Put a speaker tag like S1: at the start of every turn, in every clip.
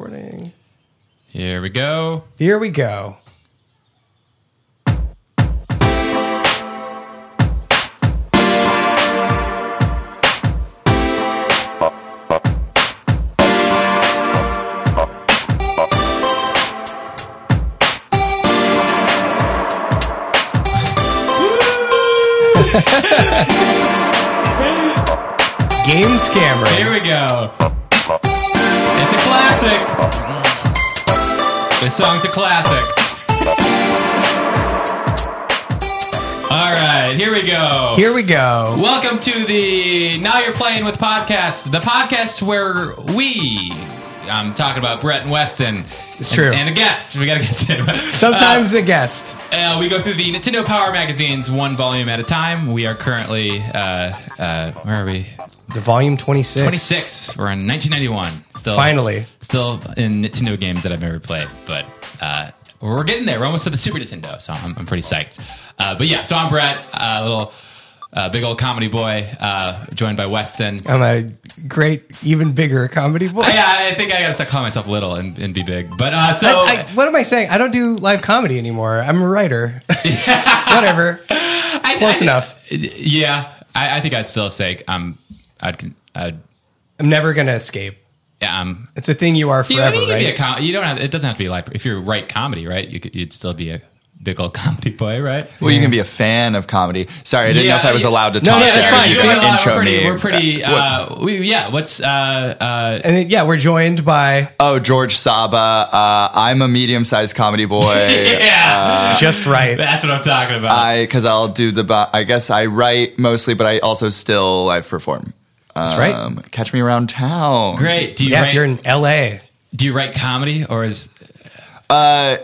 S1: Recording.
S2: Here we go.
S1: Here we go. Games
S2: Here
S1: Cameron.
S2: we go. It's a classic. This song's a classic. All right, here we go.
S1: Here we go.
S2: Welcome to the Now You're Playing with podcast, the podcast where we. I'm talking about Brett and Weston.
S1: It's
S2: And-
S1: true.
S2: And, a guest. We got a guest.
S1: Sometimes a guest.
S2: Uh, we go through the Nintendo Power magazines one volume at a time. We are currently, uh, uh, where are we?
S1: The volume 26.
S2: 26. We're in 1991. Still,
S1: Finally.
S2: still in Nintendo games that I've never played, but uh, we're getting there. We're almost at the Super Nintendo, so I'm, I'm pretty psyched. Uh, but yeah, so I'm Brett, uh, little uh, big old comedy boy, uh, joined by Weston.
S1: I'm a great, even bigger comedy boy.
S2: Yeah, I think I gotta stop calling myself little and, and be big. But uh, so
S1: I, I, what am I saying? I don't do live comedy anymore. I'm a writer. Whatever.
S2: I-
S1: Close
S2: I-
S1: enough.
S2: Yeah, I, I think I'd still say I'm. I'd. con- I'd
S1: I'm never going to escape.
S2: yeah, I'm.
S1: It's a thing you are
S2: You, I
S1: forever,
S2: mean, you, can be a
S1: right?
S2: com- you don't have. It doesn't have to be like if you're right comedy, right? You could, you'd still be a big old comedy boy, right?
S3: Well, you can be a fan of comedy. Sorry, I didn't know if
S2: Yeah,
S3: I was
S2: yeah.
S3: allowed to
S1: No,
S3: talk.
S1: no, that's
S3: there.
S1: fine.
S3: You
S1: See,
S2: we're
S1: Same
S3: intro
S2: pretty,
S3: me.
S2: We're pretty.
S3: Uh, what-
S2: Uh, we, yeah. What's uh, uh,
S1: And then, yeah, we're joined by
S3: oh, George Saba. Uh, I'm a medium-sized comedy boy.
S2: yeah?
S3: Uh,
S1: Just Right.
S2: that's what I'm talking about.
S3: I because I'll do the. bo- I guess I write mostly, but I also still live perform. Um,
S1: That's right.
S3: Catch me around town.
S2: Great. Do you
S1: Yeah, if
S2: write?
S1: you're in LA.
S2: do you write comedy or is?
S3: Uh,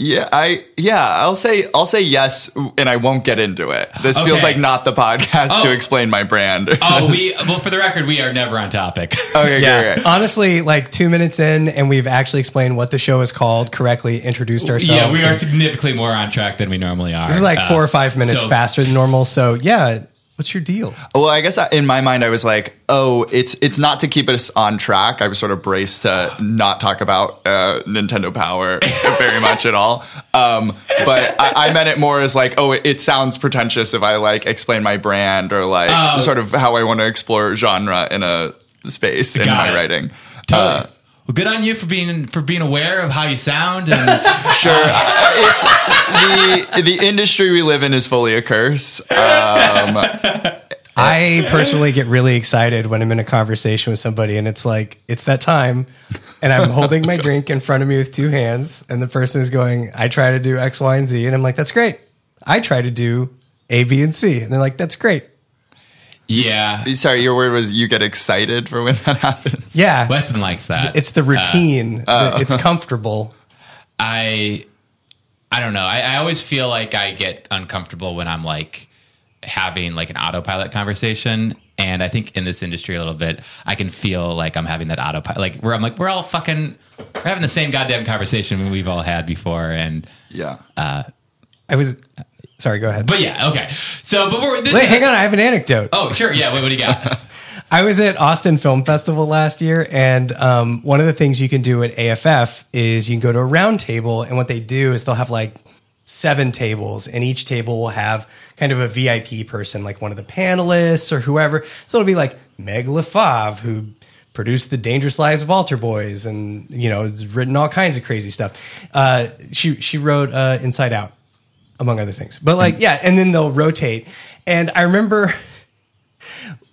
S3: yeah, I yeah, I'll say I'll say yes, and I won't get into it. This feels
S2: Okay.
S3: like not the podcast
S2: Oh.
S3: to explain my brand.
S2: Oh, we well for the record, we are never on topic.
S3: okay,
S1: Yeah.
S3: yeah. great.
S1: Honestly, like two minutes in, and we've actually explained what the show is called, correctly introduced ourselves.
S2: yeah, we are
S1: And
S2: significantly more on track than we normally are.
S1: This is like
S2: Uh,
S1: four or five minutes
S2: so-
S1: faster than normal. So, yeah, what's your deal?
S3: Well, I guess I, in my mind I was like, oh, it's it's not to keep us on track. I was sort of braced to not talk about uh, Nintendo Power very much at all. Um, but I, I meant it more as like, oh, it, it sounds pretentious if I like explain my brand or like
S2: Oh.
S3: sort of how I want to explore genre in a space in
S2: Got
S3: my
S2: it.
S3: writing.
S2: Totally.
S3: Uh,
S2: well, good on you for being for being aware of how you sound. And,
S3: sure, it's the the industry we live in is fully a curse.
S1: I personally get really excited when I'm in a conversation with somebody and it's like, it's that time. And I'm holding my drink in front of me with two hands. And the person is going, I try to do X, Y, and Z. And I'm like, that's great. I try to do A, B, and C. And they're like, that's great.
S2: yeah,
S3: Sorry, your word was you get excited for when that happens.
S1: Yeah.
S2: Weston likes that.
S1: It's the routine, it's comfortable.
S2: I I don't know. I, I always feel like I get uncomfortable when I'm like having like an autopilot conversation. And I think in this industry a little bit, I can feel like I'm having that autopilot like where I'm like, we're all fucking we're having the same goddamn conversation we've all had before and
S3: Yeah.
S1: I was, sorry, go ahead.
S2: but yeah, okay. So but we're this
S1: Wait,
S2: is-
S1: hang on. I have an anecdote.
S2: Oh sure, yeah, what, what do you got?
S1: I was at Austin Film Festival last year, and um, one of the things you can do at AFF is you can go to a round table, and what they do is they'll have like seven tables, and each table will have kind of a VIP person, like one of the panelists or whoever. So it'll be like Meg LaFave, who produced The Dangerous Lives of Alter Boys, and you know, has written all kinds of crazy stuff. Uh, she she wrote uh, Inside Out, among other things. But like, yeah, and then they'll rotate. And I remember.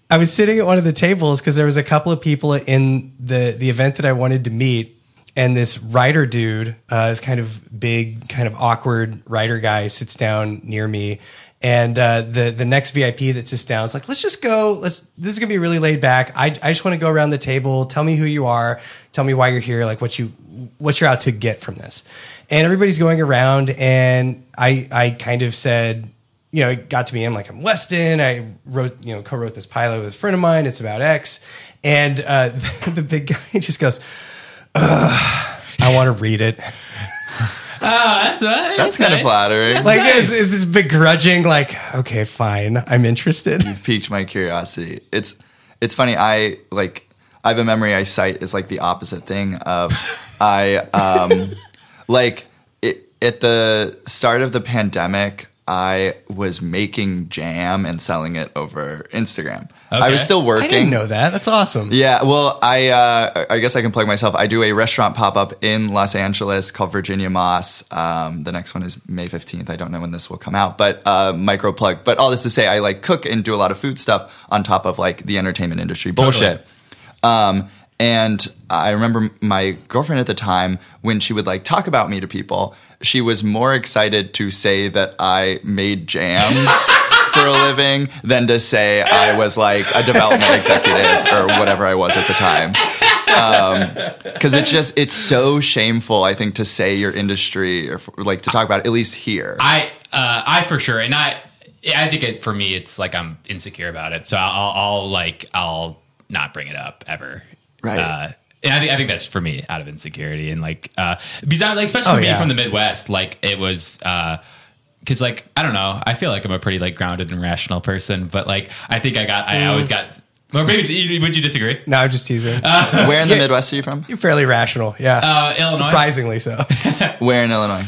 S1: I was sitting at one of the tables because there was a couple of people in the the event that I wanted to meet, and this writer dude, uh, this kind of big, kind of awkward writer guy, sits down near me, and uh, the the next VIP that sits down is like, "Let's just go. Let's. This is gonna be really laid back. I I just want to go around the table. Tell me who you are. Tell me why you're here. Like what you what you're out to get from this." And everybody's going around, and I I kind of said you know, it got to me. I'm like, I'm Weston. I wrote, you know, co-wrote this pilot with a friend of mine. It's about X. And uh, the, big guy just goes, Ugh, I want to read it.
S2: Uh,
S3: That's kind of flattering.
S1: Like, it's, it's this begrudging, like, okay, fine, I'm interested.
S3: piqued my curiosity. It's it's funny. I like I have a memory I cite is like the opposite thing of I um like it, at the start of the pandemic I was making jam and selling it over Instagram. I was
S2: Okay.
S3: still working.
S1: I didn't know that. That's awesome.
S3: Yeah, well, I uh, I guess I can plug myself. I do a restaurant pop up in Los Angeles called Virginia Moss. Um, the next one is May fifteenth. I don't know when this will come out, but uh, micro plug. But all this to say, I like cook and do a lot of food stuff on top of like the entertainment industry bullshit. Um, and I remember my girlfriend at the time when she would like talk about me to people, she was more excited to say that I made jams for a living than to say I was like a development executive or whatever I was at the time. Because it's just it's so shameful, I think, to say your industry or like to talk about it, at least here.
S2: I uh, I for sure, and I I think it for me it's like I'm insecure about it, so I'll, I'll like I'll not bring it up ever.
S3: Right.
S2: Uh, and I think I think that's for me out of insecurity and like uh, besides like especially
S1: Oh,
S2: me
S1: yeah.
S2: from the Midwest, like it was. Uh, Cause like I don't know, I feel like I'm a pretty like grounded and rational person, but like I think I got,
S1: Mm.
S2: I always got. Or maybe would you disagree?
S1: No, I'm just teasing.
S3: Where in the Midwest are you from?
S1: You're fairly rational. Yeah.
S2: Uh, Illinois?
S1: Surprisingly so.
S3: Where in Illinois?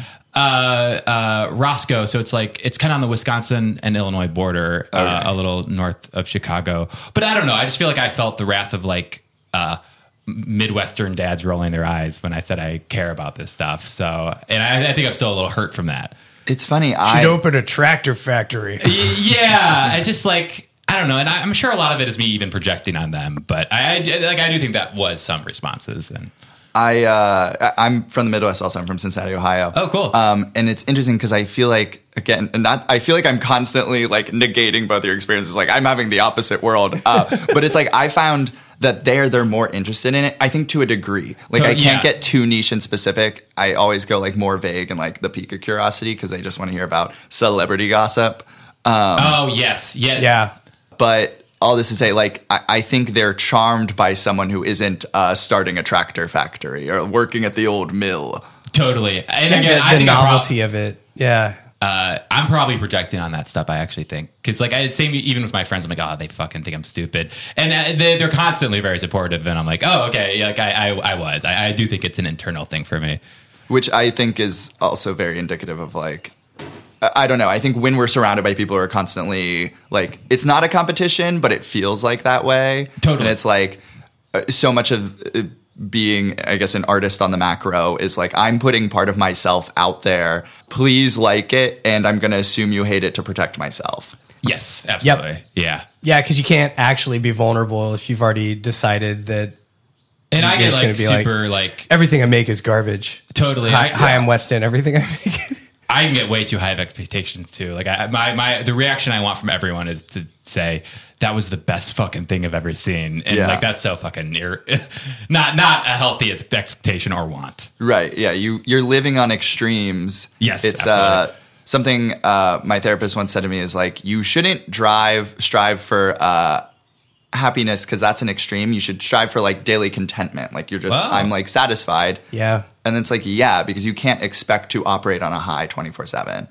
S2: uh, Roscoe. So it's like it's kind of on the Wisconsin and Illinois border, uh,
S3: Okay.
S2: a little north of Chicago. But I don't know. I just feel like I felt the wrath of like uh, Midwestern dads rolling their eyes when I said I care about this stuff. So, and I, I think I'm still a little hurt from that.
S3: It's funny. I
S1: Should open a tractor factory.
S2: Y- yeah, it's just like I don't know, and I, I'm sure a lot of it is me even projecting on them. But I, I do- like I do think that was some responses and.
S3: I uh, I- I'm from the Midwest. Also, I'm from Cincinnati, Ohio.
S2: Oh, cool.
S3: Um, and it's interesting because I feel like again, and not I feel like I'm constantly like negating both your experiences. Like I'm having the opposite world, uh, but it's like I found that there they're more interested in it. I think to a degree. Like
S2: To-
S3: I
S2: yeah.
S3: can't get too niche and specific. I always go like more vague and like the peak of curiosity because they just want to hear about celebrity gossip.
S2: Oh yes, yes,
S1: Um, Yeah.
S3: But all this to say, like I, I think they're charmed by someone who isn't uh, starting a tractor factory or working at the old mill.
S2: totally. And
S1: And
S2: again,
S1: the,
S2: I
S1: the
S2: think I'm prob-
S1: novelty of it. Yeah.
S2: uh, I'm probably projecting on that stuff. I actually think because like I same even with my friends, I'm like, oh, they fucking think I'm stupid, and uh, they, they're constantly very supportive, and I'm like, oh, okay, yeah, like I, I, I was, I, I do think it's an internal thing for me.
S3: which I think is also very indicative of like I I don't know. I think when we're surrounded by people who are constantly like it's not a competition, but it feels like that way.
S2: Totally.
S3: and it's like uh, so much of uh, being, I guess, an artist on the macro is like I'm putting part of myself out there. Please like it, and I'm going to assume you hate it to protect myself.
S2: Yes, absolutely, yeah.
S1: Yeah. Cause you can't actually be vulnerable if you've already decided that
S2: And I
S1: You're
S2: get
S1: just
S2: like
S1: gonna be like-
S2: super like,
S1: everything I make is garbage.
S2: totally.
S1: Hi,
S2: I,
S1: hi, I'm Weston. Everything I make.
S2: I can get way too high of expectations too. Like I, my my the reaction I want from everyone is to say that was the best fucking thing I've ever seen, and
S3: Yeah.
S2: like that's so fucking ir- not not a healthy expectation or want.
S3: Right. Yeah. You you're living on extremes.
S2: Yes,
S3: It's uh,
S2: absolutely.
S3: something uh, my therapist once said to me is like you shouldn't drive strive for uh, happiness because that's an extreme. You should strive for like daily contentment. Like you're just
S2: Wow.
S3: I'm like satisfied.
S1: yeah.
S3: And it's like yeah because you can't expect to operate on a high twenty four seven.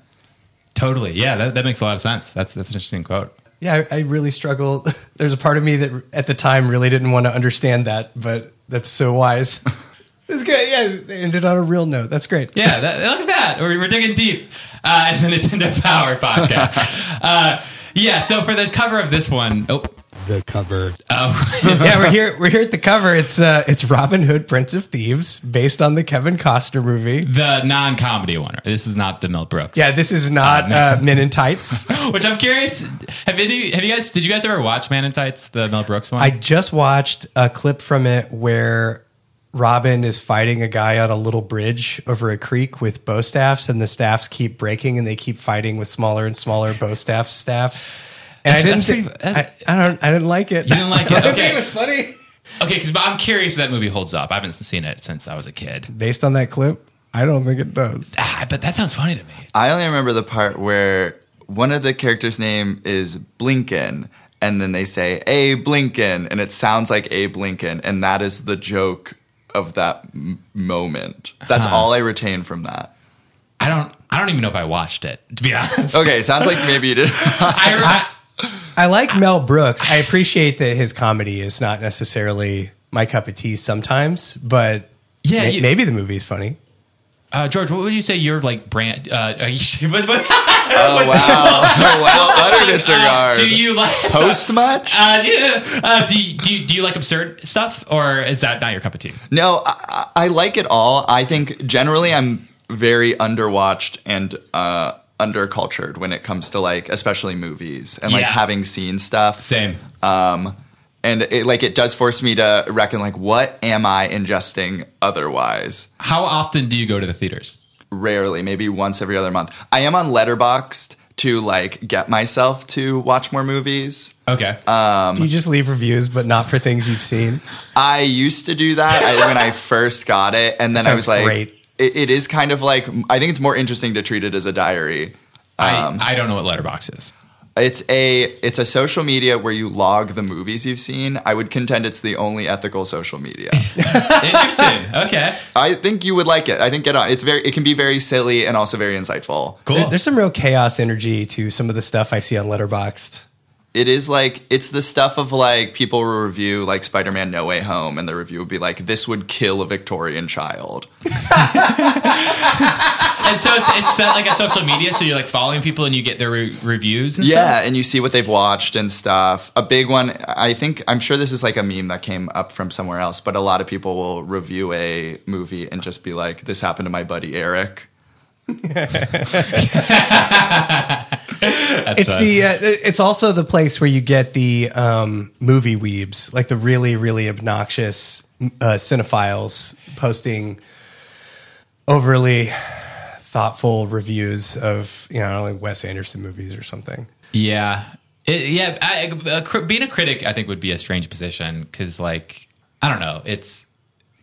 S2: Totally. Yeah, that, that makes a lot of sense. That's that's an interesting quote.
S1: Yeah. I, I really struggled. There's a part of me that at the time really didn't want to understand that, but that's so wise. it's good. Yeah. They ended on a real note. That's great.
S2: Yeah, that, look at that. We're, we're digging deep uh, in the Nintendo Power podcast. uh, yeah, so for the cover of this one, oh, uh,
S4: the cover.
S1: yeah, we're here. We're here at the cover. It's uh, it's Robin Hood, Prince of Thieves, based on the Kevin Costner movie.
S2: the non comedy one. This is not the Mel Brooks.
S1: Yeah, this is not uh, Men in Tights.
S2: Which I'm curious, have any, have you guys, did you guys ever watch Man in Tights, the Mel Brooks one?
S1: I just watched a clip from it where Robin is fighting a guy on a little bridge over a creek with bow staffs, and the staffs keep breaking, and they keep fighting with smaller and smaller bow staff staffs. And I didn't.
S2: That's-
S1: Think,
S2: that's pretty-
S1: I, I don't. I didn't like it.
S2: You didn't like it?
S1: I think
S2: Okay.
S1: it was funny.
S2: okay, because I'm curious if that movie holds up. I haven't seen it since I was a kid.
S1: Based on that clip, I don't think it does.
S2: Ah, but that sounds funny to me.
S3: I only remember the part where one of the characters' name is Blinken, and then they say Abe Blinken, and it sounds like Abe Lincoln, and that is the joke of that m- moment. That's all I retain from that.
S2: I don't, I don't even know if I watched it, to be honest.
S1: Oh,
S3: Okay, sounds like maybe you did.
S2: I, re-
S1: I like Mel Brooks. I appreciate that his comedy is not necessarily my cup of tea sometimes, but
S2: Yeah,
S1: ma-
S2: you-
S1: maybe the movie's funny.
S2: Uh, George, what would you say your like brand? Uh, are you- what- uh, what-
S3: Oh wow! oh wow! Utter disregard.
S2: do you like
S3: post much?
S2: Uh, yeah, uh, do, you, do, you, do you like absurd stuff, or is that not your cup of tea?
S3: No, I, I I like it all. I think generally I'm very underwatched and uh, undercultured when it comes to like, especially movies and like
S2: Yeah.
S3: having seen stuff.
S2: Same.
S3: Um, and it, like it does force me to reckon like, what am I ingesting otherwise?
S2: How often do you go to the theaters?
S3: Rarely, maybe once every other month. I am on Letterboxd to like get myself to watch more movies.
S2: Okay.
S1: Do you just leave reviews, but not for things you've seen?
S3: I used to do that I, when I first got it, and then I was
S1: Sounds
S3: like,
S1: great.
S3: It, it is kind of like I think it's more interesting to treat it as a diary. Um,
S2: I, I don't know what Letterbox is.
S3: it's a it's a social media where you log the movies you've seen. I would contend it's the only ethical social media.
S2: Interesting. Okay.
S3: I think you would like it. I think get on. It's very it can be very silly and also very insightful.
S2: Cool.
S1: There- there's some real chaos energy to some of the stuff I see on Letterboxd.
S3: It is like it's the stuff of like people will review like Spider-Man No Way Home and the review would be like this would kill a Victorian child.
S2: and so it's, it's set like a social media, so you're like following people and you get their re- reviews. And
S3: Yeah, and you see what they've watched and stuff. A big one, I think, I'm sure this is like a meme that came up from somewhere else, but a lot of people will review a movie and just be like, this happened to my buddy Eric.
S2: stuff?
S1: It's the uh, it's also the place where you get the um, movie weebs, like the really really obnoxious uh, cinephiles posting overly thoughtful reviews of you know like Wes Anderson movies or something.
S2: Yeah. It, yeah. I, a, cri- being a critic, I think, would be a strange position because, like, I don't know. It's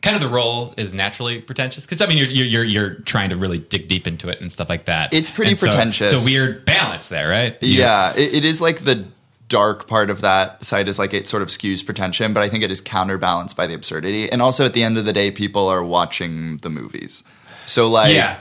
S2: kind of the role is naturally pretentious because, I mean, you're, you're, you're, you're trying to really dig deep into it and stuff like that.
S3: It's pretty
S2: And so-
S3: pretentious.
S2: It's a weird balance there, right? You-
S3: Yeah, it, it is like the dark part of that side is like it sort of skews pretension, but I think it is counterbalanced by the absurdity. And also at the end of the day, people are watching the movies. So, like,
S2: Yeah.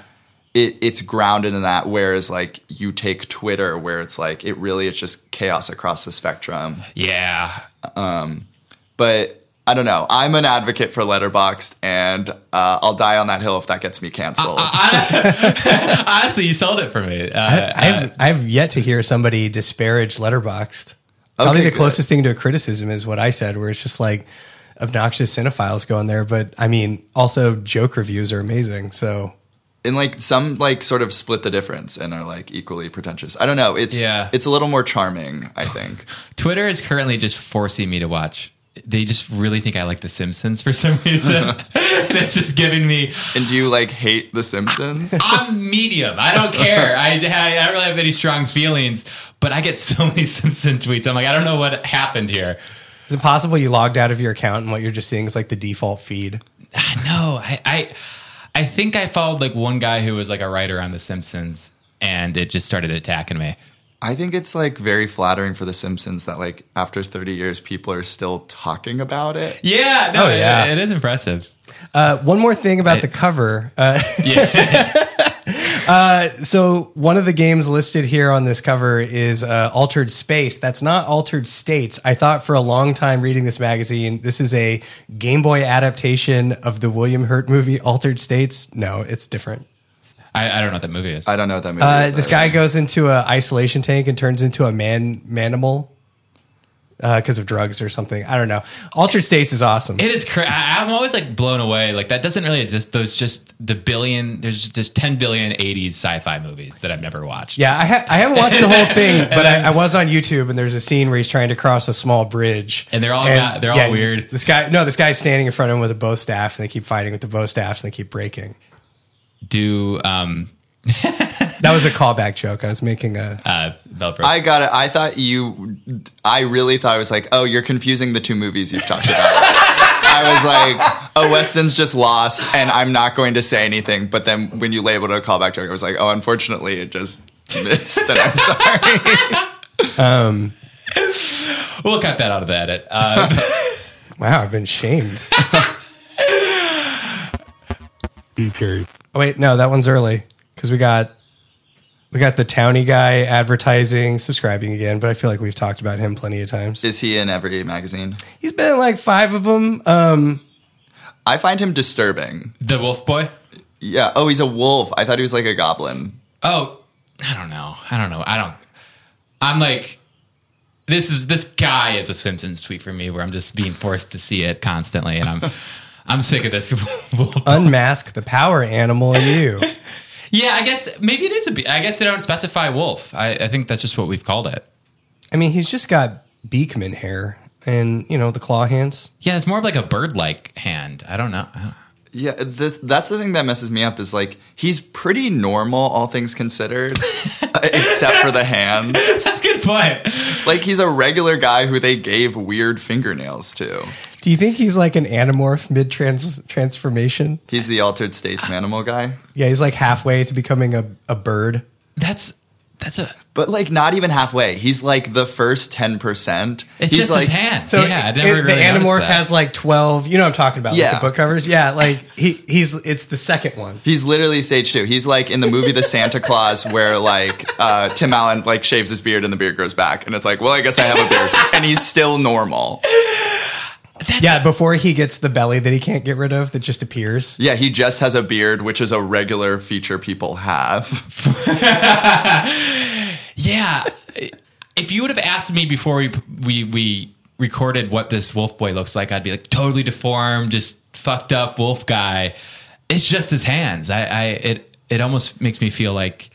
S3: It, it's grounded in that, whereas like you take Twitter, where it's like it really is just chaos across the spectrum.
S2: Yeah.
S3: but I don't know. I'm an advocate for Letterboxd, and uh, I'll die on that hill if that gets me canceled.
S2: Honestly, you sold it for me. Uh,
S1: I've I've yet to hear somebody disparage Letterboxd. Probably
S3: Okay,
S1: the
S3: good.
S1: closest thing to a criticism is what I said, where it's just like obnoxious cinephiles go on there. But I mean, also joke reviews are amazing. So
S3: and like some like sort of split the difference and are like equally pretentious. I don't know. It's
S2: Yeah.
S3: it's a little more charming, I think.
S2: Twitter is currently just forcing me to watch. They just really think I like The Simpsons for some reason. and it's just giving me
S3: and do you like hate The Simpsons?
S2: I'm medium. I don't care. I, I, I don't really have any strong feelings, but I get so many Simpson tweets. I'm like, I don't know what happened here.
S1: is it possible you logged out of your account and what you're just seeing is like the default feed?
S2: I know. I, I, I think I followed like one guy who was like a writer on The Simpsons, and it just started attacking me.
S3: I think it's like very flattering for The Simpsons that like after 30 years people are still talking about it.
S2: Yeah. No,
S1: Oh, yeah.
S2: It, it is impressive.
S1: Uh, one more thing about the cover. Uh,
S2: Yeah.
S1: so one of the games listed here on this cover is uh, Altered Space. That's not Altered States. I thought for a long time reading this magazine, this is a Game Boy adaptation of the William Hurt movie Altered States. No, it's different.
S2: I, I don't know what that movie is.
S3: I don't know what that movie.
S1: Uh,
S3: is
S1: this
S3: either.
S1: guy goes into a isolation tank and turns into a man manimal because of drugs or something. I don't know. Altered States is awesome.
S2: It is. Cra- I, I'm always like blown away. Like that doesn't really exist. Those just the billion. There's just 10 billion 80s sci-fi movies that I've never watched.
S1: Yeah, I, ha- I haven't watched the whole thing, but I, I was on YouTube and there's a scene where he's trying to cross a small bridge,
S2: And they're all got- they're all weird.
S1: This guy, no, this guy's standing in front of him with a bow staff, and they keep fighting with the bow staffs, and they keep breaking.
S2: Do um
S1: That was a callback joke. I was making a.
S2: uh Mel Brooks.
S3: I got it. I thought you. I really thought I was like, oh, you're confusing the two movies you've talked about. I was like, oh, Weston's just lost, and I'm not going to say anything. But then when you labeled it a callback joke, I was like, oh, unfortunately, it just missed, and I'm sorry.
S2: We'll cut that out of the edit. Uh,
S1: Wow, I've been shamed. Oh, wait, no, that one's early because we got We got the Townie guy advertising, subscribing again, but I feel like we've talked about him plenty of times.
S3: Is he in every magazine?
S1: He's been in like five of them. Um,
S3: I find him disturbing.
S2: The Wolf Boy.
S3: Yeah. Oh, he's a wolf. I thought he was like a goblin.
S2: Oh, I don't know. I don't know. I don't. I'm like, this is this guy is a Simpsons tweet for me, where I'm just being forced to see it constantly, and I'm. I'm sick of this.
S1: unmask the power animal in you.
S2: yeah, I guess maybe it is a. Bee. I guess they don't specify wolf. I, I think that's just what we've called it.
S1: I mean, he's just got Beekman hair and, you know, the claw hands.
S2: Yeah, it's more of like a bird-like hand. I don't know. I don't-
S3: Yeah, th- that's the thing that messes me up is like he's pretty normal, all things considered, except for the hands.
S2: That's a good point.
S3: Like he's a regular guy who they gave weird fingernails to.
S1: Do you think he's like an animorph mid transformation?
S3: He's the altered states
S2: Uh,
S3: animal guy,
S1: Yeah, he's like halfway to becoming a, a bird.
S2: That's that's a.
S3: but like not even halfway. He's like the first ten percent.
S2: It's
S3: he's
S2: just
S3: like,
S2: his hand.
S1: So
S2: yeah, I
S1: it-
S2: never
S1: it-
S2: really
S1: the
S2: noticed
S1: Animorph
S2: that.
S1: has like 12, you know what I'm talking about,
S3: Yeah.
S1: like the book covers. Yeah, like he, he's it's the second one.
S3: He's literally stage two. He's like in the movie The Santa Claus, where like uh, Tim Allen like shaves his beard and the beard grows back, and it's like, well, I guess I have a beard, and he's still normal.
S1: yeah, before he gets the belly that he can't get rid of that just appears.
S3: Yeah, he just has a beard, which is a regular feature people have.
S2: Yeah. If you would have asked me before we we we recorded what this wolf boy looks like, I'd be like totally deformed, just fucked up wolf guy. It's just his hands. I, I it it almost makes me feel like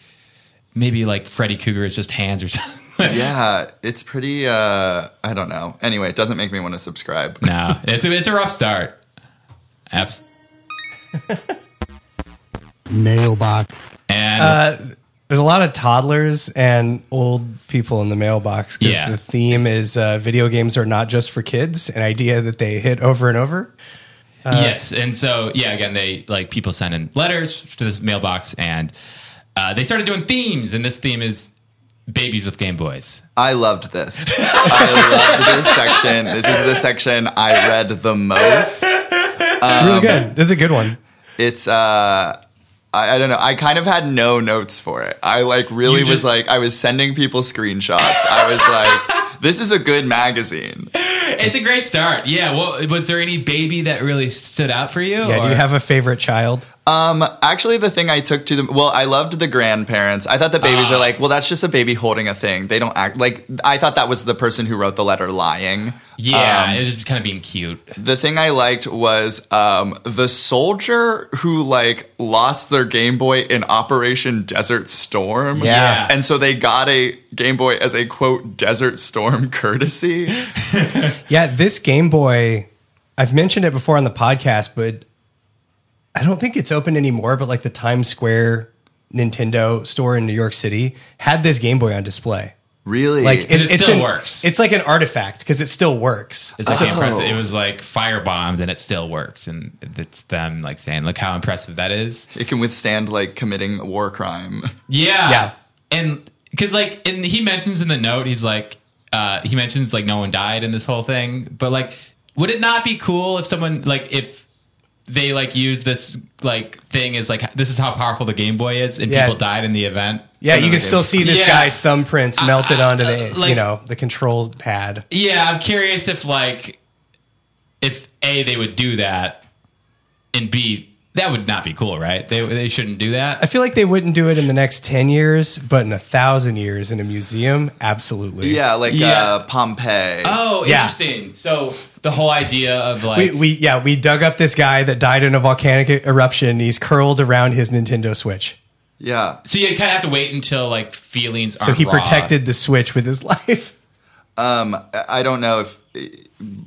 S2: maybe like Freddy Cougar is just hands or something.
S3: Yeah, it's pretty. uh I don't know. Anyway, it doesn't make me want to subscribe.
S2: no, it's a, it's a rough start. Abs-
S4: mailbox,
S2: and
S1: There's a lot of toddlers and old people in the mailbox because
S2: Yeah.
S1: the theme is uh, video games are not just for kids, an idea that they hit over and over.
S2: yes, and so yeah, again, they like people send in letters to this mailbox, and uh, they started doing themes, and this theme is babies with Game Boys.
S3: I loved this. I loved this section. This is the section I read the most.
S1: It's really good. This is a good one.
S3: It's uh I, I don't know. I kind of had no notes for it. I like really
S2: You
S3: was
S2: just-
S3: like I was sending people screenshots. I was like, this is a good magazine.
S2: It's a great start. Yeah. Well, was there any baby that really stood out for you?
S1: Yeah, do
S2: or-
S1: you have a favorite child?
S3: Um actually the thing I took to them well, I loved the grandparents. I thought the babies
S2: Ah.
S3: are like, well that's just a baby holding a thing. They don't act like I thought that was the person who wrote the letter lying.
S2: Yeah,
S3: Um,
S2: it was just kind of being cute.
S3: The thing I liked was um, the soldier who like lost their Game Boy in Operation Desert Storm.
S1: Yeah.
S3: and so they got a Game Boy as a quote Desert Storm courtesy.
S1: Yeah, this Game Boy, I've mentioned it before on the podcast, but I don't think it's open anymore. But like the Times Square Nintendo store in New York City had this Game Boy on display.
S3: Really?
S1: Like
S2: And it
S1: it's
S2: still
S1: an-
S2: works.
S1: It's like an artifact because it still works.
S2: It's like
S3: Oh.
S2: impressive. It was like firebombed and it still worked. And it's them like saying, look how impressive that is.
S3: it can withstand like committing a war crime.
S2: Yeah.
S1: Yeah.
S2: And because like, and he mentions in the note, he's like, uh, he mentions like no one died in this whole thing. But like, would it not be cool if someone like if they like use this like thing as like this is how powerful the Game Boy is and
S1: Yeah.
S2: people died in the event?
S1: Yeah, you can
S3: Another
S1: still
S3: Game
S1: see this
S2: Yeah. uh,
S1: guy's thumbprints melted onto the
S2: like-
S1: you know the control pad.
S2: Yeah, I'm curious if like if a they would do that, and b that would not be cool, right? They they shouldn't do
S1: I
S2: that.
S1: feel like they wouldn't do it in the next ten years, but in a thousand years in a museum, absolutely.
S3: Yeah, like
S2: Yeah.
S3: Uh, Pompeii.
S2: Oh,
S1: Yeah.
S2: interesting. So the whole idea of like
S1: We, we yeah we dug up this guy that died in a volcanic e-, eruption. He's curled around his Nintendo Switch,
S3: Yeah,
S2: so you kind of have to wait until like feelings are.
S1: so he protected the Switch with his life.
S3: um, I I don't know if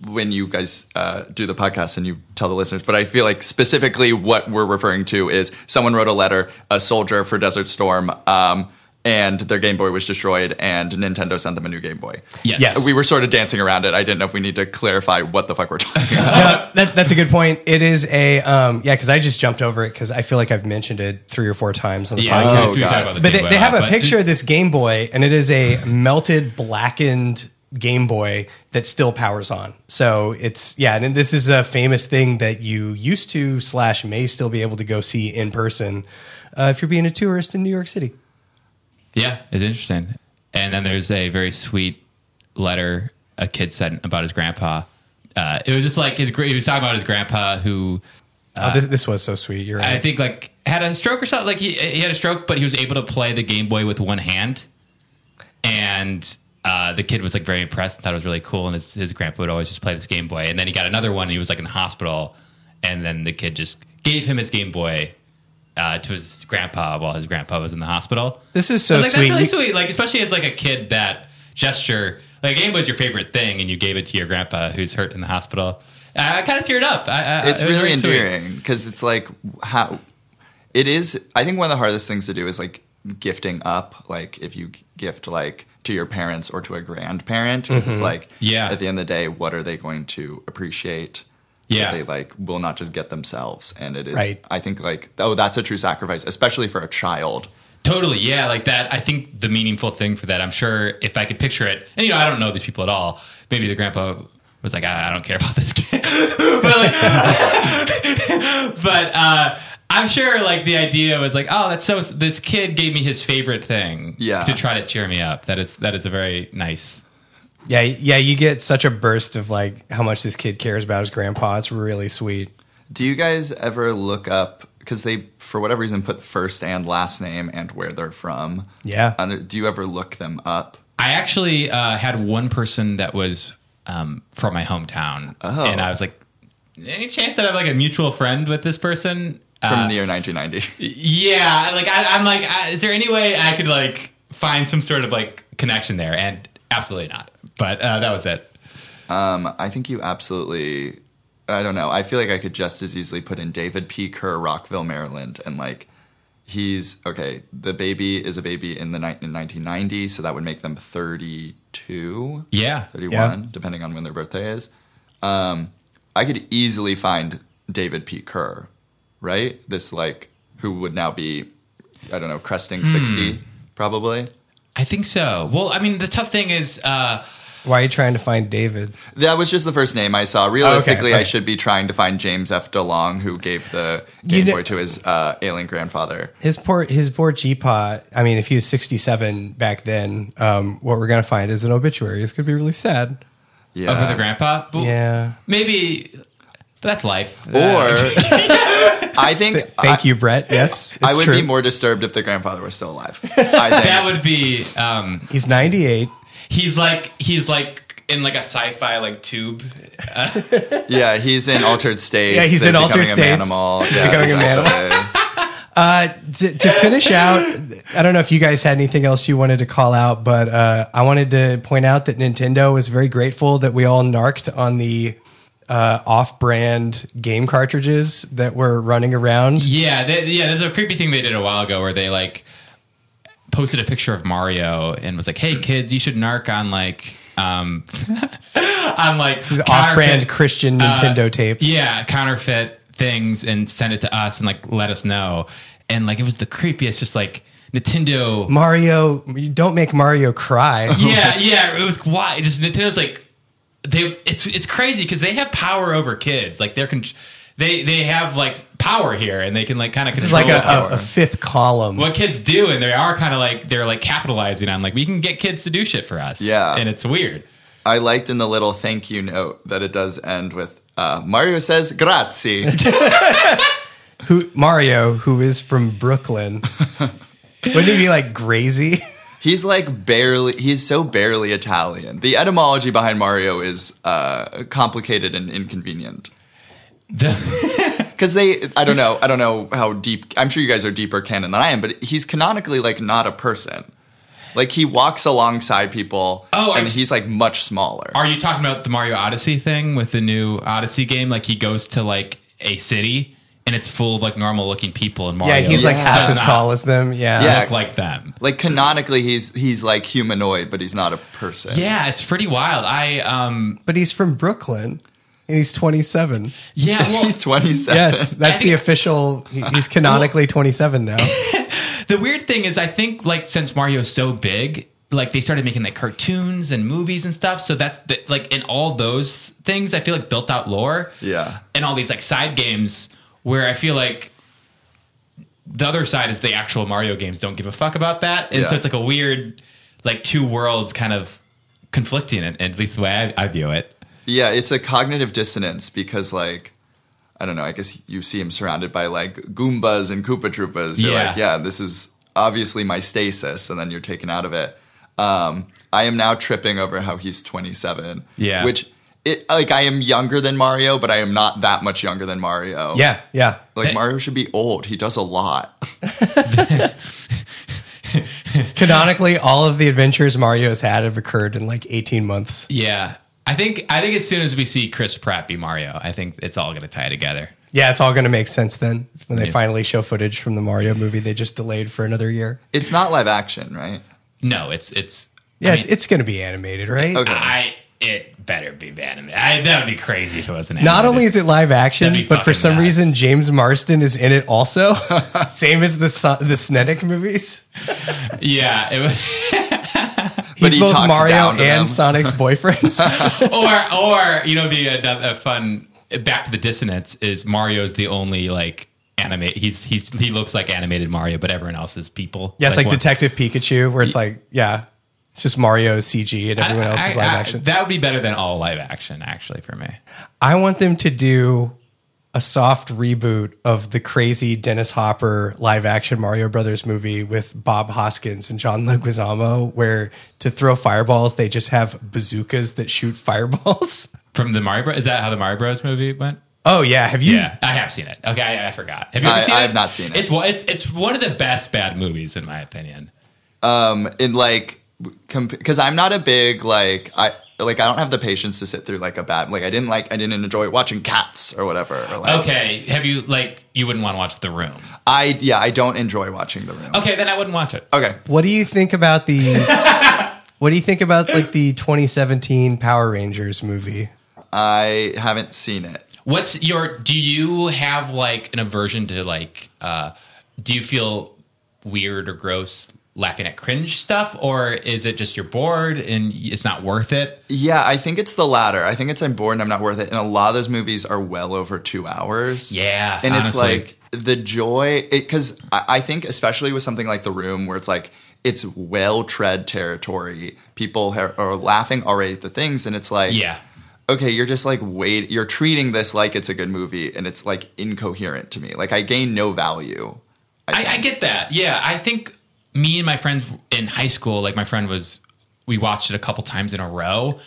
S3: when you guys uh, do the podcast and you tell the listeners, but I feel like specifically what we're referring to is someone wrote a letter, a soldier for Desert Storm, um, and their Game Boy was destroyed, and Nintendo sent them a new Game Boy.
S2: Yes.
S1: Yes.
S3: We were sort of dancing around it. I didn't know if we need to clarify what the fuck we're talking about.
S1: no, that, that's a good point. It is a um, yeah, because I just jumped over it because I feel like I've mentioned it three or four times on the
S2: Yeah,
S1: podcast.
S3: Oh,
S2: because we
S3: God.
S2: talk about the
S1: But
S2: Game
S1: they,
S2: Boy
S1: they
S2: a
S1: have
S2: lot,
S1: a
S2: but-
S1: picture of this Game Boy, and it is a melted, blackened Game Boy that still powers on. So it's yeah, and this is a famous thing that you used to slash may still be able to go see in person uh, if you're being a tourist in New York City.
S2: Yeah, it's interesting. And then there's a very sweet letter a kid sent about his grandpa. Uh, it was just like his. gra- He was talking about his grandpa who
S1: oh, this, this was so sweet. You're
S2: Uh, I
S1: right.
S2: think like had a stroke or something. Like he he had a stroke, but he was able to play the Game Boy with one hand. And uh, the kid was like very impressed and thought it was really cool. And his, his grandpa would always just play this Game Boy. And then he got another one. And he was like in the hospital. And then the kid just gave him his Game Boy uh, to his grandpa while his grandpa was in the hospital.
S1: this is so
S2: like
S1: sweet.
S2: that's really
S1: You-
S2: sweet. Like especially as like a kid, that gesture, like Game Boy's your favorite thing, and you gave it to your grandpa who's hurt in the hospital. I, I kind of teared up. I, I,
S3: it's
S2: it was
S3: really
S2: sweet.
S3: endearing because it's like how it is i think one of the hardest things to do is like gifting up like if you gift like to your parents or to a grandparent 'cause it's like
S2: Mm-hmm. Yeah.
S3: at the end of the day what are they going to appreciate
S2: Yeah.
S3: that they like will not just get themselves and it is
S1: Right.
S3: i think like oh that's a true sacrifice especially for a child
S2: Totally, yeah, like that. I think the meaningful thing for that, I'm sure if I could picture it, and you know, I don't know these people at all. Maybe the grandpa was like, "Ah, I, I don't care about this kid, but like, but uh, I'm sure like the idea was like, oh, that's so. This kid gave me his favorite thing,
S3: Yeah.
S2: to try to cheer me up. That is that is a very nice.
S1: yeah, yeah. You get such a burst of like how much this kid cares about his grandpa. It's really sweet.
S3: do you guys ever look up because they for whatever reason put first and last name and where they're from
S1: Yeah.
S3: Uh, do you ever look them up
S2: I actually uh, had one person that was um, from my hometown,
S3: Oh.
S2: and I was like, any chance that I have like a mutual friend with this person?
S3: from
S2: Uh,
S3: the year 1990
S2: Yeah, like I, I'm like, I, is there any way I could like find some sort of like connection there? And absolutely not. But uh, that was it.
S3: Um, I think you absolutely. I don't know. I feel like I could just as easily put in David P. Kerr, Rockville, Maryland, and like he's okay. The baby is a baby in the ni- in 1990, so that would make them 32,
S2: Yeah,
S3: 31,
S1: Yeah.
S3: depending on when their birthday is. Um, I could easily find David P. Kerr, right? This like who would now be, I don't know, cresting 60 probably.
S2: I think so. Well, I mean, the tough thing is, uh,
S1: Why are you trying to find David?
S3: That was just the first name I saw. Realistically,
S1: okay.
S3: I should be trying to find James F. DeLong, who gave the Game
S1: You know-
S3: Boy to his uh, alien grandfather.
S1: His poor, his poor G-Pot. I mean, if he was 67 back then, um, what we're gonna find is an obituary. It's gonna be really sad.
S3: Yeah.
S2: over the grandpa. But
S1: Yeah.
S2: maybe that's life. Uh,
S3: or I think
S1: Thank
S3: I,
S1: you, Brett. Yes, it's
S3: I would
S1: true.
S3: be more disturbed if the grandfather was still alive. I think. That
S2: that would be. Um,
S1: He's 98.
S2: he's like he's like in like a sci-fi like tube.
S3: yeah, he's in altered states.
S1: Yeah, he's
S3: They're
S1: in altered
S3: becoming
S1: states.
S3: An animal.
S1: He's becoming a
S3: exactly.
S1: Uh, to, to finish out, I don't know if you guys had anything else you wanted to call out, but uh, I wanted to point out that Nintendo is very grateful that we all narked on the uh, off-brand game cartridges that were running around.
S2: Yeah, they, yeah. There's a creepy thing they did a while ago where they like posted a picture of Mario and was like, "Hey kids, you should narc on like um on like
S1: These
S2: counterfeit-
S1: off-brand Christian Nintendo tapes.
S2: Uh, yeah counterfeit things and send it to us and like let us know." And like it was the creepiest, just like Nintendo.
S1: Mario, you don't make Mario cry.
S2: yeah, yeah. It was why just Nintendo's like they. It's it's crazy because they have power over kids. Like they're con- they they have like power here and they can like kind of
S1: This is like a,
S3: Power.
S1: a, a fifth column.
S2: what kids do, and they are kind of like they're like capitalizing on like we can get kids to do shit for us.
S3: Yeah.
S2: and it's weird.
S3: I liked in the little thank you note that it does end with uh, Mario says grazie.
S1: Who Mario, who is from Brooklyn, wouldn't he be like crazy?
S3: He's like barely. He's so barely Italian. The etymology behind Mario is uh, complicated and inconvenient.
S2: The-
S3: Because they, I don't know, I don't know how deep. I'm sure you guys are deeper canon than I am, but he's canonically like not a person. Like he walks alongside people,
S2: Oh,
S3: and
S2: I'm-
S3: he's like much smaller.
S2: are you talking about the Mario Odyssey thing with the new Odyssey game? Like he goes to like a city and it's full of like normal looking people, and Mario
S1: yeah, he's like
S3: Yeah.
S1: half as
S2: does not
S1: tall as them. Yeah.
S3: Yeah.
S2: look like them.
S3: Like canonically, he's he's like humanoid, but he's not a person.
S2: Yeah, it's pretty wild. I um
S1: But he's from Brooklyn and he's 27.
S2: yeah well,
S3: he's 27.
S1: Yes, that's the
S2: think-
S1: official. he- He's canonically 27 now.
S2: the weird thing is I think like since Mario's so big, like they started making like cartoons and movies and stuff. So that's the, like in all those things, I feel like built out lore.
S3: Yeah.
S2: and all these like side games where I feel like the other side is the actual Mario games don't give a fuck about that, and
S3: Yeah.
S2: so it's like a weird, like two worlds kind of conflicting. At at least the way I, I view it.
S3: Yeah, it's a cognitive dissonance because like I don't know, I guess you see him surrounded by like Goombas and Koopa Troopas. You're
S2: Yeah.
S3: like, yeah, this is obviously my stasis, and then you're taken out of it. Um, I am now tripping over how he's 27.
S2: Yeah.
S3: Which it like I am younger than Mario, but I am not that much younger than Mario.
S1: Yeah, yeah.
S3: Like Mario should be old. He does a lot.
S1: Canonically, all of the adventures Mario has had have occurred in like 18 months.
S2: Yeah, I think I think as soon as we see Chris Pratt be Mario, I think it's all going to tie together.
S1: Yeah, it's all going to make sense then when they finally show footage from the Mario movie they just delayed for another year.
S3: It's not live action, right?
S2: No, it's it's
S1: Yeah,
S2: I
S1: it's,
S2: mean,
S1: it's going to be animated, right?
S3: Okay.
S2: I it better be animated. I, that would be crazy if it wasn't.
S1: Not
S2: animated.
S1: only is it live action,
S2: That'd be
S1: but for
S2: fucking
S1: some
S2: nuts.
S1: reason James Marston is in it also. Same as the Son- the Snetic movies.
S2: yeah. It, was-
S1: He's
S3: he
S1: both
S3: talks
S1: Mario
S3: down
S1: and
S3: to them.
S1: Sonic's boyfriends.
S2: or or you know the uh, a fun back to the dissonance is Mario's the only like animate he's he's he looks like animated Mario but everyone else is people.
S1: yeah, it's like,
S2: one-
S1: Detective Pikachu, where it's like, yeah, it's just Mario is CG and everyone else is
S2: I- I-
S1: live action.
S2: That would be better than all live action actually for me.
S1: I want them to do a soft reboot of the crazy Dennis Hopper live action Mario Brothers movie with Bob Hoskins and John Leguizamo, where to throw fireballs, they just have bazookas that shoot fireballs.
S2: From the Mario Bros. Is that how the Mario Bros. movie went?
S1: Oh yeah, have you?
S2: Yeah, I have seen it. Okay, I, Hmm. I forgot. Have you ever
S3: I-
S2: seen
S3: I
S2: it?
S3: have not seen it.
S2: It's one. It's, it's one of the best bad movies in my opinion.
S3: in like because I'm not a big like I like I don't have the patience to sit through like a bad like I didn't like I didn't enjoy watching Cats or whatever. Or like,
S2: Okay, have you like you wouldn't want to watch The Room?
S3: I yeah I don't enjoy watching The Room.
S2: Okay, then I wouldn't watch it.
S3: Okay.
S1: What do you think about the? what do you think about like the 2017 Power Rangers movie?
S3: I haven't seen it.
S2: What's your? Do you have like an aversion to like? uh Do you feel weird or gross laughing at cringe stuff, or is it just you're bored and it's not worth it?
S3: Yeah, I think it's the latter. I think it's I'm bored and I'm not worth it. And a lot of those movies are well over two hours.
S2: Yeah,
S3: and it's
S2: honestly.
S3: like the joy because I, I think especially with something like The Room, where it's like it's well tread territory. People ha- are laughing already at the things, and it's like
S2: Yeah,
S3: okay, you're just like wait, you're treating this like it's a good movie, and it's like incoherent to me. Like I gain no value.
S2: I, I get that. Yeah, I think me and my friends in high school, like my friend was, we watched it a couple times in a row,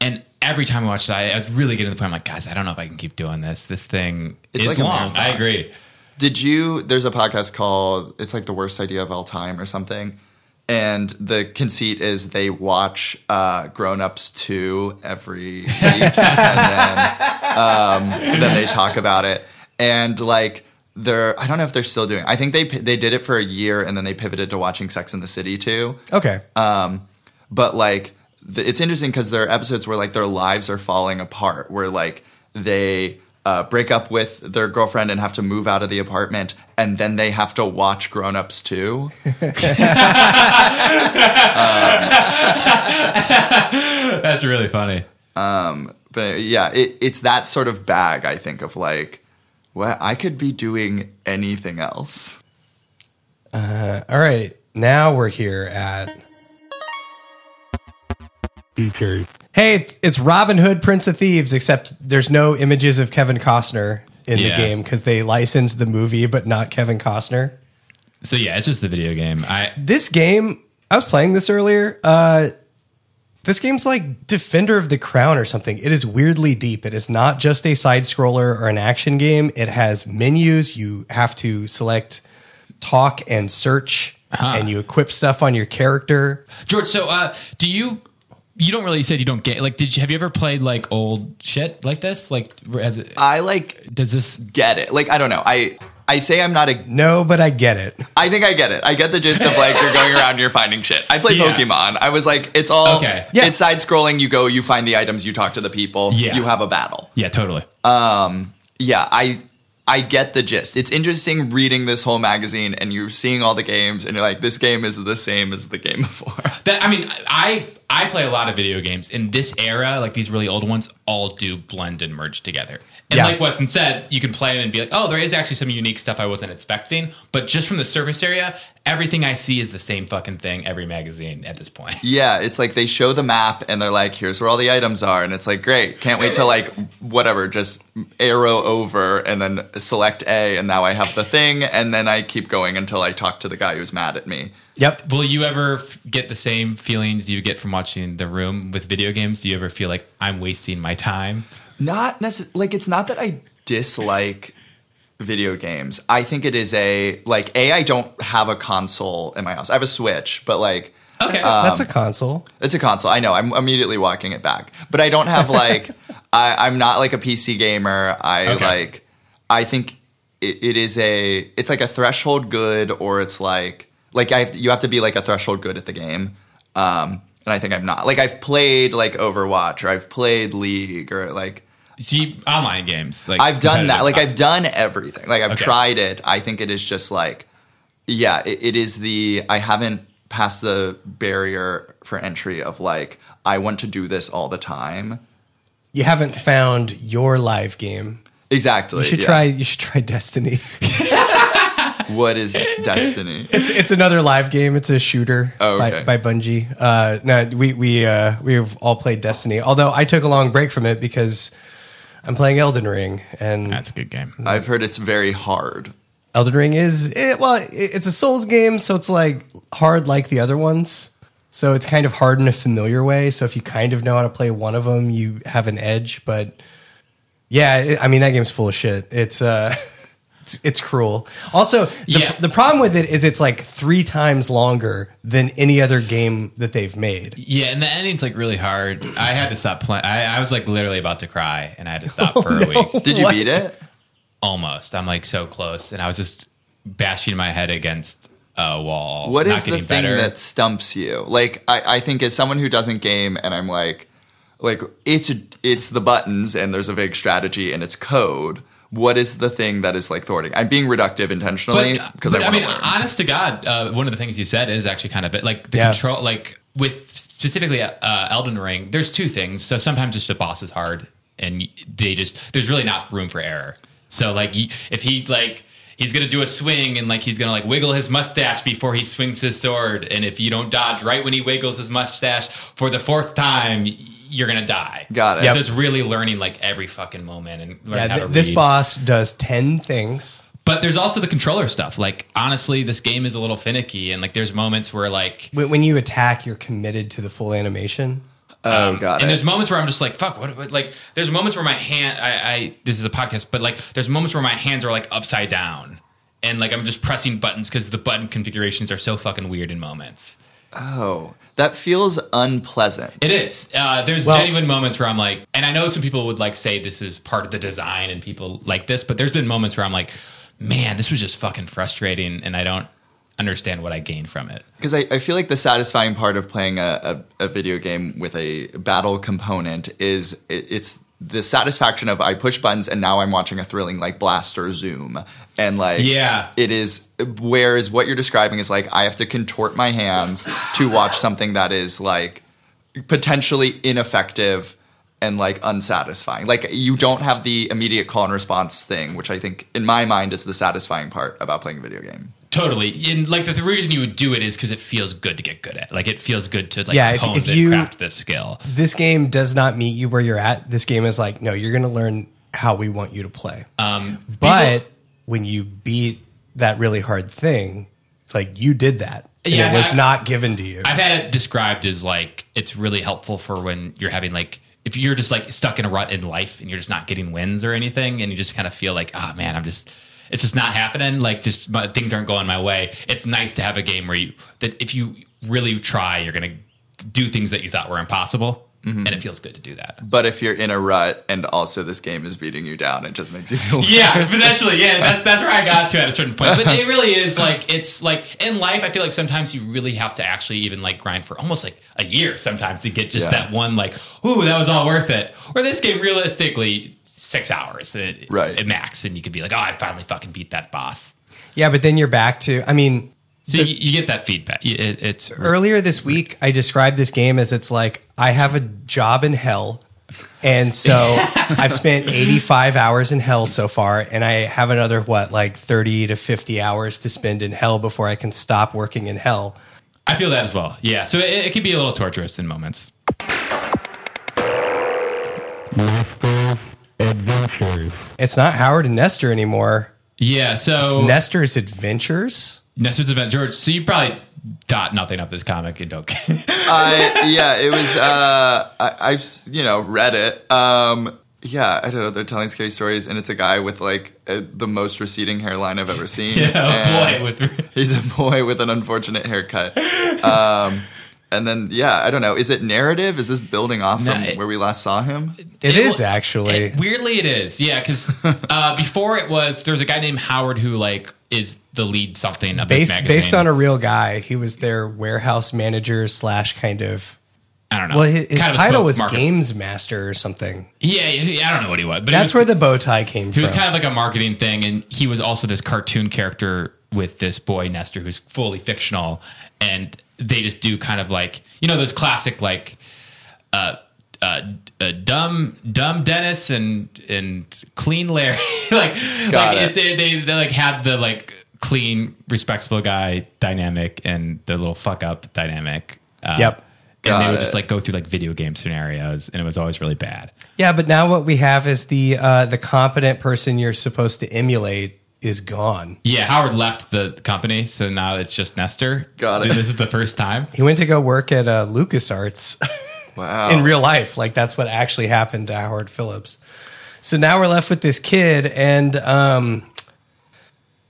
S2: and every time I watched it, I, I was really getting to the point. I'm like, guys, I don't know if I can keep doing this. This thing
S3: It's
S2: is
S3: like a
S2: long.
S3: marathon.
S2: I agree.
S3: Did you? There's a podcast called "It's like the worst idea of all time" or something, and the conceit is they watch uh, Grown Ups two every week, and then, um, then they talk about it. And like they're, I don't know if they're still doing. I think they pi- they did it for a year, and then they pivoted to watching Sex in the City too.
S1: Okay,
S3: but like the, it's interesting because there are episodes where like their lives are falling apart where like they uh, break up with their girlfriend and have to move out of the apartment and then they have to watch grown-ups too
S2: That's really funny.
S3: but yeah it, it's that sort of bag i think of like well i could be doing anything else
S1: all right. Now we're here at.
S4: DK,
S1: Hey, it's, it's Robin Hood, Prince of Thieves, except there's no images of Kevin Costner in the
S2: Yeah.
S1: game because they licensed the movie, but not Kevin Costner.
S2: So yeah, it's just the video game. I
S1: This game, I was playing this earlier. Uh, this game's like Defender of the Crown or something. It is weirdly deep. It is not just a side scroller or an action game. It has menus. You have to select talk and search, and you equip stuff on your character.
S2: George. So uh, do you? You don't really you said you don't get like. Did you have you ever played like old shit like this? Like as it,
S3: i like
S2: does this?
S3: get it like i don't know i i say i'm not a
S1: No, but I get it.
S3: i think i get it i get the gist of like you're going around and you're finding shit i play
S2: Yeah.
S3: pokemon i was like it's all
S2: Okay.
S1: Yeah.
S3: it's side scrolling you go you find the items you talk to the people
S2: Yeah.
S3: you have a battle
S2: Yeah, totally.
S3: yeah, I I get the gist. It's interesting reading this whole magazine and you're seeing all the games and you're like, this game is the same as the game before.
S2: That I mean, I I I play a lot of video games. In this era, like these really old ones, all do blend and merge together. And
S1: Yeah.
S2: like Weston said, you can play them and be like, oh, there is actually some unique stuff I wasn't expecting. But just from the surface area, everything I see is the same fucking thing every magazine at this point.
S3: Yeah, it's like they show the map and they're like, here's where all the items are. And it's like, great, can't wait to like, whatever, just arrow over and then select A. And now I have the thing. And then I keep going until I talk to the guy who's mad at me.
S1: Yep.
S2: Will you ever f- get the same feelings you get from watching The Room with video games? Do you ever feel like I'm wasting my time?
S3: Not necessarily, like, it's not that I dislike video games. I think it is a, like, A, I don't have a console in my house. I have a Switch, but like,
S2: Okay.
S1: That's a console.
S3: It's a console. I know. I'm immediately walking it back. But I don't have like I, I'm not like a PC gamer. I
S2: Okay.
S3: like I think it, it is a it's like a threshold good or it's like like I have to, you have to be like a threshold good at the game. Um and I think I'm not. Like I've played like Overwatch or I've played League or like
S2: See, online games. Like
S3: I've done that.
S2: competitive.
S3: Like I've done everything. Like I've
S2: Okay.
S3: tried it. I think it is just like, yeah, it, it is the I haven't passed the barrier for entry of like I want to do this all the time.
S1: You haven't found your live game.
S3: Exactly.
S1: You should
S3: yeah.
S1: try. You should try Destiny.
S3: What is Destiny?
S1: It's it's another live game. It's a shooter
S3: Oh, okay.
S1: by, by Bungie. Uh, no, we we uh, we've all played Destiny. Although I took a long break from it because I'm playing Elden Ring, and
S3: Ah,
S2: That's a good game.
S3: I've heard it's very hard.
S1: Elden Ring is it, well, it, it's a Souls game, so it's like hard like the other ones. So it's kind of hard in a familiar way. So if you kind of know how to play one of them, you have an edge. But yeah, it, I mean that game's full of shit. It's uh, it's, it's cruel. Also, the,
S2: Yeah.
S1: the problem with it is it's like three times longer than any other game that they've made.
S2: Yeah, and the ending's like really hard. I had to stop playing. I, I was like literally about to cry, and I had to
S3: Oh,
S2: stop for a week.
S3: Did you
S1: What?
S3: beat it?
S2: Almost, I'm like so close, and I was just bashing my head against a wall.
S3: What
S2: not
S3: is the
S2: getting
S3: thing
S2: better.
S3: that stumps you? Like I, I think as someone who doesn't game and I'm like like it's it's the buttons and there's a vague strategy and it's code. What is the thing that is like thwarting? I'm being reductive intentionally because I
S2: but,
S3: want
S2: mean,
S3: to learn.
S2: honest to God, uh, one of the things you said is actually kind of like the
S1: Yeah.
S2: control, like with specifically uh, Elden Ring. There's two things. So sometimes just the boss is hard, and they just there's really not room for error. So like you- if he like he's gonna do a swing and like he's gonna like wiggle his mustache before he swings his sword, and if you don't dodge right when he wiggles his mustache for the fourth time. You're gonna die.
S3: Got it.
S2: So
S3: Yep.
S2: it's really learning like every fucking moment and
S1: Yeah,
S2: learning how
S1: th-
S2: to
S1: this
S2: read.
S1: boss does ten things.
S2: But there's also the controller stuff. Like honestly, this game is a little finicky, and like there's moments where like,
S1: When, when you attack, you're committed to the full animation.
S3: oh, got
S2: and
S3: it.
S2: there's moments where I'm just like, fuck, what, what? Like there's moments where my hand, I, I, this is a podcast, but like there's moments where my hands are like upside down, and like I'm just pressing buttons because the button configurations are so fucking weird in moments.
S3: Oh, that feels unpleasant.
S2: It is. Uh, there's
S1: Well-
S2: genuine moments where I'm like, and I know some people would like say this is part of the design and people like this, but there's been moments where I'm like, man, this was just fucking frustrating, and I don't understand what I gained from it.
S3: Because I, I feel like the satisfying part of playing a, a, a video game with a battle component is it, it's the satisfaction of I push buttons and now I'm watching a thrilling like blaster zoom and like
S2: Yeah.
S3: it is whereas what you're describing is like I have to contort my hands to watch something that is like potentially ineffective and like unsatisfying. Like you don't have the immediate call and response thing, which I think in my mind is the satisfying part about playing a video game.
S2: Totally, and like the, the reason you would do it is because it feels good to get good at. Like it feels good to like
S1: Yeah, if-
S2: hone
S1: if
S2: and
S1: you-
S2: craft this skill.
S1: this game does not meet you where you're at. This game is like, no, you're going to learn how we want you to play.
S2: Um,
S1: but
S2: people-
S1: when you beat that really hard thing, it's like you did that. And
S2: Yeah,
S1: it was
S2: I-
S1: not given to you.
S2: I've had it described as like it's really helpful for when you're having like if you're just like stuck in a rut in life and you're just not getting wins or anything, and you just kind of feel like, oh man, I'm just it's just not happening. Like just my, things aren't going my way. It's nice to have a game where you that if you really try, you're gonna do things that you thought were impossible,
S1: Mm-hmm.
S2: and it feels good to do that.
S3: But if you're in a rut and also this game is beating you down, it just makes you feel
S2: Yeah,
S3: worse.
S2: potentially. Yeah, that's that's where I got to at a certain point. But it really is like it's like in life. I feel like sometimes you really have to actually even like grind for almost like a year sometimes to get just
S3: Yeah.
S2: that one like, ooh, that was all worth it. Or this game realistically six hours at,
S3: Right.
S2: at max, and you could be like, oh, I finally fucking beat that boss.
S1: yeah, but then you're back to, I mean,
S2: So you, you get that feedback. You- It, it's
S1: Earlier this week, I described this game as it's like I have a job in hell. And so I've spent 85 hours in hell so far, and I have another, what, like 30 to 50 hours to spend in hell before I can stop working in hell.
S2: I feel that as well. Yeah. So it, it can be a little torturous in moments.
S4: Nestor Adventures.
S1: It's not Howard and Nestor anymore.
S2: Yeah.
S1: It's
S2: So
S1: Nestor's Adventures.
S2: Nestor's Event George. So you probably dot nothing up this comic and don't.
S3: I yeah, it was. Uh, I, I've you know read it. Um, yeah, I don't know. They're telling scary stories, and it's a guy with like uh the most receding hairline I've ever seen.
S2: yeah, oh
S3: And
S2: boy, with
S3: he's a boy with an unfortunate haircut. Um, and then yeah, I don't know. Is it narrative? Is this building off
S2: No,
S3: from
S2: it-
S3: where we last saw him?
S1: it
S2: It
S1: is
S2: wa-
S1: actually.
S2: it- weirdly, it is. Yeah, because uh, before it was there's a guy named Howard who like is the lead something of this
S1: based
S2: magazine.
S1: based on a real guy. He was their warehouse manager slash kind of.
S2: I don't know.
S1: Well, his, his
S2: Kind of a
S1: title
S2: spoke
S1: was
S2: market-
S1: games master or something.
S2: Yeah, yeah, I don't know what he was, but
S1: That's
S2: it was,
S1: where the bow tie came
S2: he
S1: from.
S2: was kind of like a marketing thing, and he was also this cartoon character with this boy Nestor who's fully fictional, and they just do kind of like you know those classic like uh, uh, dumb dumb Dennis and and clean Larry like like
S3: Got it.
S2: it's, they, they they like had the like clean respectable guy dynamic and the little fuck up dynamic. Uh,
S1: yep.
S2: And they
S3: Got
S2: would
S3: it.
S2: just like go through like video game scenarios, and it was always really bad.
S1: Yeah, but now what we have is the uh, the competent person you're supposed to emulate is gone.
S2: Yeah, Howard left the company, so now it's just Nestor.
S3: Got it.
S2: This is the first time.
S1: He went to go work at uh, LucasArts
S3: Wow.
S1: in real life. Like that's what actually happened to Howard Phillips. So now we're left with this kid, and um,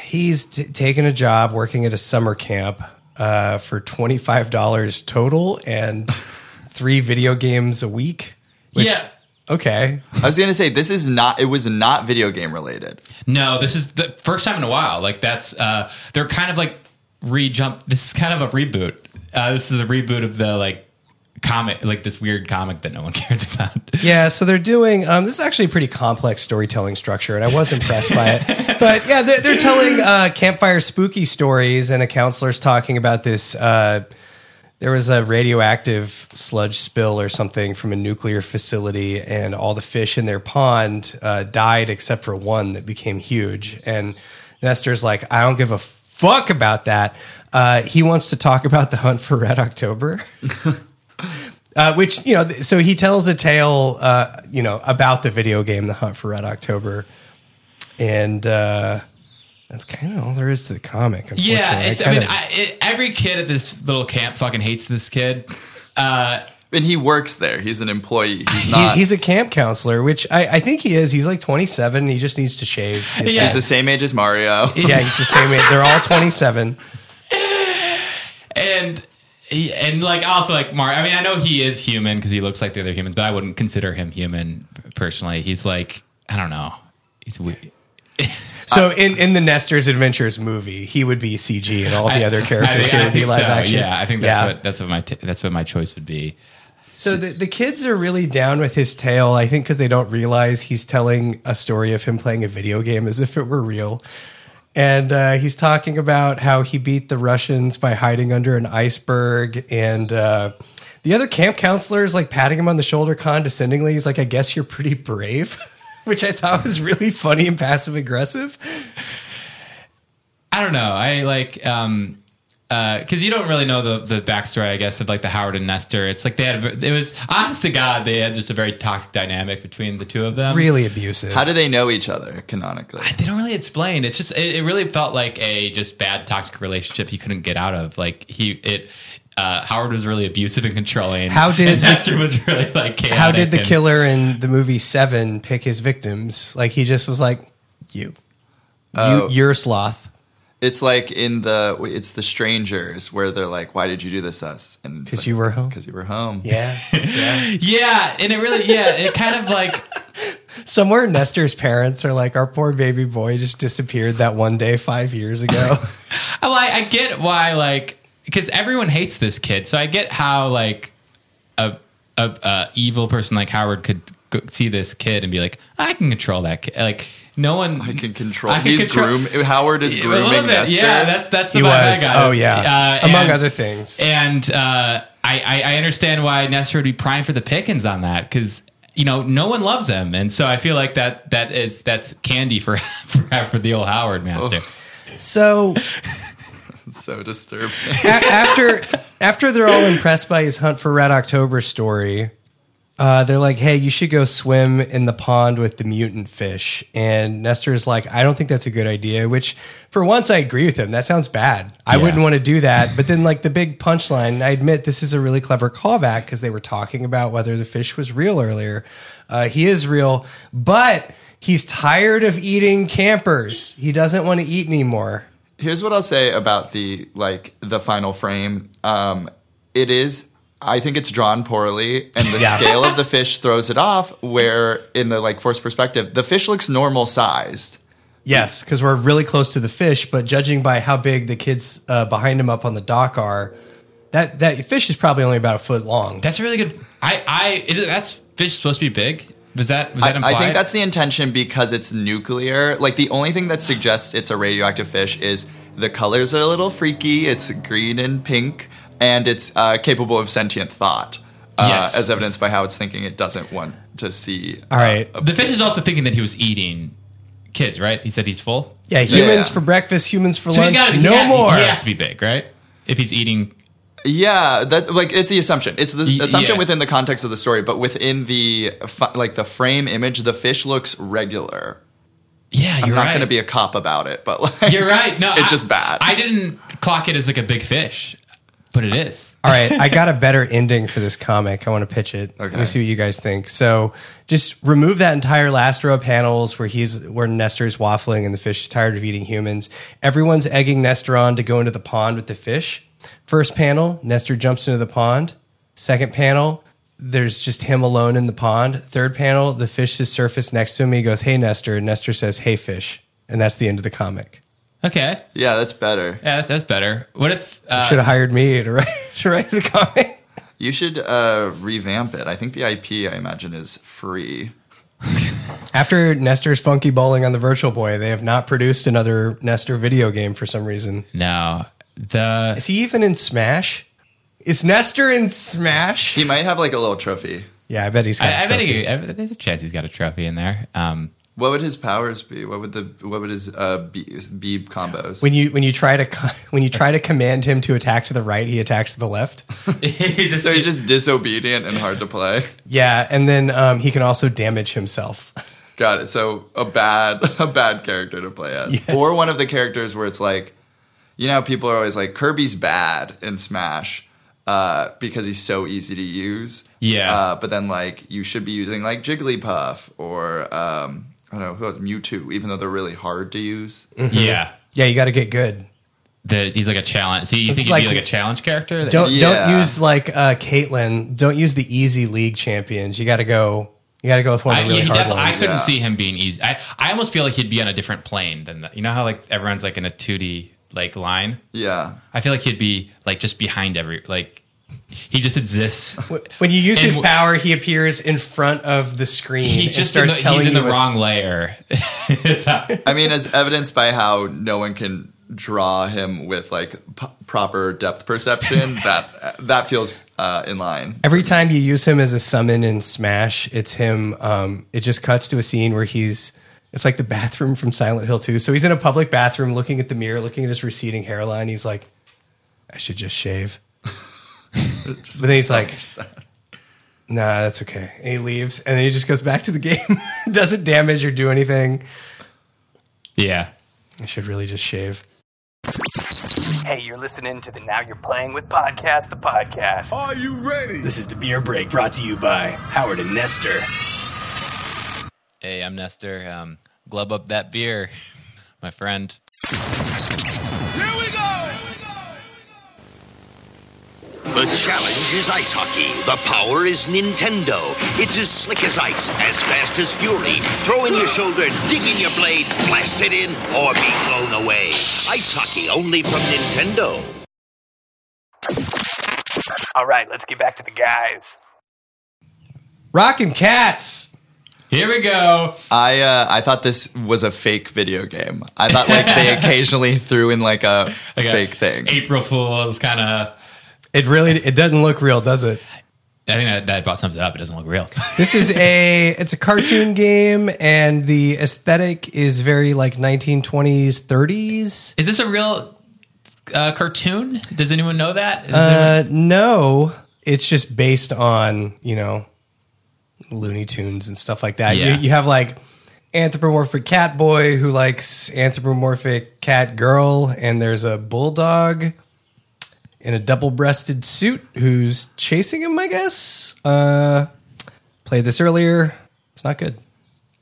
S1: he's t- taking a job working at a summer camp uh, for twenty five dollars total and three video games a week. Which,
S2: Yeah.
S1: Okay.
S3: I was gonna say this is not. It was not video game related.
S2: No, this is the first time in a while. Like that's uh they're kind of like re-jump. This is kind of a reboot. Uh, this is a reboot of the like comic, like this weird comic that no one cares about.
S1: Yeah, so they're doing. Um, this is actually a pretty complex storytelling structure, and I was impressed by it. But yeah, they're, they're telling uh, campfire spooky stories, and a counselor's talking about this. Uh, there was a radioactive sludge spill or something from a nuclear facility, and all the fish in their pond uh, died except for one that became huge. And Nestor's like, I don't give a fuck about that. Uh, he wants to talk about the hunt for Red October. Uh, which you know, th- so he tells a tale, uh, you know, about the video game The Hunt for Red October, and uh, that's kind of all there is to the comic. Unfortunately.
S2: Yeah, it's, I
S1: kind
S2: mean,
S1: of-
S2: I, it, every kid at this little camp fucking hates this kid. Uh,
S3: And he works there. He's an employee. He's
S1: he-
S3: not.
S1: he's a camp counselor, which I, I think he is. He's like 27. He just needs to shave. His
S2: Yeah.
S1: yeah.
S3: he's the same age as Mario.
S1: yeah, he's the same age. They're all 27.
S2: and he, and like also like Mar. I mean, I know he is human because he looks like the other humans, but I wouldn't consider him human personally. He's like I don't know. He's weird. Uh,
S1: So in, in the Nestor's Adventures movie, he would be CG, and all the other
S2: I
S1: characters
S2: think-
S1: here
S2: I
S1: would be
S2: think
S1: live
S2: so,
S1: action.
S2: Yeah, I think that's
S1: Yeah.
S2: what that's what my t- that's what my choice would be.
S1: So the, the kids are really down with his tale, I think, because they don't realize he's telling a story of him playing a video game as if it were real. And uh, he's talking about how he beat the Russians by hiding under an iceberg. And uh, the other camp counselor is like patting him on the shoulder condescendingly. He's like, I guess you're pretty brave, which I thought was really funny and passive aggressive.
S2: I don't know. I like um because you don't really know the the backstory, I guess, of like the Howard and Nestor. It's like they had a- it was honest to God, they had just a very toxic dynamic between the two of them.
S1: Really abusive.
S3: How do they know each other canonically?
S2: They don't really explain. It's just it, it really felt like a just bad toxic relationship he couldn't get out of. Like he it. Uh, Howard was really abusive and controlling.
S1: How did
S2: and
S1: the-
S2: Nestor was really like? Chaotic
S1: How did the
S2: and-
S1: killer in the movie Seven pick his victims? Like he just was like, you,
S3: Oh.
S1: you, you're a sloth
S3: It's like in the it's the strangers where they're like, "Why did you do this to us?" And
S1: because you were home.
S3: because you were home.
S1: Yeah,
S2: Yeah, and it really yeah, it kind of like
S1: somewhere Nestor's parents are like, our poor baby boy just disappeared that one day five years ago.
S2: Well, I, I get why, like, because everyone hates this kid, so I get how like a a, a evil person like Howard could go, see this kid and be like, I can control that kid. Like, No one
S3: I can control.
S2: I can
S3: He's
S2: control-
S3: groom. Howard is
S2: A little
S3: grooming
S2: bit.
S3: Nestor.
S2: Yeah, that's that's the
S1: He
S2: vibe I
S1: was.
S2: got.
S1: Oh yeah.
S2: Uh,
S1: Among
S2: and-
S1: other things.
S2: And uh, I, I I understand why Nestor would be primed for the pickings on that because you know no one loves him, and so I feel like that that is that's candy for for, for the old Howard master.
S1: So
S3: so disturbing.
S1: a- after after they're all impressed by his hunt for Red October story, uh, they're like, "Hey, you should go swim in the pond with the mutant fish." And Nestor's like, "I don't think that's a good idea." Which, for once, I agree with him. That sounds bad. I
S2: Yeah.
S1: wouldn't want to do that. But then, like the big punchline, I admit this is a really clever callback because they were talking about whether the fish was real earlier. Uh, he is real, but he's tired of eating campers. He doesn't want to eat anymore.
S3: Here's what I'll say about the like the final frame. Um, it is. I think it's drawn poorly, and the
S1: Yeah.
S3: scale of the fish throws it off. Where in the like forced perspective, the fish looks normal sized.
S1: Yes, because we're really close to the fish, but judging by how big the kids uh, behind him up on the dock are, that that fish is probably only about a foot long.
S2: That's a really good. I I is it, that's fish supposed to be big. Was that was that
S3: I,
S2: implied?
S3: I think that's the intention because it's nuclear. Like the only thing that suggests it's a radioactive fish is the colors are a little freaky. It's green and pink, and it's uh, capable of sentient thought, uh,
S2: Yes.
S3: as evidenced by how it's thinking it doesn't want to see.
S1: All right.
S2: the fish is also thinking that he was eating kids, right? He said he's full.
S1: Yeah, humans
S3: yeah.
S1: for breakfast, humans for
S2: So he's
S1: lunch,
S2: gotta be-
S1: no
S2: he ha-
S1: more.
S2: He has to be big, right? If he's eating
S3: Yeah, that like it's the assumption. It's the
S2: Y-
S3: assumption
S2: yeah.
S3: within the context of the story, but within the fi- like the frame image, the fish looks regular.
S2: Yeah, you're
S3: I'm not
S2: right.
S3: going to be a cop about it, but like
S2: You're right. No,
S3: it's
S2: I-
S3: just bad.
S2: I didn't clock it as like a big fish, but it is.
S1: All right, I got a better ending for this comic. I want to pitch it. Let me
S3: Okay.
S1: see what you guys think. So, just remove that entire last row of panels where he's where Nestor's waffling and the fish is tired of eating humans. Everyone's egging Nestor on to go into the pond with the fish. First panel, Nestor jumps into the pond. Second panel, there's just him alone in the pond. Third panel, the fish has surfaced next to him. He goes, "Hey, Nestor," and Nestor says, "Hey, fish," and that's the end of the comic.
S2: Okay,
S3: yeah, that's better.
S2: yeah, that's, that's better. What if?
S1: Should
S2: Uh,
S1: have hired me to write, to write the comic.
S3: You should uh, revamp it. I think the IP, I imagine, is free.
S1: After Nestor's funky bowling on the Virtual Boy, they have not produced another Nestor video game for some reason.
S2: no, the
S1: Is he even in Smash? Is Nestor in Smash?
S3: He might have like a little trophy.
S1: Yeah, I bet he's got a
S2: I, I bet
S1: trophy.
S2: he, I, there's a chance he's got a trophy in there. Um,
S3: What would his powers be? What would the what would his uh, be- beeb combos?
S1: when you when you try to co- when you try to command him to attack to the right, he attacks to the left.
S2: he's just,
S3: so he's just disobedient and hard to play.
S1: Yeah, and then um, he can also damage himself.
S3: Got it. So a bad a bad character to play as,
S1: Yes.
S3: or one of the characters where it's like, you know, how people are always like Kirby's bad in Smash uh, because he's so easy to use.
S2: Yeah.
S3: Uh, but then like you should be using like Jigglypuff or um, I don't know who else, Mewtwo, even though they're really hard to use.
S2: yeah.
S1: Yeah, you got to get good.
S2: The, he's like a challenge. So you
S1: It's
S2: think he'd
S1: like-
S2: be like a challenge character?
S1: Don't don't
S3: Yeah.
S1: use like uh, Caitlyn. Don't use the easy league champions. You got to go. You got to go with one of
S2: I,
S1: the really
S2: he
S1: hard
S2: definitely- I
S1: ones.
S2: couldn't
S3: Yeah.
S2: see him being easy. I, I almost feel like he'd be on a different plane than that. You know how like everyone's like in a 2D like line.
S3: Yeah.
S2: I feel like he'd be like just behind every like he just exists.
S1: When you use
S2: And
S1: his
S2: w-
S1: power, he appears in front of the screen.
S2: He's
S1: and
S2: just in
S1: starts
S2: the, he's
S1: telling
S2: in the
S1: you a-
S2: wrong layer.
S3: I mean, as evidenced by how no one can draw him with like p- proper depth perception, that that feels uh, in line.
S1: Every time you use him as a summon in Smash, it's him. Um, it just cuts to a scene where he's. It's like the bathroom from Silent Hill 2. So he's in a public bathroom, looking at the mirror, looking at his receding hairline. He's like, "I should just shave." but then he's like, "Nah, that's okay." And he leaves, and then he just goes back to the game. Doesn't damage or do anything.
S2: yeah.
S1: I should really just shave.
S5: Hey, you're listening to the Now You're Playing with Podcast, the podcast. Are you ready? This is the beer break brought to you by Howard and Nestor.
S2: Hey, I'm Nestor. Um, glub up that beer, my friend.
S6: The challenge is ice hockey. The power is Nintendo. It's as slick as ice, as fast as fury. Throw in your shoulder, dig in your blade, blast it in, or be blown away. Ice hockey only from Nintendo.
S5: All right, let's get back to the guys.
S1: Rockin' cats.
S2: Here we go.
S3: I uh, I thought this was a fake video game. I thought like they occasionally threw in like a
S2: Like a
S3: fake thing.
S2: April Fool's kind of.
S1: It really it doesn't look real, does it?
S2: I think that, that brought something up. It doesn't look real.
S1: This is a it's a cartoon game and the aesthetic is very like 1920s 30s.
S2: Is this a real uh, cartoon? Does anyone know that? Is there-
S1: Uh no, it's just based on, you know, Looney Tunes and stuff like that.
S2: Yeah.
S1: You you have like anthropomorphic cat boy who likes anthropomorphic cat girl and there's a bulldog in a double-breasted suit who's chasing him, I guess. Uh played this earlier. It's not good.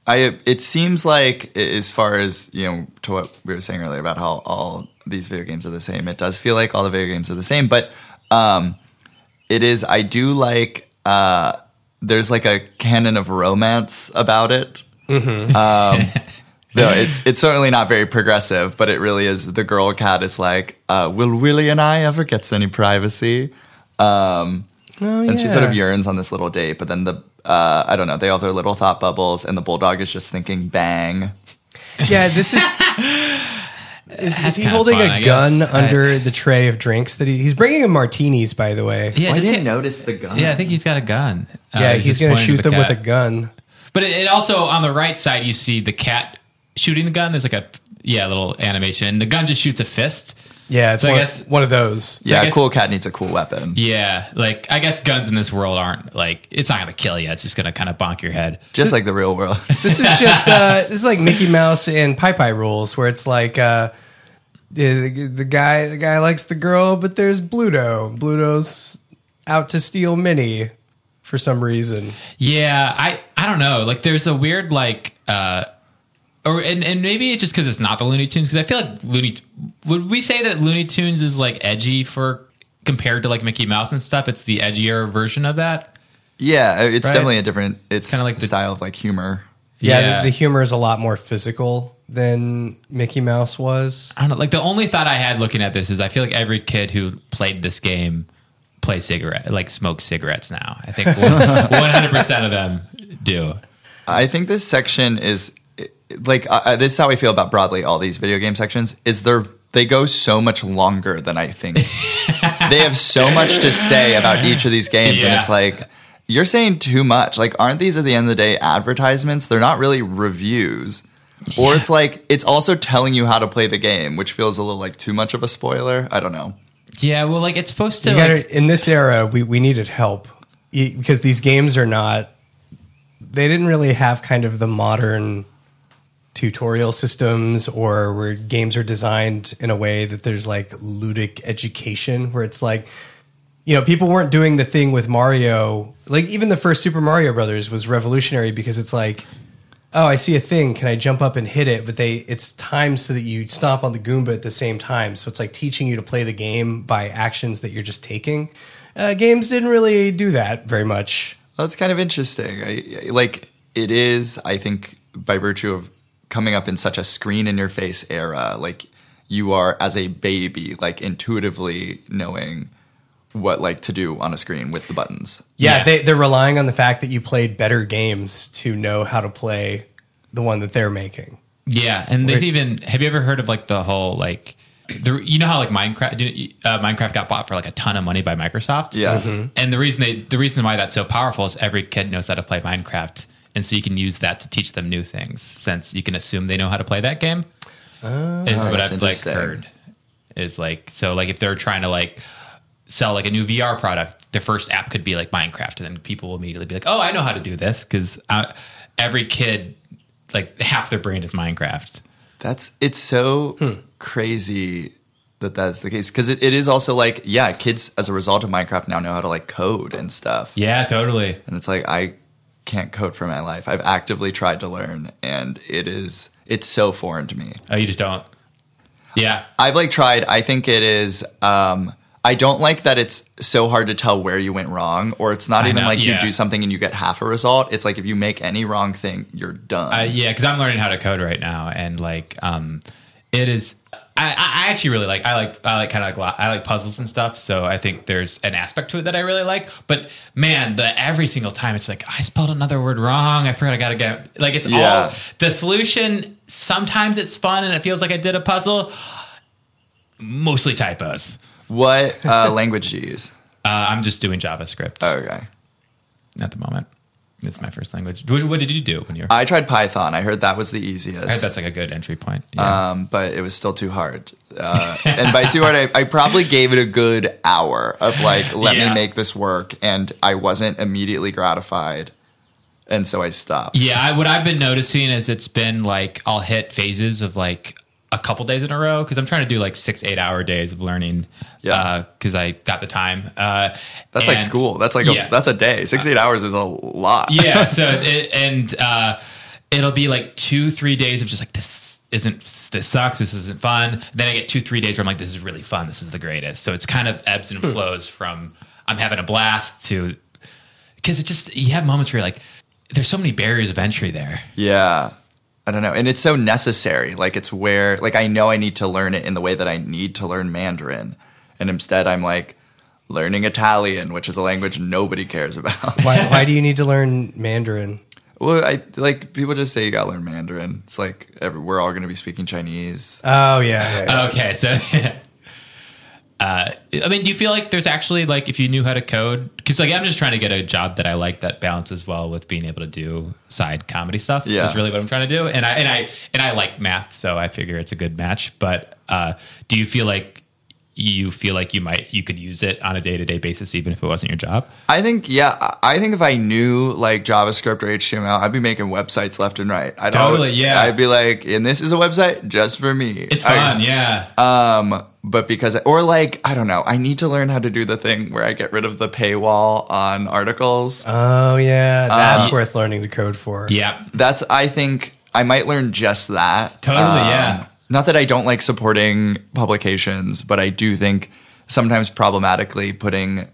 S3: I it seems like a- as far as you know to what we were saying earlier about how all these video games are the same. It does feel like all the video games are the same, but um, it is. I do like uh, there's like a canon of romance about it. Um, no, it's it's certainly not very progressive, but it really is. The girl cat is like, uh, will Willie and I ever get any privacy? Um,
S1: Oh,
S3: and she sort of yearns on this little date, but then the uh, I don't know, they all have their little thought bubbles, and the bulldog is just thinking bang.
S1: Yeah, this is. Is, is he
S2: kinda
S1: holding
S2: fun, I
S1: a
S2: guess.
S1: gun
S2: I-
S1: under the tray of drinks that he, he's bringing him martinis? By the way,
S2: yeah, does he-
S3: notice the gun.
S2: yeah, I think he's got a gun. Uh,
S1: yeah, he's
S2: just
S1: going to
S2: pointing
S1: shoot
S2: the
S1: them with
S2: cat.
S1: a gun.
S2: But it, it also on the right side, you see the cat shooting the gun. There's like a yeah little animation. And the gun just shoots a fist.
S1: Yeah, it's
S2: So I
S1: one,
S2: guess-
S1: one of those.
S3: yeah,
S2: I
S3: a
S2: guess-
S3: cool cat needs a cool weapon.
S2: Yeah, like I guess guns in this world aren't like it's not gonna kill you. It's just gonna kind of bonk your head.
S3: Just like the real world.
S1: This is just uh, this is like Mickey Mouse and Pie Pie rules, where it's like uh, the, the- the guy the guy likes the girl, but there's Bluto. Bluto's out to steal Minnie for some reason.
S2: Yeah, I I don't know. Like there's a weird like uh or and, and maybe it's just because it's not the Looney Tunes because I feel like Looney would we say that Looney Tunes is like edgy for compared to like Mickey Mouse and stuff? It's the edgier version of that.
S3: yeah, it's
S2: Right.
S3: definitely a different. It's
S2: kinda
S3: kind of
S2: like
S3: like
S2: the-
S3: the style of like humor.
S1: Yeah,
S2: Yeah.
S1: The, the humor is a lot more physical than Mickey Mouse was.
S2: I don't know. Like the only thought I had looking at this is I feel like every kid who played this game plays cigarette like smokes cigarettes now. I think one hundred percent of them do.
S3: I think this section is like uh, uh, this is how I feel about broadly all these video game sections. Is they're they go so much longer than I think. they have so much to say about each of these games, and
S2: Yeah.
S3: it's like you're saying too much. Like, aren't these at the end of the day advertisements? They're not really reviews. Or it's like it's also telling you how to play the game, which feels a little like too much of a spoiler. I don't know.
S2: Yeah, well, like it's supposed to.
S1: You
S2: like,
S1: gotta, in this era, we, we needed help E- because these games are not. They didn't really have kind of the modern tutorial systems or where games are designed in a way that there's like ludic education where it's like you know people weren't doing the thing with Mario like even the first Super Mario Brothers was revolutionary because it's like oh I see a thing can I jump up and hit it but they it's timed so that you stomp on the goomba at the same time so it's like teaching you to play the game by actions that you're just taking uh, games didn't really do that very much
S3: That's kind of interesting. I, I- like it is, I think, by virtue of coming up in such a screen in your face era, like you are as a baby, like intuitively knowing what like to do on a screen with the buttons.
S1: Yeah,
S2: Yeah.
S1: They, they're relying on the fact that you played better games to know how to play the one that they're making.
S2: Yeah, and there's
S1: Wait.
S2: even. Have you ever heard of like the whole like, the you know how like Minecraft didn't- uh, Minecraft got bought for like a ton of money by Microsoft.
S3: Yeah.
S1: Mm-hmm.
S2: and the reason they the reason why that's so powerful is every kid knows how to play Minecraft, and so you can use that to teach them new things since you can assume they know how to play that game. is what
S3: Oh, that's
S2: I've like
S3: interesting.
S2: heard is like so like if they're trying to like sell like a new VR product, their first app could be like Minecraft, and then people will immediately be like, "Oh, I know how to do this," because every kid, like half their brain is Minecraft.
S3: That's it's so crazy that that's the case because it, it is also like yeah, kids as a result of Minecraft now know how to like code and stuff.
S2: Yeah, totally.
S3: and it's like I can't code for my life. I've actively tried to learn, and it is it's so foreign to me.
S2: Oh, you just don't. Yeah,
S3: I've like tried. I think it is. Um, I don't like that it's so hard to tell where you went wrong, or it's not
S2: I
S3: even
S2: know,
S3: like
S2: yeah.
S3: you do something and you get half a result. It's like if you make any wrong thing, you're done.
S2: uh, yeah, because I'm learning how to code right now, and like, um, it is. I, I, I actually really like. I like. I like kind of like. lo- I like puzzles and stuff. So I think there's an aspect to it that I really like. But man, the every single time it's like I spelled another word wrong. I forgot I gotta get like it's
S3: Yeah.
S2: all the solution. Sometimes it's fun and it feels like I did a puzzle. Mostly typos.
S3: What uh, language do you use?
S2: Uh, I'm just doing JavaScript
S3: Okay.
S2: at the moment. It's my first language. What, what did you do when you were?
S3: I tried Python. I heard that was the easiest.
S2: I heard that's like a good entry point. Yeah.
S3: um, but it was still too hard. Uh, and by too hard, I, I probably gave it a good hour of like, let
S2: Yeah.
S3: me make this work. And I wasn't immediately gratified. And so I stopped.
S2: Yeah, I, what I've been noticing is it's been like I'll hit phases of like a couple days in a row because I'm trying to do like six eight hour days of learning.
S3: Yeah.
S2: because I got the time. Uh,
S3: That's like
S2: and-
S3: school. That's like, a,
S2: Yeah. Uh,
S3: that's a day. Six, eight hours is a lot.
S2: yeah. So it, and uh, it'll be like two three days of just like this isn't this sucks. This isn't fun. Then I get two three days where I'm like this is really fun. This is the greatest. So it's kind of ebbs
S3: Hmm.
S2: and flows from I'm having a blast to because it just you have moments where you're like there's so many barriers of entry there.
S3: Yeah. I don't know. And it's so necessary. Like it's where like I know I need to learn it in the way that I need to learn Mandarin. And instead I'm like learning Italian, which is a language nobody cares about.
S1: Why, why do you need to learn Mandarin?
S3: well, I like people just say you gotta learn Mandarin. It's like every, we're all gonna be speaking Chinese.
S1: Oh yeah, yeah, yeah.
S2: Okay, so uh, I mean, do you feel like there's actually like if you knew how to code? Because like I'm just trying to get a job that I like that balances well with being able to do side comedy stuff.
S3: Yeah.
S2: is really what I'm trying to do. And I and I and I like math, so I figure it's a good match. But uh, do you feel like you feel like you might you could use it on a day to day basis, even if it wasn't your job?
S3: I think yeah, I- I think if I knew like JavaScript or HTML, I'd be making websites left and right. I'd
S2: Totally,
S3: always-
S2: yeah.
S3: I'd be like, and this is a website just for me.
S2: It's
S3: I-
S2: fun, yeah.
S3: Um, but because or like I don't know, I need to learn how to do the thing where I get rid of the paywall on articles.
S2: Uh.
S1: Oh yeah, that's worth learning to code for.
S2: yeah,
S3: That's I think I might learn just that. Um,
S2: Totally, yeah.
S3: Not that I don't like supporting publications, but I do think sometimes problematically putting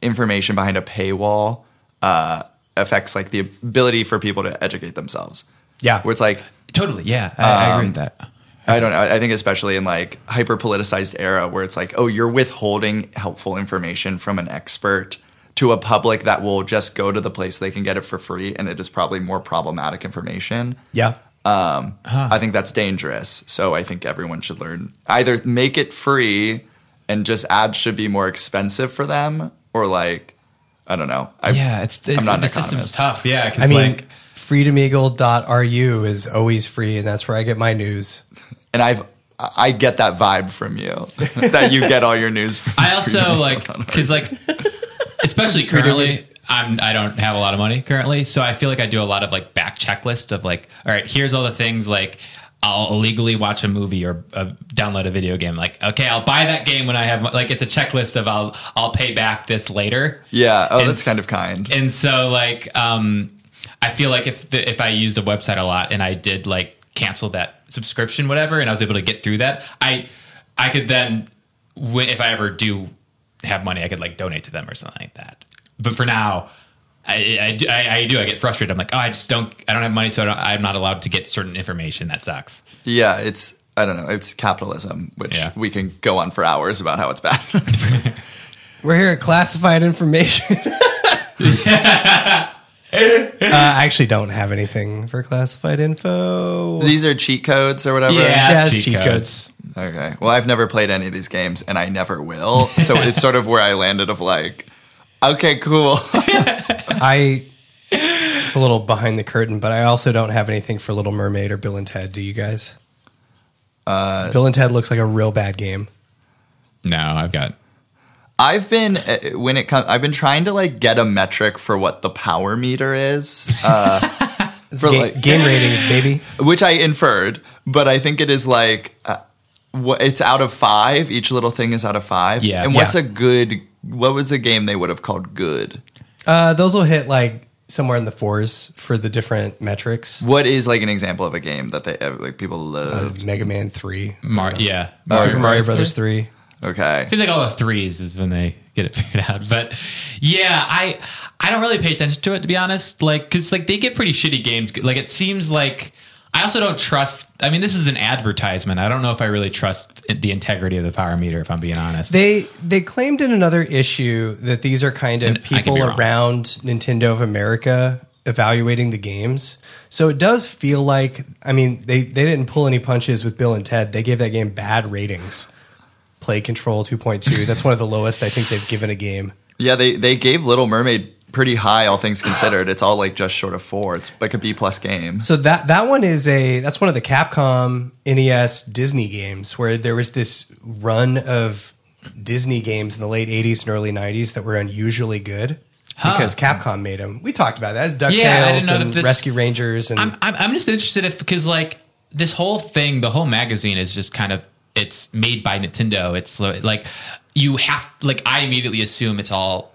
S3: information behind a paywall uh, affects like the ability for people to educate themselves.
S1: Yeah.
S3: Where it's like
S2: totally, yeah. I, I agree with
S3: Um,
S2: that.
S3: I don't know. I think especially in like hyper politicized era where it's like, oh, you're withholding helpful information from an expert to a public that will just go to the place they can get it for free, and it is probably more problematic information.
S1: yeah.
S3: I think that's dangerous. So I think everyone should learn either make it free and just ads should be more expensive for them, or like, I don't know. I,
S2: yeah, it's, it's
S3: I'm not an
S2: the system's
S3: economist.
S2: tough. Yeah, 'cause,
S1: I mean,
S2: like,
S1: freedomeagle.ru is always free, and that's where I get my news.
S3: And I've I get that vibe from you that you get all your news. From
S2: I also like because like especially currently I'm I don't have a lot of money currently, so I feel like I do a lot of like back checklist of like all right, here's all the things like I'll illegally watch a movie or uh, download a video game. Like, okay, I'll buy that game when I have mo- like it's a checklist of I'll I'll pay back this later.
S3: yeah. Oh,
S2: And-
S3: that's kind of kind.
S2: And so like um I feel like if the, if I used a website a lot and I did like cancel that subscription whatever and I was able to get through that, I I could then wh- if I ever do have money, I could like donate to them or something like that. But for now, I, I, do- I, I do. I get frustrated. I'm like, oh, I just don't. I don't have money, so I don't, I'm not allowed to get certain information. That sucks.
S3: Yeah, it's I don't know, it's capitalism, which
S2: Yeah.
S3: we can go on for hours about how it's bad.
S1: We're here at classified information. uh, I actually don't have anything for classified info.
S3: these are cheat codes or whatever.
S1: Yeah,
S2: cheat
S1: cheat
S2: codes.
S1: codes.
S3: Okay. Well, I've never played any of these games and I never will. So it's sort of where I landed of like, okay, cool.
S1: I. It's a little behind the curtain, but I also don't have anything for Little Mermaid or Bill and Ted. Do you guys? Uh, Bill and Ted looks like a real bad game.
S2: No, I've got.
S3: I've been uh, when it comes I've been trying to like get a metric for what the power meter is.
S1: It's
S3: For
S1: ga-
S3: like-
S1: game ratings, baby.
S3: which I inferred, but I think it is like uh, wha- it's out of five. Each little thing is out of five.
S2: Yeah.
S3: And what's
S1: Yeah.
S3: a good? What was a game they would have called good?
S1: Uh, those will hit like somewhere in the fours for the different metrics.
S3: What is like an example of a game that they uh, like people
S1: Uh,
S3: love?
S1: Mega Man Three,
S2: Mar- yeah,
S1: Super Mario Brothers Three.
S3: Okay.
S2: seems like all the threes is when they get it figured out. But yeah, I I don't really pay attention to it to be honest. Like because like they get pretty shitty games. Like it seems like I also don't trust. I mean, this is an advertisement. I don't know if I really trust the integrity of the power meter. If I'm being honest,
S1: They they claimed in another issue that these are kind of
S2: And I could be
S1: people
S2: wrong.
S1: around Nintendo of America evaluating the games. So it does feel like I mean they they didn't pull any punches with Bill and Ted. They gave that game bad ratings. Play Control 2.2. That's one of the lowest I think they've given a game.
S3: Yeah, they they gave Little Mermaid pretty high, all things considered. It's all like just short of four. It's like a B plus game.
S2: Mm-hmm.
S1: So that that one is a that's one of the Capcom NES Disney games where there was this run of Disney games in the late 80s and early 90s that were unusually good because Capcom made them. We talked about that. It's DuckTales
S2: Yeah, I didn't know
S1: and
S2: that this-
S1: Rescue Rangers and
S2: I'm, I'm I'm just interested if because like this whole thing, the whole magazine is just kind of it's made by Nintendo. It's lo- like you have like I immediately assume it's all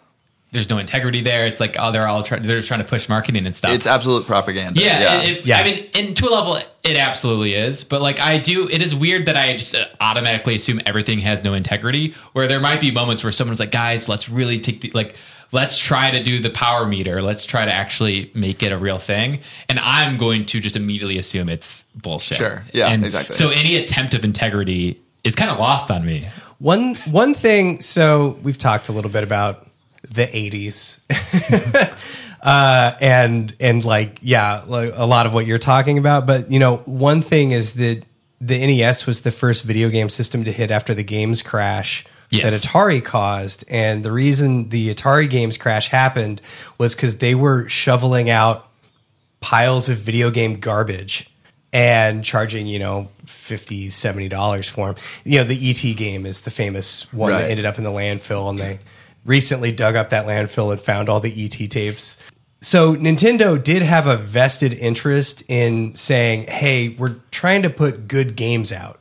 S2: there's no integrity there. It's like oh they're all try- they're just trying to push marketing and stuff.
S3: It's absolute propaganda.
S2: yeah, It, it-
S1: Yeah.
S2: I mean, and to a level, it absolutely is. But like, I do. It is weird that I just uh, automatically assume everything has no integrity. Where there might be moments where someone's like, "Guys, let's really take the like." Let's try to do the power meter. Let's try to actually make it a real thing. And I'm going to just immediately assume it's bullshit.
S3: Sure. Yeah,
S2: And
S3: exactly.
S2: So any attempt of integrity is kind of lost on me.
S1: One one thing. So we've talked a little bit about the '80s, uh, and and like yeah, like a lot of what you're talking about. But you know, one thing is that the NES was the first video game system to hit after the games crash.
S2: Yes.
S1: That Atari caused, and the reason the Atari games crash happened was because they were shoveling out piles of video game garbage and charging, you know, 50, 70 dollars for them. You know, the ET game is the famous one
S3: Right.
S1: that ended up in the landfill and they recently dug up that landfill and found all the ET tapes. So Nintendo did have a vested interest in saying, "Hey, we're trying to put good games out."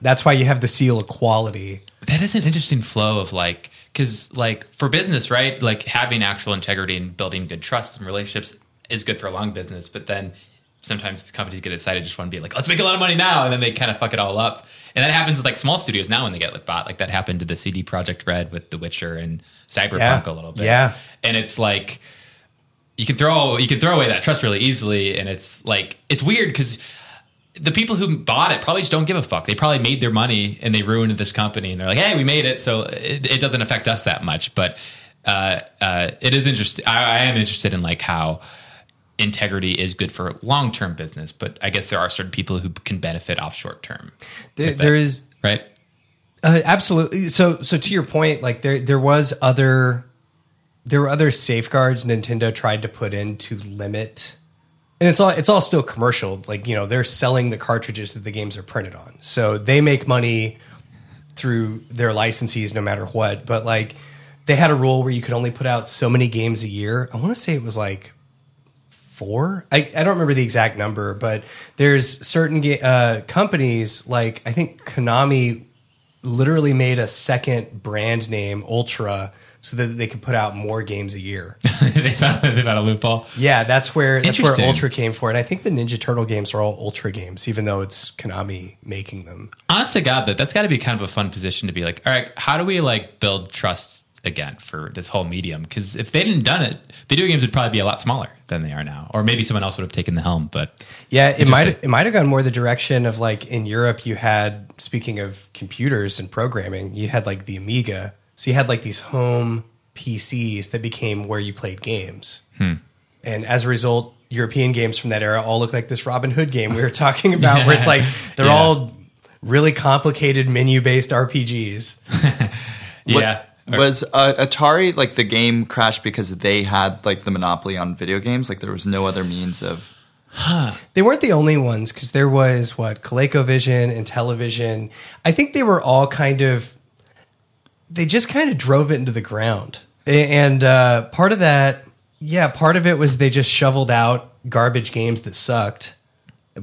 S1: That's why you have the seal of quality.
S2: That is an interesting flow of like, because like for business, right? Like having actual integrity and building good trust and relationships is good for a long business. But then sometimes companies get excited, just want to be like, let's make a lot of money now, and then they kind of fuck it all up. And that happens with like small studios now when they get like bought. Like that happened to the CD Project Red with The Witcher and Cyberpunk
S1: Yeah.
S2: a little bit.
S1: Yeah.
S2: and it's like you can throw you can throw away that trust really easily, and it's like it's weird because the people who bought it probably just don't give a fuck. They probably made their money and they ruined this company, and they're like, "Hey, we made it, so it, it doesn't affect us that much." But uh, uh, it is interesting. I, I am interested in like how integrity is good for long term business, but I guess there are certain people who can benefit off short term,
S1: There, there is
S2: right?
S1: Uh, absolutely. So, so to your point, like there, there was other, there were other safeguards Nintendo tried to put in to limit, and it's all, it's all still commercial. Like you know, they're selling the cartridges that the games are printed on, so they make money through their licensees no matter what. But like, they had a rule where you could only put out so many games a year. I want to say it was like four. I, I don't remember the exact number, but there's certain ga- uh, companies like I think Konami literally made a second brand name Ultra so that they could put out more games a year.
S2: they, found, they found a loophole.
S1: yeah, that's where that's where
S2: Interesting.
S1: Ultra came for, and I think the Ninja Turtle games are all Ultra games, even though it's Konami making them.
S2: honest to god that that's got to be kind of a fun position to be like all right how do we like build trust again for this whole medium because if they hadn't done it video games would probably be a lot smaller than they are now or maybe someone else would have taken the helm but
S1: Yeah, it might
S2: Interesting.
S1: it might have gone more the direction of like in Europe you had speaking of computers and programming, you had like the Amiga. So you had like these home PCs that became where you played games.
S2: Hmm.
S1: And as a result, European games from that era all look like this Robin Hood game we were talking about where it's like they're
S2: Yeah.
S1: all really complicated menu-based RPGs.
S2: yeah Or-
S3: Was uh, Atari like the game crashed because they had like the monopoly on video games? Like there was no other means of.
S1: They weren't the only ones because there was what ColecoVision and Television. I think they were all kind of. They just kind of drove it into the ground, A- and uh, part of that, yeah, part of it was they just shoveled out garbage games that sucked.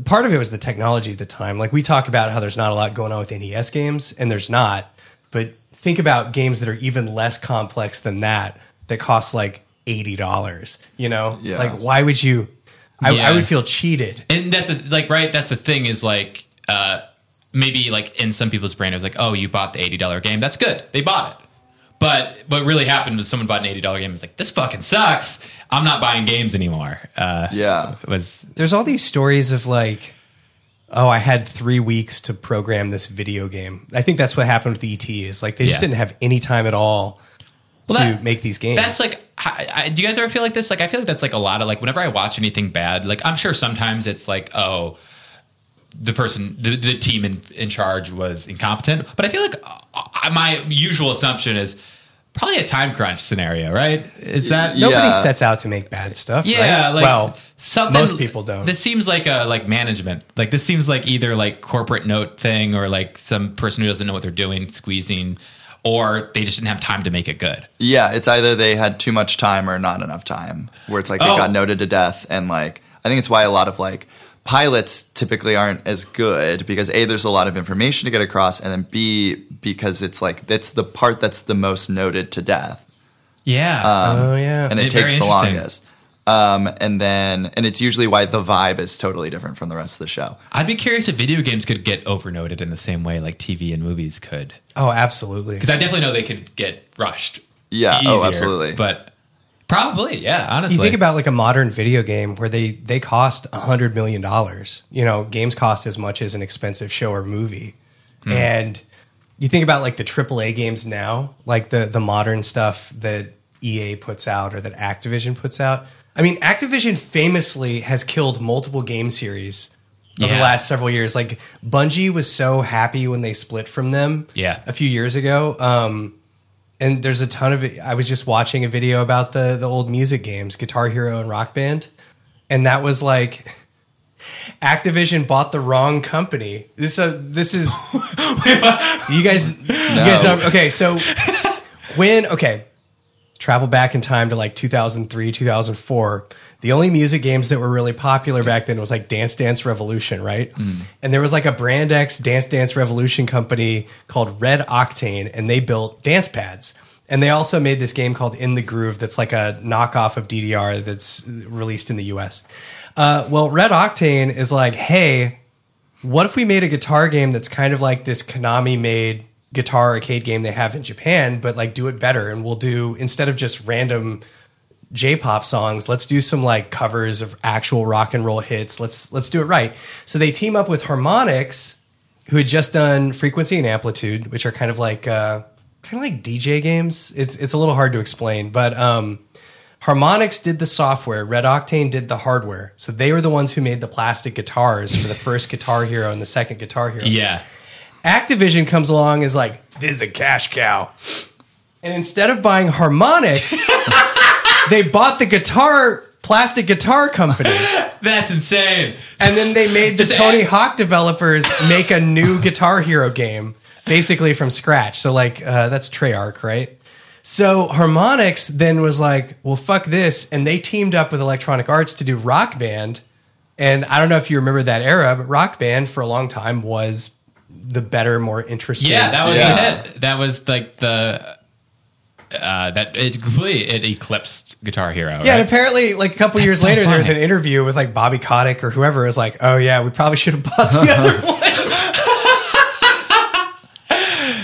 S1: Part of it was the technology at the time. Like we talk about how there's not a lot going on with NES games, and there's not. But think about games that are even less complex than that that cost like eighty dollars. You know,
S3: Yeah.
S1: like why would you? I, I
S2: Yeah.
S1: would feel cheated.
S2: and that's a, like right that's the thing is like uh maybe like in some people's brain it was like oh you bought the $80 game that's good they bought it but what really happened was someone bought an $80 game and was like this fucking sucks I'm not buying games anymore. Uh,
S3: Yeah.
S2: was
S1: There's all these stories of like, oh, I had three weeks to program this video game. I think that's what happened with ET. Is like they just
S2: Yeah.
S1: didn't have any time at all
S2: Well,
S1: to
S2: that-
S1: make these games.
S2: that's like I, I, do you guys ever feel like this like i feel like that's like a lot of like whenever i watch anything bad like i'm sure sometimes it's like oh the person the, the team in, in charge was incompetent but i feel like uh, I, my usual assumption is probably a time crunch scenario right is that
S3: Yeah.
S1: nobody sets out to make bad stuff.
S2: yeah
S1: right?
S2: like
S1: well,
S2: something
S1: most people don't.
S2: this seems like a like management like this seems like either like corporate note thing or like some person who doesn't know what they're doing squeezing or they just didn't have time to make it good
S3: Yeah, it's either they had too much time or not enough time, where it's like they
S2: Oh.
S3: got noted to death. And like, I think it's why a lot of like pilots typically aren't as good because A, there's a lot of information to get across, and then B, because it's like, that's the part that's the most noted to death.
S2: yeah
S1: oh yeah,
S3: And
S2: Very
S3: it takes the
S2: interesting.
S3: longest. Um, and then, and it's usually why the vibe is totally different from the rest of the show.
S2: I'd be curious if video games could get overnoted in the same way like TV and movies could.
S1: oh absolutely.
S2: Because I definitely know they could get rushed.
S3: Yeah, oh,
S2: easier,
S3: absolutely.
S2: But probably, yeah, honestly.
S1: You think about like a modern video game where they they cost a hundred million dollars. You know, games cost as much as an expensive show or movie,
S2: Hmm.
S1: and you think about like the AAA games now, like the the modern stuff that EA puts out or that Activision puts out. I mean, Activision famously has killed multiple game series over the
S2: Yeah.
S1: last several years. Like Bungie was so happy when they split from them,
S2: Yeah.
S1: a few years ago. Um, and there's a ton of I was just watching a video about the the old music games, Guitar Hero and Rock Band, and that was like Activision bought the wrong company. This uh, this is you guys you guys don't- okay, so when okay, travel back in time to like 2003, 2004, the only music games that were really popular back then was like Dance Dance Revolution, right? And there was like a Brand X Dance Dance Revolution company called Red Octane, and they built dance pads. And they also made this game called In the Groove that's like a knockoff of DDR that's released in the US. Uh, well, Red Octane is like, hey, what if we made a guitar game that's kind of like this Konami made guitar arcade game they have in Japan, but like do it better and we'll do instead of just random J-pop songs, let's do some like covers of actual rock and roll hits. Let's let's do it right. So they team up with Harmonix who had just done Frequency and Amplitude, which are kind of like uh kind of like DJ games. It's it's a little hard to explain, but um Harmonix did the software, Red Octane did the hardware. So they were the ones who made the plastic guitars for the first Guitar Hero and the second Guitar Hero.
S2: Yeah.
S1: Activision comes along is like, this is a cash cow. And instead of buying Harmonix, they bought the guitar plastic guitar company.
S2: That's insane.
S1: And then they made the
S2: Just
S1: Tony
S2: add-
S1: Hawk developers make a new Guitar Hero game, basically from scratch. So like uh, that's Treyarch, right? So Harmonix then was like, "Well, fuck this," and they teamed up with Electronic Arts to do Rock Band. And I don't know if you remember that era, but Rock Band for a long time was the better, more interesting.
S2: Yeah, that was
S3: Yeah.
S2: the hit. That was like the uh that it completely it eclipsed Guitar Hero.
S1: Yeah, and
S2: right?
S1: apparently, like a couple years
S2: so
S1: later, there was an
S2: funny.
S1: interview with like Bobby Kotick or whoever. It was like, "Oh yeah, we probably should have bought the other one."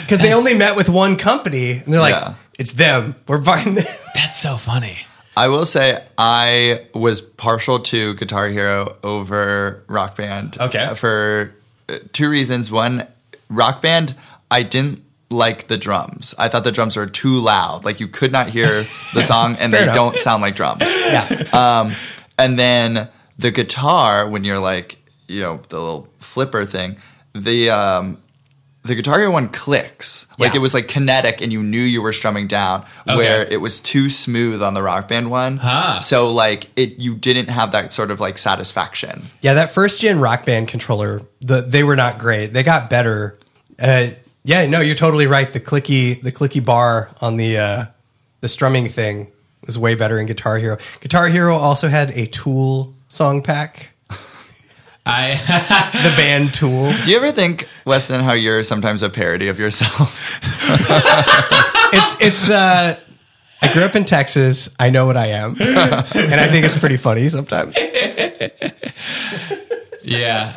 S1: Because they only met with one company, and they're like,
S3: Yeah.
S1: "It's them. We're buying them."
S2: That's so funny.
S3: I will say I was partial to Guitar Hero over Rock Band.
S2: Okay.
S3: For uh, two reasons. One, Rock Band, I didn't like the drums. I thought the drums were too loud. Like you could not hear the song and they
S1: enough.
S3: don't sound like drums. Um,
S1: Yeah,
S3: And then the guitar, when you're like, you know, the little flipper thing, the um, the Guitar Hero one clicks. Like
S1: Yeah.
S3: it was like kinetic, and you knew you were strumming down. Where it was too smooth on the Rock Band one,
S2: Huh.
S3: so like it, you didn't have that sort of like satisfaction.
S1: yeah. That first gen Rock Band controller, the, they were not great. They got better. Uh, yeah, no, you're totally right. The clicky, the clicky bar on the uh, the strumming thing was way better in Guitar Hero. Guitar Hero also had a Tool song pack,
S2: I
S1: the band Tool.
S3: Do you ever think, Weston, how you're sometimes a parody of yourself?
S1: it's it's uh I grew up in Texas. I know what I am. and I think it's pretty funny sometimes.
S2: yeah.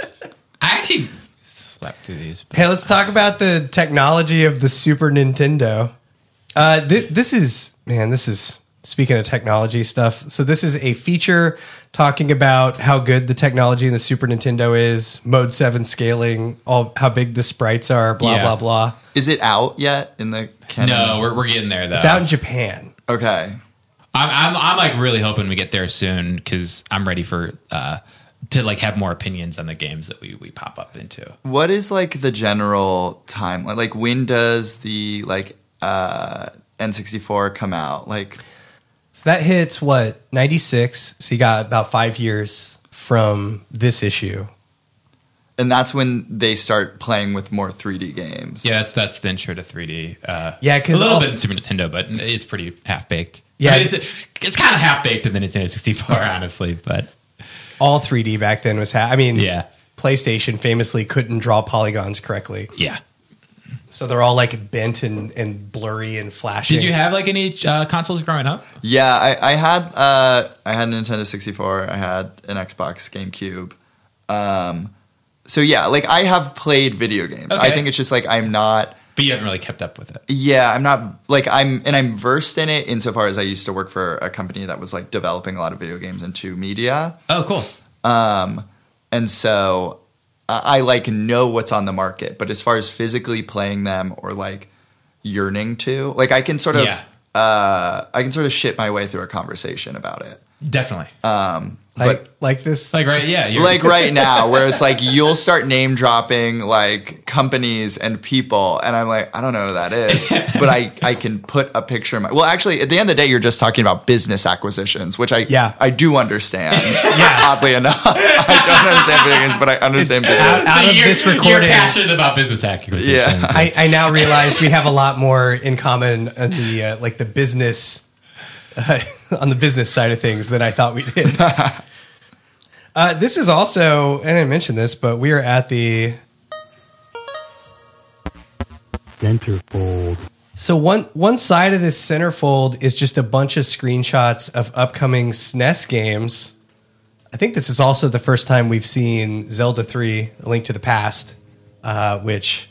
S2: I actually slept through these.
S1: Hey, let's talk about the technology of the Super Nintendo. Uh thi- this is man, this is speaking of technology stuff. So this is a feature talking about how good the technology in the Super Nintendo is, mode 7 scaling, all how big the sprites are, blah
S2: Yeah.
S1: blah blah.
S3: Is it out yet in the canon?
S2: No, we're, we're getting there though.
S1: It's out in Japan.
S3: Okay.
S2: I'm, I'm I'm like really hoping we get there soon because I'm ready for uh to like have more opinions on the games that we we pop up into.
S3: What is like the general time? Like when does the like uh N64 come out? Like
S1: So that hits what 96. So you got about 5 years from this issue.
S3: and that's when they start playing with more 3D games.
S2: Yeah, that's that's the intro to 3D. Uh,
S1: Yeah,
S2: a
S1: cuz
S2: little bit in Super Nintendo, but it's pretty half baked.
S1: Yeah.
S2: it's, it's kind of half baked in the Nintendo 64, honestly. But
S1: all 3D back then was ha- I mean,
S2: Yeah.
S1: PlayStation famously couldn't draw polygons correctly.
S2: yeah,
S1: So they're all like bent and, and blurry and flashing.
S2: did you have like any uh, consoles growing up?
S3: Yeah, I, I had uh, I had a Nintendo 64. I had an Xbox GameCube. Um, so yeah, like I have played video games. I
S2: Okay.
S3: think it's just like I'm not.
S2: But you haven't really kept up with it.
S3: Yeah, I'm not like I'm, and I'm versed in it insofar as I used to work for a company that was like developing a lot of video games into media,
S2: Oh, cool.
S3: and so I, I like know what's on the market. But as far as physically playing them or like yearning to, like I can sort of,
S2: Yeah.
S3: uh, I can sort of shit my way through a conversation about it.
S2: Definitely.
S1: like like this?
S2: Uh, like right? Yeah, you're,
S3: like right now where it's like you'll start name dropping like companies and people and i'm like i don't know who that is but i i can put a picture in my well actually at the end of the day you're just talking about business acquisitions which i
S1: Yeah.
S3: i do understand oddly enough i don't understand video games but i understand business
S1: out, out
S2: So
S1: of
S2: you're,
S1: this
S2: You're
S1: recording,
S2: passionate about business acquisitions.
S3: Yeah.
S1: I, I now realize we have a lot more in common on the uh, like the business uh, on the business side of things than I thought we did. uh, this is also, and I didn't mention this, but we are at the
S4: Centerfold.
S1: So one one side of this centerfold is just a bunch of screenshots of upcoming SNES games. I think this is also the first time we've seen Zelda 3: A Link to the Past, uh, which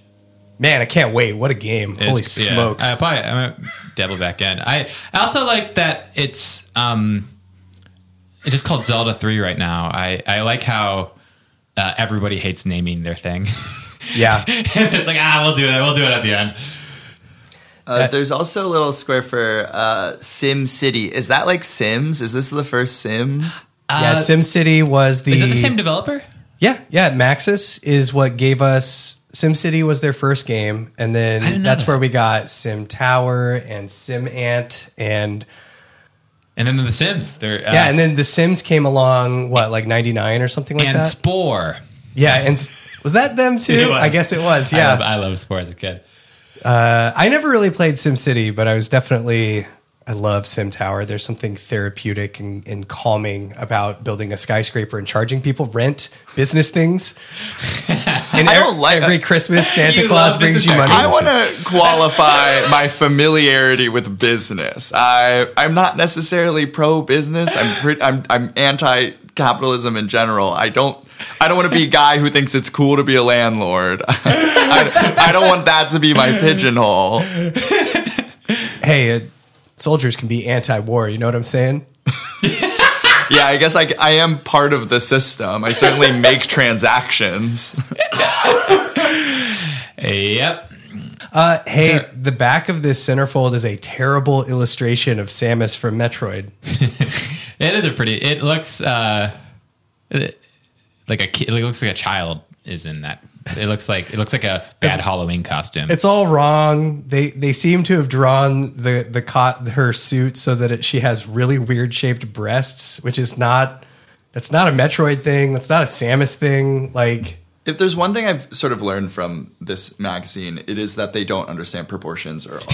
S1: man, I can't wait. What a game. Holy
S2: It's- yeah. Uh,
S1: smokes.
S2: I probably I might dabble back in. I, I also like that it's um, it's just called Zelda Three right now. I I like how uh, everybody hates naming their thing.
S1: Yeah.
S2: it's like ah, we'll do it. We'll do it at the end.
S3: uh, there's also a little square for uh sim city is that like sims is this the first sims
S1: Yeah, SimCity was the,
S2: Uh, Is it the same developer?
S1: Yeah, yeah, Maxis is what gave us SimCity was their first game and then
S2: didn't know
S1: that's
S2: that.
S1: where we got Sim Tower and Sim Ant and
S2: And then the Sims. They're, uh,
S1: yeah, and then The Sims came along what like 99 or something like
S2: and
S1: that.
S2: Spore.
S1: Yeah, and s- was that them too?
S2: It was.
S1: I guess it was.
S2: I
S1: Yeah,
S2: love, I love Spore as a kid.
S1: I, never really played SimCity, but I was definitely I love Sim Tower. There's something therapeutic and, and calming about building a skyscraper and charging people rent, business things. And
S3: I
S1: ev-
S3: don't like-
S1: every Christmas Santa
S2: You
S1: Claus
S2: love
S1: brings you
S2: business
S1: money.
S3: I want to qualify my familiarity with business. I I'm not necessarily pro business. I'm pre- I'm I'm anti capitalism in general. I don't I don't want to be a guy who thinks it's cool to be a landlord. I, I don't want that to be my pigeonhole.
S1: hey, uh, soldiers can be anti-war. You know what I'm saying?
S3: Yeah, I guess I I am part of the system. I certainly make transactions.
S2: Yep.
S1: Uh, hey, the back of this centerfold is a terrible illustration of Samus from Metroid.
S2: It is a pretty. It looks uh, it- like a. ki- It looks like a child is in that. It looks like it looks like a bad Halloween costume.
S1: it's all wrong. They they seem to have drawn the the cot her suit so that it, she has really weird shaped breasts, which is not that's not a Metroid thing. That's not a Samus thing. Like
S3: If there's one thing I've sort of learned from this magazine, it is that they don't understand proportions or art.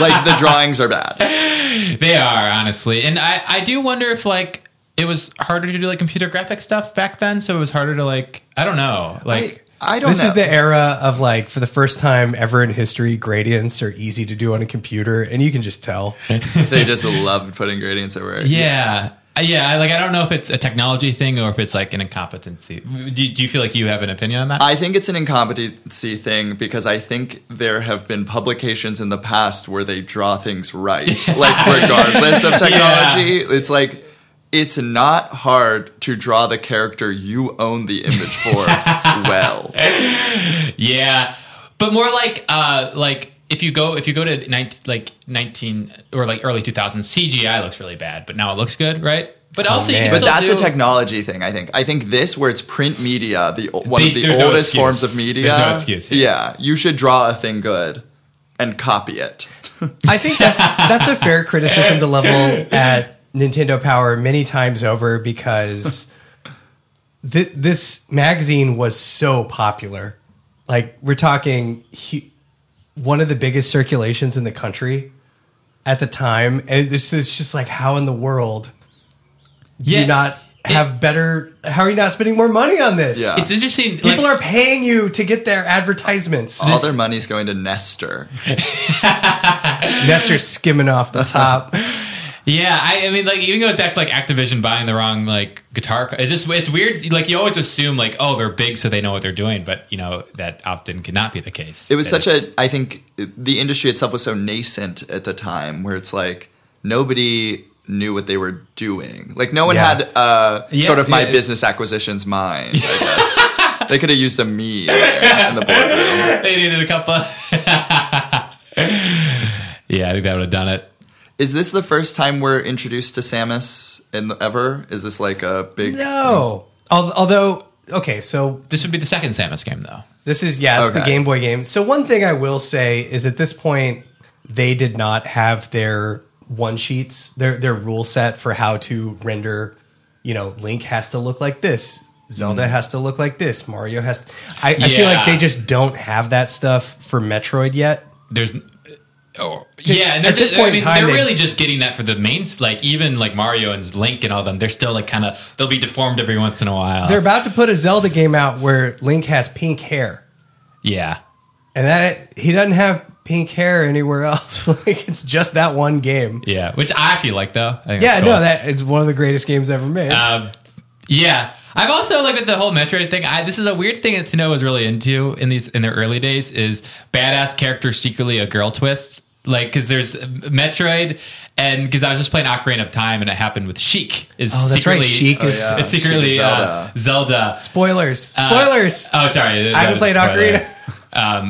S3: like the drawings are bad.
S2: They are honestly, and I I do wonder if like it was harder to do like computer graphic stuff back then, so it was harder to like I don't know like.
S3: I, I don't
S1: this
S3: know.
S1: is the era of like for the first time ever in history, gradients are easy to do on a computer, and you can just tell.
S3: they just loved putting gradients everywhere.
S2: yeah. Uh, yeah, I, like I don't know if it's a technology thing or if it's like an incompetency. Do, do you feel like you have an opinion on
S1: Uh,
S2: that?
S3: I think it's an incompetency thing because I think there have been publications in the past where they draw things right, like regardless of technology. It's like it's not hard to draw the character you own the image for well.
S2: Yeah, but more like uh, like if you go if you go to 19, like nineteen or like early two thousands, CGI looks really bad, but now it looks good, right? But also, you
S1: Oh, man.
S2: can
S1: But
S3: But
S2: still
S3: that's
S2: do,
S3: a technology thing, I think. I think this, where it's print media, the o- one
S2: The-
S3: of the
S2: there's no
S3: oldest
S2: excuse.
S3: forms of media.
S2: There's no excuse,
S3: Yeah, you should draw a thing good and copy it.
S1: I think that's that's a fair criticism to level at Nintendo Power many times over because th- this magazine was so popular. Like we're talking hu one of the biggest circulations in the country at the time, and this is just like how in the world do
S2: Yeah.
S1: you not have better? How are you not spending more money on this?
S3: Yeah.
S2: It's interesting.
S1: People
S2: like,
S1: are paying you to get their advertisements.
S3: All their money's going to Nestor.
S1: Nestor's skimming off the top.
S2: Yeah, I, I mean, like even goes back to like Activision buying the wrong like guitar. co- It's just it's weird. Like you always assume like oh they're big so they know what they're doing, but you know that often could not be the case.
S3: It was
S2: That
S3: such a, I think the industry itself was so nascent at the time where it's like nobody knew what they were doing. Like no one
S1: Yeah.
S3: had uh,
S2: Yeah,
S3: sort of my
S2: yeah.
S3: business acquisitions mind, I guess. they could have used a me there in the boardroom.
S2: they needed a couple. of- yeah, I think that would have done it.
S3: Is this the first time we're introduced to Samus in the, ever? Is this like a big.
S1: No. Al- Although, okay, so
S2: This would be the second Samus game though.
S1: this is, yeah, it's the
S3: Okay.
S1: Game Boy game. So, one thing I will say is at this point, they did not have their one sheets, their, their rule set for how to render, you know, Link has to look like this. Zelda has to look like this. Mario has. To, I, I feel like
S2: Yeah.
S1: they just don't have that stuff for Metroid yet.
S2: There's. Oh, yeah, and they're
S1: At this
S2: just,
S1: point
S2: I
S1: in
S2: mean,
S1: time,
S2: they're
S1: they-
S2: really just getting that for the mains. Like even like Mario and Link and all them, they're still like kind of they'll be deformed every once in a while.
S1: They're about to put a Zelda game out where Link has pink hair,
S2: yeah,
S1: and that he doesn't have pink hair anywhere else. like it's just that one game.
S2: yeah, which I actually like though. I think
S1: Yeah,
S2: that's cool.
S1: no, that is one of the greatest games ever made.
S2: Um, yeah, I've also looked at the whole Metroid thing. I, this is a weird thing that Tano was really into in these in their early days is badass character secretly a girl twist. Like, because there's Metroid, and because I was just playing Ocarina of Time, and it happened with Sheik. Is
S1: oh, that's right.
S2: secretly-
S1: Sheik is
S3: yeah.
S2: It's secretly
S3: Sheik is
S2: uh, Zelda.
S1: spoilers.
S2: Uh,
S1: Spoilers.
S2: oh, sorry,
S1: I haven't played Ocarina.
S2: Um,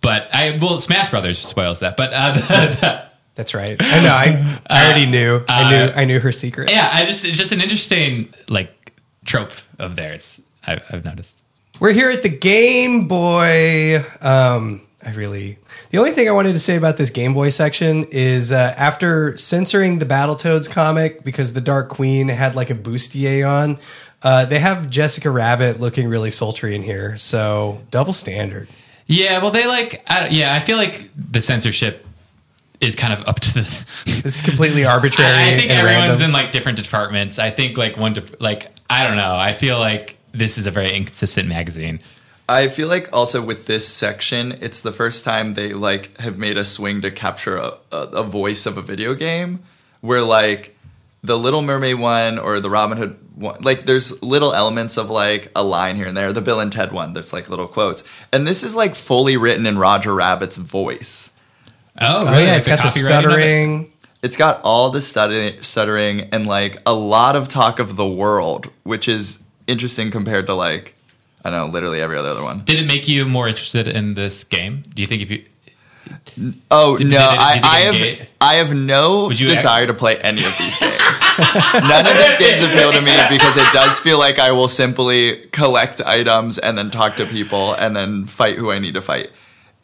S2: but I well, Smash Brothers spoils that. But uh,
S1: That's right. I know. I, I already knew. I knew. I knew her secret.
S2: uh, yeah, I just it's just an interesting like trope of theirs. I, I've noticed.
S1: We're here at the Game Boy. Um, I really. The only thing I wanted to say about this Game Boy section is uh, after censoring the Battletoads comic because the Dark Queen had like a bustier on, uh, they have Jessica Rabbit looking really sultry in here. So double standard.
S2: Yeah, well, they like. I, don't- yeah, I feel like the censorship is kind of up to the.
S1: It's completely arbitrary.
S2: I think
S1: and
S2: everyone's
S1: random.
S2: in like different departments. I think like one, de- like I don't know. I feel like this is a very inconsistent magazine.
S3: I feel like also with this section, it's the first time they like have made a swing to capture a, a, a voice of a video game, where like the Little Mermaid one or the Robin Hood one, like there's little elements of like a line here and there. The Bill and Ted one, that's like little quotes, and this is like fully written in Roger Rabbit's voice.
S2: Oh,
S1: Oh
S2: really?
S1: yeah,
S2: Like,
S1: it's got the
S2: copywriting of it?
S1: stuttering.
S3: It's got all the stutter- stuttering and like a lot of talk of the world, which is interesting compared to like I don't know, literally every other one.
S2: Did it make you more interested in this game? Do you think if you?
S3: Oh
S2: they-
S3: no,
S2: did-
S3: I,
S2: did they
S3: I
S2: get
S3: have
S2: gay?
S3: I have no
S2: Would you
S3: desire to play any of these games. None of these games appeal to me because it does feel like I will simply collect items and then talk to people and then fight who I need to fight.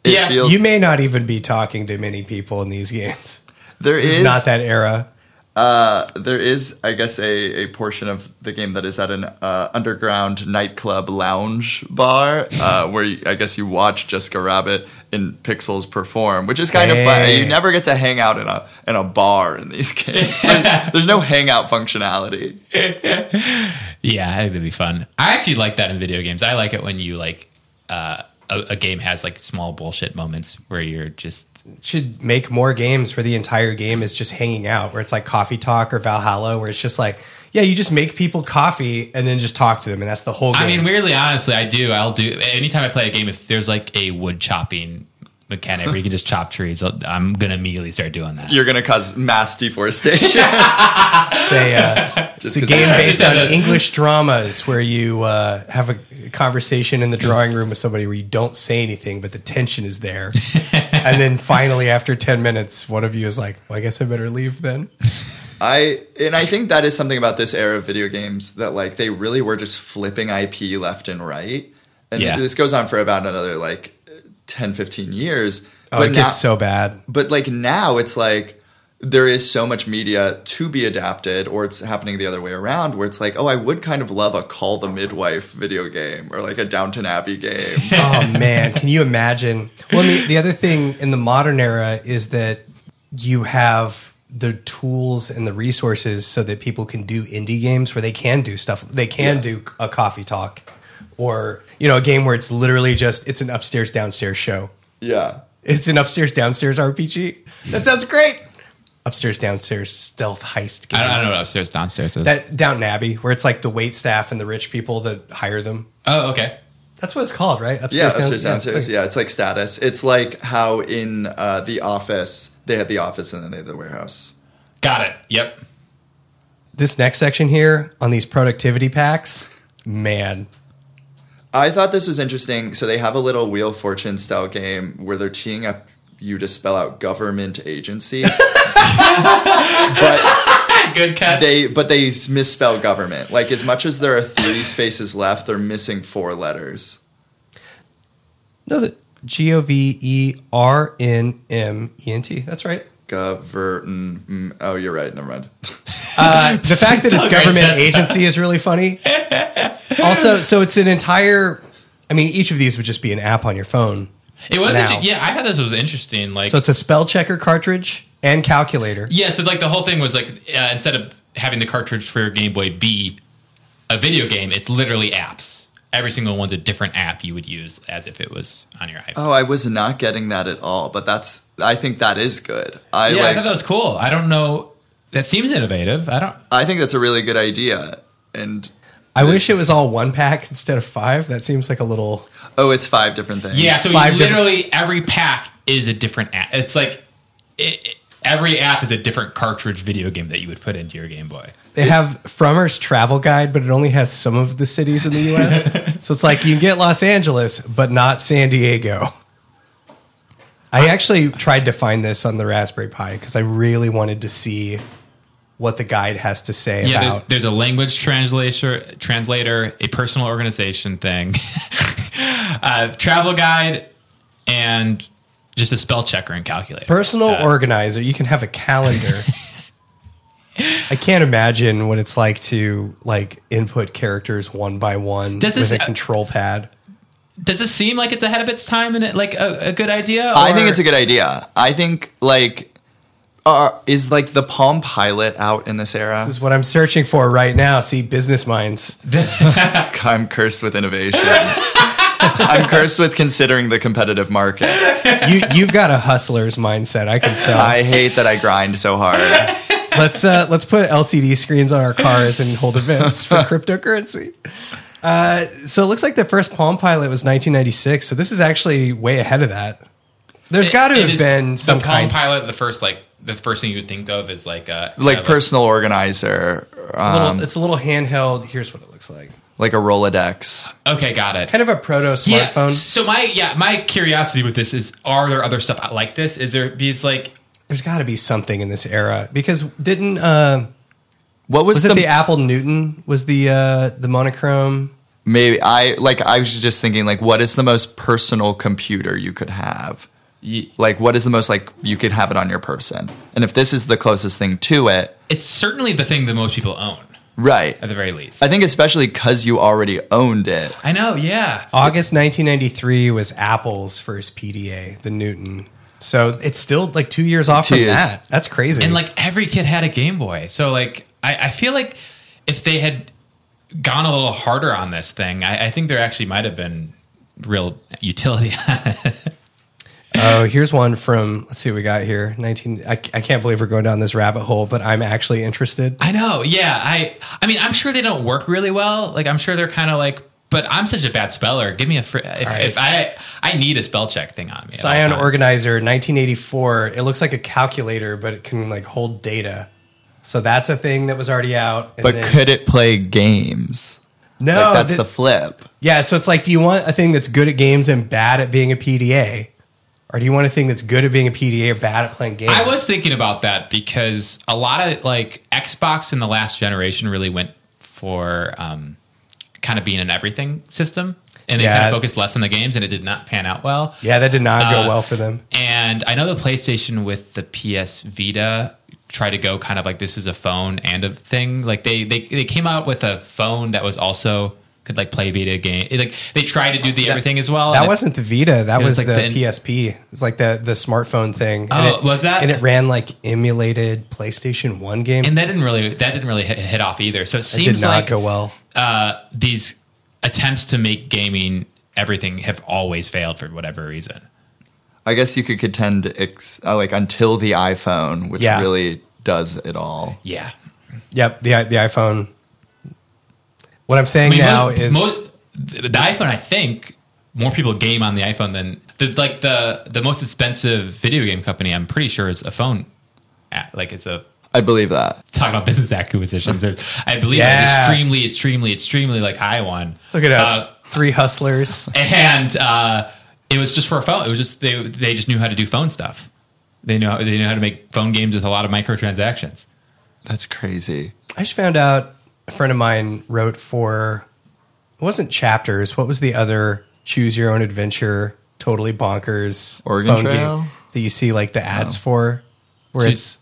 S3: It
S2: Yeah,
S3: feels
S1: You may not even be talking to many people in these games.
S3: there
S1: It's
S3: is
S1: not that era.
S3: there is I guess a, a portion of the game that is at an uh, underground nightclub lounge bar uh, where you, I guess you watch Jessica Rabbit and Pixels perform, which is kind of fun.
S1: Hey.
S3: You never get to hang out in a in a bar in these games. There's, there's no hangout functionality.
S2: Yeah, I think that'd be fun. I actually like that in video games. I like it when you like uh, a, a game has like small bullshit moments where you're just
S1: should make more games where the entire game is just hanging out, where it's like coffee talk or Valhalla, where it's just like, yeah, you just make people coffee and then just talk to them, and that's the whole game.
S2: I mean, weirdly, honestly, I do. I'll do anytime I play a game. If there's like a wood chopping mechanic where you can just chop trees, I'll- I'm gonna immediately start doing that.
S3: You're gonna cause mass deforestation.
S1: it's a, uh, it's
S3: Just
S1: a
S3: 'cause-
S1: game based on
S2: Yeah.
S1: English dramas where you uh, have a conversation in the drawing room with somebody where you don't say anything, but the tension is there. and then finally, after 10 minutes, one of you is like, well, I guess I better leave then.
S3: I and I think that is something about this era of video games that like they really were just flipping IP left and right. And
S2: Yeah.
S3: this goes on for about another like 10 15 years.
S1: Oh, it
S3: now,
S1: gets so bad.
S3: but like now it's like there is so much media to be adapted or it's happening the other way around where it's like oh I would kind of love a Call the Midwife video game or like a Downton Abbey game.
S1: oh man, can you imagine? Well, and the, the other thing in the modern era is that you have the tools and the resources so that people can do indie games where they can do stuff. They can do a coffee talk or, you know, a game where it's literally just it's an upstairs downstairs show.
S3: yeah.
S1: It's an upstairs downstairs RPG. That sounds great. Upstairs downstairs stealth heist game.
S2: I don't, I don't know what upstairs downstairs is.
S1: That Downton Abbey where it's like the wait staff and the rich people that hire them.
S2: oh, okay.
S1: That's what it's called, right?
S3: Yeah,
S1: down-
S3: upstairs, downstairs.
S1: okay.
S3: Yeah, it's like status. It's like how in uh, the office they had the office and then they had the warehouse.
S2: Got it. Yep.
S1: this next section here on these productivity packs, man,
S3: I thought this was interesting. So they have a little Wheel of Fortune style game where they're teeing up you to spell out government agency, but
S2: Good catch.
S3: they but they misspell government. Like as much as there are three spaces left, they're missing four letters.
S1: no, that G O V E R N M E N T. That's right.
S3: Govern. mm, Oh, you're right. Never mind.
S1: The fact that it's government agency is really funny. Also, so it's an entire. I mean, each of these would just be an app on your phone.
S2: it was.
S1: now.
S2: inter- Yeah, I thought this was interesting. Like,
S1: So it's a spell checker cartridge and calculator.
S2: yeah. So like the whole thing was like uh, instead of having the cartridge for your Game Boy be a video game, it's literally apps. Every single one's a different app you would use as if it was on your iPhone.
S3: Oh, I was not getting that at all. But that's. I think that is good. I
S2: yeah, I
S3: like.
S2: thought that was cool. I don't know. That seems innovative. I don't.
S3: I think that's a really good idea. And
S1: I wish it was all one pack instead of five. That seems like a little.
S3: oh, it's five different things.
S2: Yeah, so
S1: Five
S2: you literally every pack is a different app. It's like it, it- every app is a different cartridge video game that you would put into your Game Boy.
S1: They have Frommer's travel guide, but it only has some of the cities in the U.S. so it's like you can get Los Angeles, but not San Diego. I actually tried to find this on the Raspberry Pi because I really wanted to see what the guide has to say
S2: Yeah, there's,
S1: about.
S2: there's a language translator, translator, a personal organization thing, uh, travel guide, and just a spell checker and calculator.
S1: Personal organizer, you can have a calendar. I can't imagine what it's like to like input characters one by one
S2: Does
S1: with
S2: this-
S1: a control pad.
S2: Does this seem like it's ahead of its time and it, like a, a good idea?
S3: I
S2: or-
S3: think it's a good idea. I think like uh, is like the Palm Pilot out in this era?
S1: This is what I'm searching for right now. See, business minds.
S3: I'm cursed with innovation. I'm cursed with considering the competitive market.
S1: you you've got a hustler's mindset. I can tell.
S3: I hate that I grind so hard.
S1: let's uh, let's put LCD screens on our cars and hold events for cryptocurrency. Uh, so it looks like the first Palm Pilot was 1996. So this is actually way ahead of that. There's got to
S2: it
S1: have
S2: is-
S1: been some
S2: the Palm
S1: kind,
S2: Pilot. The first like the first thing you would think of is like a
S3: Like
S2: of a-
S3: personal organizer, um,
S1: little, it's a little handheld. Here's what it looks like.
S3: like a Rolodex.
S2: okay, got it.
S1: Kind of a proto
S2: Yeah.
S1: smartphone.
S2: So my yeah, my curiosity with this is: are there other stuff like this? Is there these like
S1: There's got to be something in this era because didn't uh,
S3: What was,
S1: was
S3: the,
S1: it the Apple Newton was the uh, the monochrome?
S3: maybe I like I was just thinking like what is the most personal computer you could have? Like what is the most like you could have it on your person? And if this is the closest thing to it,
S2: it's certainly the thing that most people own
S3: right?
S2: at the very least.
S3: I think especially because you already owned it.
S2: I know, yeah.
S1: August 1993 was Apple's first PDA, the Newton. So it's still like two years off
S3: Two
S1: from
S3: years.
S1: that. That's crazy.
S2: And like every kid had a Game Boy, so like I, I feel like if they had gone a little harder on this thing, I, I think there actually might have been real utility.
S1: Oh, here's one from let's see what we got here. 19 I, I can't believe we're going down this rabbit hole, but I'm actually interested.
S2: I know. Yeah. I I mean, I'm sure they don't work really well. Like I'm sure they're kind of like but I'm such a bad speller. Give me a fr- if,
S1: right.
S2: if I I need a spell check thing on me. at all
S1: Scion
S2: times.
S1: Organizer 1984. It looks like a calculator, but it can like hold data. So that's a thing that was already out. And
S3: But
S1: then-
S3: could it play games?
S1: no,
S3: like, that's
S1: th-
S3: the flip.
S1: yeah. So it's like, do you want a thing that's good at games and bad at being a PDA, or do you want a thing that's good at being a PDA or bad at playing games?
S2: I was thinking about that because a lot of like Xbox in the last generation really went for um, kind of being an everything system, and they kind
S1: Yeah.
S2: of focused less on the games, and it did not pan out well.
S1: yeah, that did not go
S2: Uh,
S1: well for them.
S2: And I know the PlayStation with the PS Vita tried to go kind of like this is a phone and a thing. Like they they, they came out with a phone that was also could like play Vita game. It, like they tried to do the everything as well.
S1: That
S2: and it-
S1: wasn't the Vita. That
S2: It
S1: was,
S2: was like
S1: the,
S2: the-
S1: PSP. It's like the the smartphone thing. and
S2: Oh, was that-
S1: And it ran like emulated PlayStation One games.
S2: and that didn't really that didn't really hit, hit off either. So it
S1: it
S2: seems
S1: did not
S2: like
S1: go well.
S2: uh, these attempts to make gaming everything have always failed for whatever reason.
S3: I guess you could contend ex- uh, like until the iPhone, which
S1: Yeah.
S3: really does it all.
S2: Yeah.
S1: Yep the i- the iPhone. What I'm
S2: I
S1: saying
S2: mean,
S1: now
S2: most,
S1: is
S2: most- the the iPhone I think more people game on the iPhone than the like the the most expensive video game company I'm pretty sure is a phone app. like it's a
S3: I believe that.
S2: talking about business acquisitions. There's- I believe
S1: Yeah.
S2: an extremely extremely extremely like high one.
S1: look at us,
S2: Uh,
S1: three hustlers.
S2: and uh, it was just for a phone. It was just they they just knew how to do phone stuff. They know they knew how to make phone games with a lot of microtransactions.
S3: That's crazy.
S1: I just found out a friend of mine wrote for it wasn't chapters. What was the other choose your own adventure? Totally bonkers
S3: Oregon Trail?
S1: that you see like the ads for, where
S2: So-
S1: it's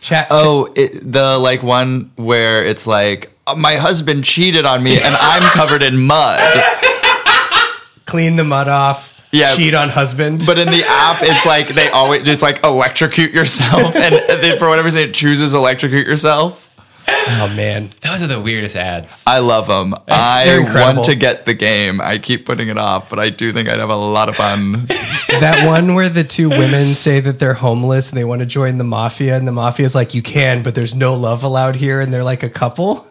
S1: chat.
S3: Oh, it, the like one where it's like "Uh, my husband cheated on me and I'm covered in mud.
S1: clean the mud off,
S3: Yeah.
S1: cheat on husband.
S3: But in the app, it's like they always it's like electrocute yourself, and they, for whatever reason, it chooses electrocute yourself.
S1: oh man,
S2: Those are the weirdest ads.
S3: I love them.
S1: They're
S3: I
S1: incredible.
S3: want to get the game. I keep putting it off, but I do think I'd have a lot of fun.
S1: that one where the two women say that they're homeless and they want to join the mafia, and the mafia is like, "You can, but there's no love allowed here," and they're like a couple.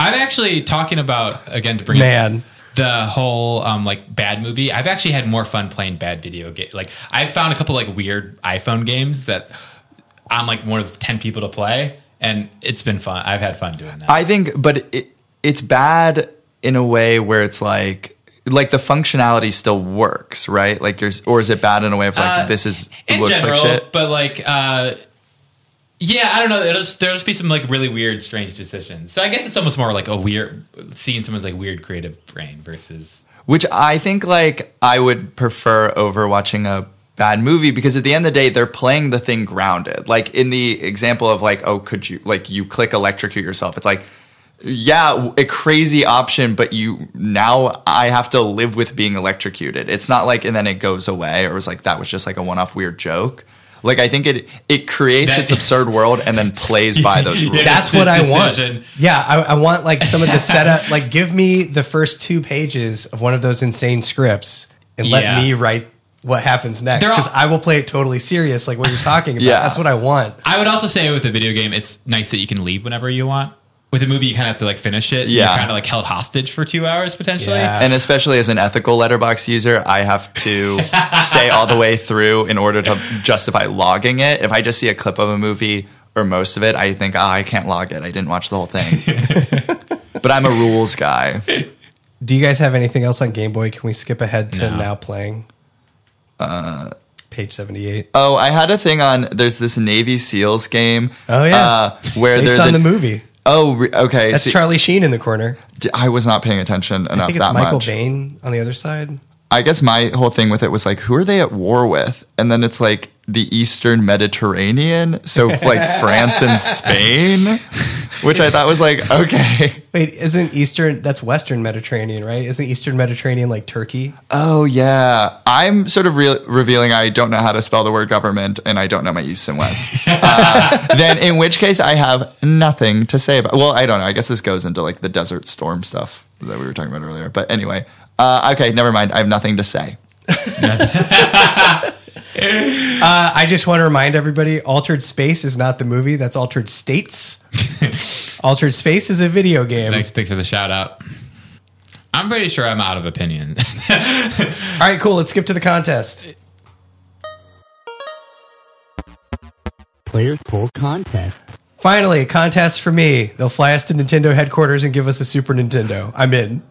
S2: I'm actually talking about again to bring up
S1: Man,
S2: the whole um, like bad movie. I've actually had more fun playing bad video game. Like I found a couple like weird iPhone games that I'm like one of ten people to play, and it's been fun. I've had fun doing that.
S3: I think, but it, it's bad in a way where it's like like the functionality still works, right? Like there's, or is it bad in a way of like
S2: Uh,
S3: this is
S2: in
S3: looks
S2: general,
S3: like shit?
S2: but like, uh, yeah, I don't know. It'll just, there'll just be some like really weird, strange decisions. So I guess it's almost more like a weird seeing someone's like weird creative brain versus.
S3: Which I think like I would prefer over watching a bad movie because at the end of the day they're playing the thing grounded. Like in the example of like oh could you like you click electrocute yourself. It's like yeah, a crazy option, but you now I have to live with being electrocuted. It's not like and then it goes away or it's like that was just like a one-off weird joke. Like I think it it creates
S2: That-
S3: its absurd world and then plays by those rules.
S2: Yeah.
S1: that's what I want.
S2: Decision.
S1: Yeah, I, I want like some of the setup. Like, give me the first two pages of one of those insane scripts and
S2: Yeah.
S1: let me write what happens next
S2: They're all-
S1: because I will play it totally serious, like what you're talking about.
S3: Yeah.
S1: That's what I want.
S2: I would also say with a video game, it's nice that you can leave whenever you want. With a movie, you kind of have to like finish it.
S3: Yeah.
S2: you're kind of like held hostage for two hours potentially.
S1: Yeah.
S3: and especially as an ethical letterbox user, I have to stay all the way through in order to justify logging it. If I just see a clip of a movie or most of it, I think, ah, I can't log it. I didn't watch the whole thing. but I'm a rules guy.
S1: Do you guys have anything else on Game Boy? Can we skip ahead to now playing? Uh, Page 78.
S3: Oh, I had a thing on. There's this Navy SEALs game. uh,
S1: Oh, yeah.
S3: where
S1: Based
S3: there's
S1: on the, movie.
S3: Oh, re- okay.
S1: That's
S3: so-
S1: Charlie Sheen in the corner.
S3: I was not paying attention enough
S1: I think it's
S3: that
S1: Michael
S3: much.
S1: Bain on the other side.
S3: I guess my whole thing with it was like, who are they at war with? And then it's like the Eastern Mediterranean, so like France and Spain, which I thought was like, okay,
S1: Wait, isn't Eastern, that's Western Mediterranean, right? Isn't Eastern Mediterranean like Turkey?
S3: oh yeah. I'm sort of re- revealing I don't know how to spell the word government, and I don't know my East and West. uh, then in which case I have nothing to say about. Well, I don't know. I guess this goes into like the Desert Storm stuff that we were talking about earlier. But anyway, Uh, okay, never mind. I have nothing to say.
S1: Uh, I just want to remind everybody Altered Space is not the movie, that's Altered States. Altered Space is a video game.
S2: Thanks, thanks for the shout out. I'm pretty sure I'm out of opinion.
S1: All right, cool. Let's skip to the contest.
S4: Players Poll Contest.
S1: Finally, a contest for me. They'll fly us to Nintendo headquarters and give us a Super Nintendo. I'm in.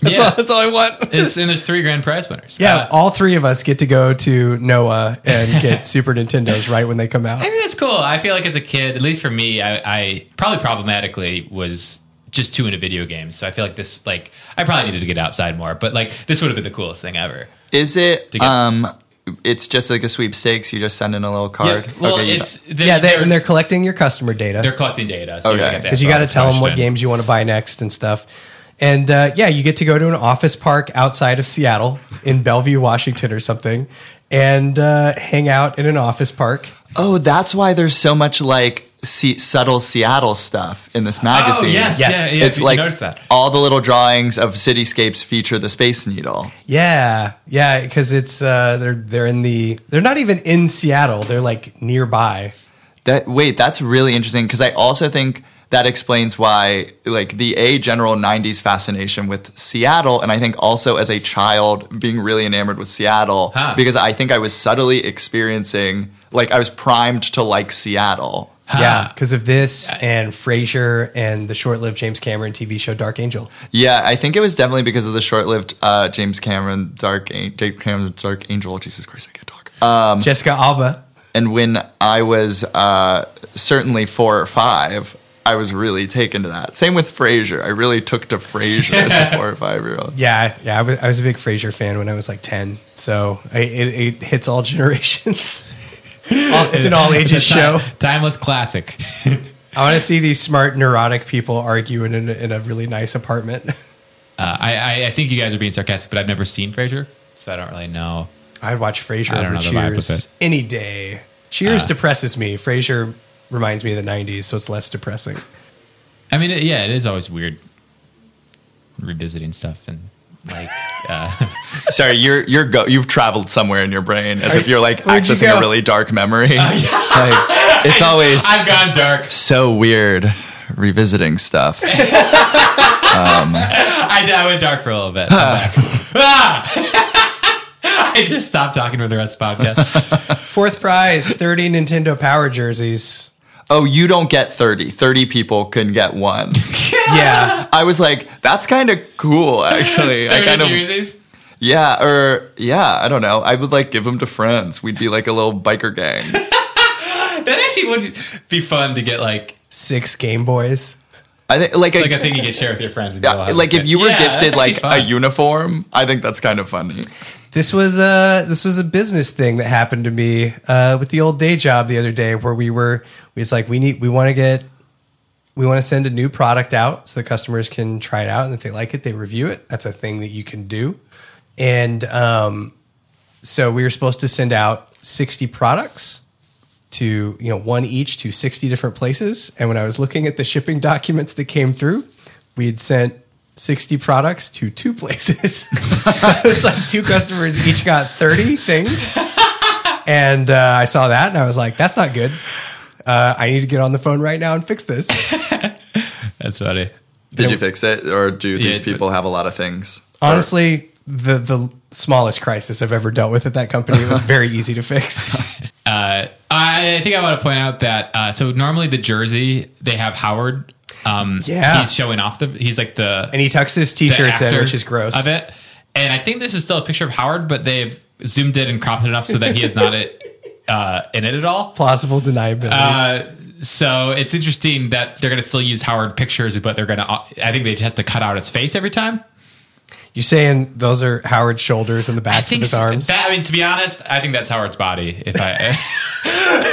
S1: That's,
S2: Yeah.
S1: all, that's all I want.
S2: It's- and there's three grand prize winners.
S1: Yeah,
S2: Uh,
S1: all three of us get to go to NOAA and get Super Nintendos right when they come out.
S2: I think that's cool. I feel like as a kid, at least for me, I, I probably problematically was just too into video games. So I feel like this, like, I probably needed to get outside more. But like, this would have been the coolest thing ever.
S3: Is it?
S2: To get-
S3: um, it's just like a sweepstakes. You just send in a little card.
S2: Yeah, well,
S3: Okay, you
S2: it's
S3: don't-
S2: they're,
S1: yeah, they,
S2: they're,
S1: and they're collecting your customer data
S2: they're collecting data. So
S3: Okay.
S2: okay,
S1: because you got to tell them what games you want to buy next and stuff. And uh, yeah, you get to go to an office park outside of Seattle in Bellevue, Washington, or something, and uh, hang out in an office park.
S3: oh, that's why there's so much like se- subtle Seattle stuff in this magazine.
S2: Oh, yes,
S1: Yes.
S2: yeah, yeah,
S3: it's
S2: you
S3: like
S2: noticed that.
S3: all the little drawings of cityscapes feature the Space Needle.
S1: Yeah, yeah, because it's uh, they're they're in the they're not even in Seattle; they're like nearby.
S3: That wait, that's really interesting because I also think that explains why like the a general 90s fascination with Seattle and I think also as a child being really enamored with Seattle
S2: Huh.
S3: because I think I was subtly experiencing like I was primed to like Seattle.
S1: Yeah, because of this and Frasier and the short-lived James Cameron TV show Dark Angel.
S3: Yeah, I think it was definitely because of the short-lived uh, James Cameron Dark An- James Cameron Dark Angel. Jesus Christ, I can't talk.
S1: Jessica Alba.
S3: And when I was uh, certainly four or five, I was really taken to that. Same with Frasier. I really took to Frasier as a four or five year old.
S1: Yeah, yeah. I was, I was a big Frasier fan when I was like ten, so I, it, it hits all generations.
S3: Oh,
S1: All- it's an all ages show.
S2: timeless classic.
S1: I want to see these smart, neurotic people argue in, in, in a really nice apartment.
S2: Uh, I, I, I think you guys are being sarcastic, but I've never seen Frasier, so I don't really know.
S1: I'd watch Frasier
S2: I don't
S1: over
S2: know the vibe with
S1: Cheers
S2: it. Uh.
S1: any day. Cheers depresses me. Frasier reminds me of the '90s, so it's less depressing.
S2: I mean, it, yeah, it is always weird revisiting stuff and like uh,
S3: Sorry, you're you're go- you've traveled somewhere in your brain as if you're like
S1: Where'd you
S3: accessing
S1: go? Oh,
S3: a really dark memory. Like, it's always
S2: I've gone dark.
S3: so weird revisiting stuff.
S2: I, I went dark for a little bit. I'm back. Ah! I just stopped talking for the rest of the podcast.
S1: Fourth prize: thirty Nintendo Power jerseys.
S3: Oh, you don't get 30. 30 people can get one.
S1: Yeah,
S3: I was like, that's kind of cool actually. I kind of
S2: jerseys.
S3: Yeah, or yeah, I don't know. I would like give them to friends. We'd be like a little biker gang.
S2: That actually would be fun to get like
S1: six Game Boys.
S3: I think like,
S2: like a
S3: a,
S2: thing you could share with your friends. and you'll
S3: yeah,
S2: have
S3: like
S2: a
S3: if
S2: fit.
S3: you were
S2: Yeah, that's
S3: gifted
S2: actually
S3: like a
S2: fun.
S3: uniform, I think that's kind of funny.
S1: This was a this was a business thing that happened to me uh, with the old day job the other day, where we were we was like we need we want to get we want to send a new product out so the customers can try it out and if they like it they review it. That's a thing that you can do, and um, so we were supposed to send out sixty products to you know one each to sixty different places. And when I was looking at the shipping documents that came through, we had sent. 60 products to two places. it's like two customers each got 30 things. And uh, I saw that and I was like, that's not good. Uh, I need to get on the phone right now and fix this.
S2: That's funny.
S3: Did you fix it, or do these
S2: but-
S3: people have a lot of things?
S1: Honestly, the, the smallest crisis I've ever dealt with at that company. It was very easy to fix.
S2: Uh, I think I want to point out that uh, so normally the jersey they have Howard. Um,
S1: Yeah.
S2: he's showing off the. He's like the
S1: And he tucks his t
S2: the
S1: shirts in,
S2: actor
S1: which is gross.
S2: of it. And I think this is still a picture of Howard, but they've zoomed in and cropped it enough so that he is not it, uh, in it at all.
S1: Plausible deniability.
S2: Uh, so it's interesting that they're going to still use Howard pictures, but they're going to. I think they just have to cut out his face every time.
S1: You're saying those are Howard's shoulders and the
S2: I
S1: backs of
S2: think
S1: his arms?
S2: That, I mean, to be honest, I think that's Howard's body. If I,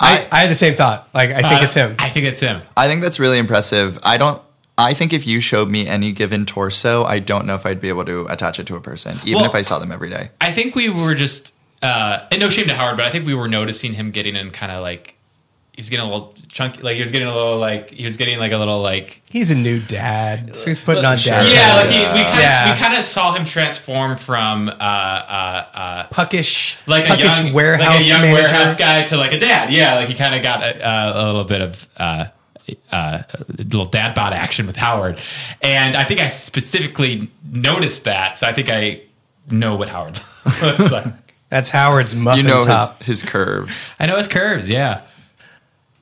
S1: I, I had the same thought. Like, I think it's him.
S2: Uh, I think it's him.
S3: I think that's really impressive. I don't. I think if you showed me any given torso, I don't know if I'd be able to attach it to a person, even
S2: Well-
S3: if I saw them every day.
S2: I think we were just, uh, and no shame to Howard, but I think we were noticing him getting in kind of like he was getting a little chunky. Like he was getting a little like he was getting like a little like
S1: He's a new dad. So he's putting on dad.
S2: yeah. Like he, we kind of
S1: Yeah.
S2: we kind of saw him transform from uh, uh, uh,
S1: puckish,
S2: like a
S1: puckish
S2: young
S1: warehouse
S2: like a young
S1: manager.
S2: warehouse guy to like a dad. Yeah, like he kind of got a, a, a little bit of. Uh, uh, a little dad bod action with Howard, and I think I specifically noticed that, so I think I know what Howard looks like.
S1: That's Howard's muffin
S3: You know his,
S1: top.
S3: his curves.
S2: I know his curves, yeah.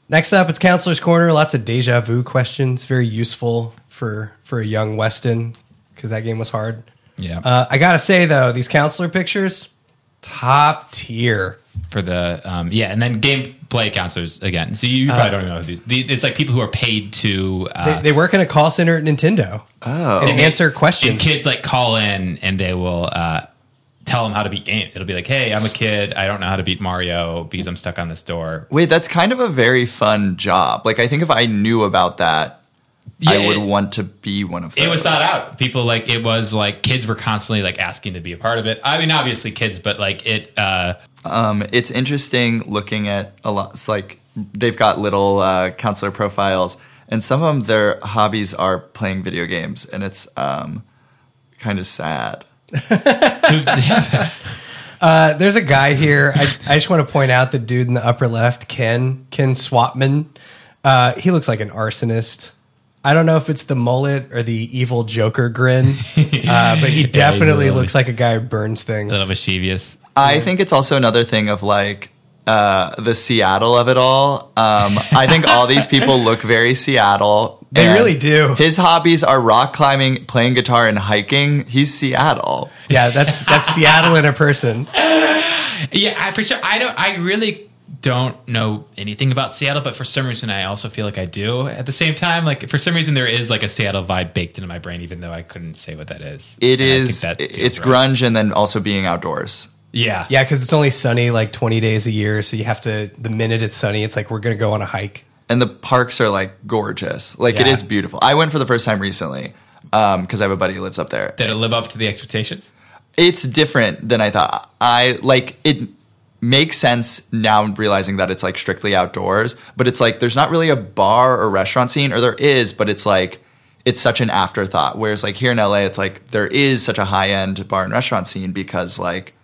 S1: Next up, it's Counselor's Corner. Lots of deja vu questions. Very useful for for a young Weston because that game was hard.
S2: Yeah.
S1: Uh, I gotta say though, these counselor pictures, top tier.
S2: for the um, yeah, and then gameplay counselors again. So you probably don't even know who these, these. It's like people who are paid to
S1: They,
S3: Ah.
S2: uh,
S1: they work in a call center at Nintendo oh. and answer
S2: and
S1: questions.
S2: kids like call in and they will uh, tell them how to beat games. It'll be like, hey, I'm a kid. I don't know how to beat Mario because I'm stuck on this door.
S3: Wait, that's kind of a very fun job. Like I think if I knew about that, I
S2: Yeah,
S3: would
S2: it-
S3: want to be one of those.
S2: It was thought out. People like it was like kids were constantly like asking to be a part of it. I mean, obviously kids, but like it. Uh,
S3: Um, it's interesting looking at a lot. It's like they've got little uh, counselor profiles, and some of them their hobbies are playing video games, and it's um, kind of sad.
S1: Uh, there's a guy here. I, I just want to point out the dude in the upper left, Ken Ken Swapman. Uh, he looks like an arsonist. I don't know if it's the mullet or the evil Joker grin, uh, but he definitely
S2: little
S1: looks like a guy who burns
S2: a little
S1: things.
S2: mischievous.
S3: I think it's also another thing of like uh, the Seattle of it all. Um, I think all these people look very Seattle.
S1: They
S3: and
S1: really do.
S3: His hobbies are rock climbing, playing guitar, and hiking. He's Seattle.
S1: Yeah, that's that's Seattle in a person.
S2: Yeah, I, for sure. I don't. I really don't know anything about Seattle, but for some reason, I also feel like I do. At the same time, like for some reason, there is like a Seattle vibe baked into my brain, even though I couldn't say what that is.
S3: It
S2: And I
S3: is.
S2: think that feels
S3: It's
S2: right.
S3: grunge, and then also being outdoors.
S2: Yeah,
S1: Yeah, because it's only sunny like 20 days a year, so you have to. The minute it's sunny, it's like we're gonna go on a hike.
S3: and the parks are like gorgeous. Like it
S1: Yeah.
S3: is beautiful. I went for the first time recently because I have a buddy who lives up there.
S2: Did it live up to the expectations?
S3: It's different than I thought. I like it makes sense now realizing that it's like strictly outdoors, but it's like there's not really a bar or restaurant scene, or there is, but it's like it's such an afterthought. Whereas like here in LA, it's like there is such a high end bar and restaurant scene because like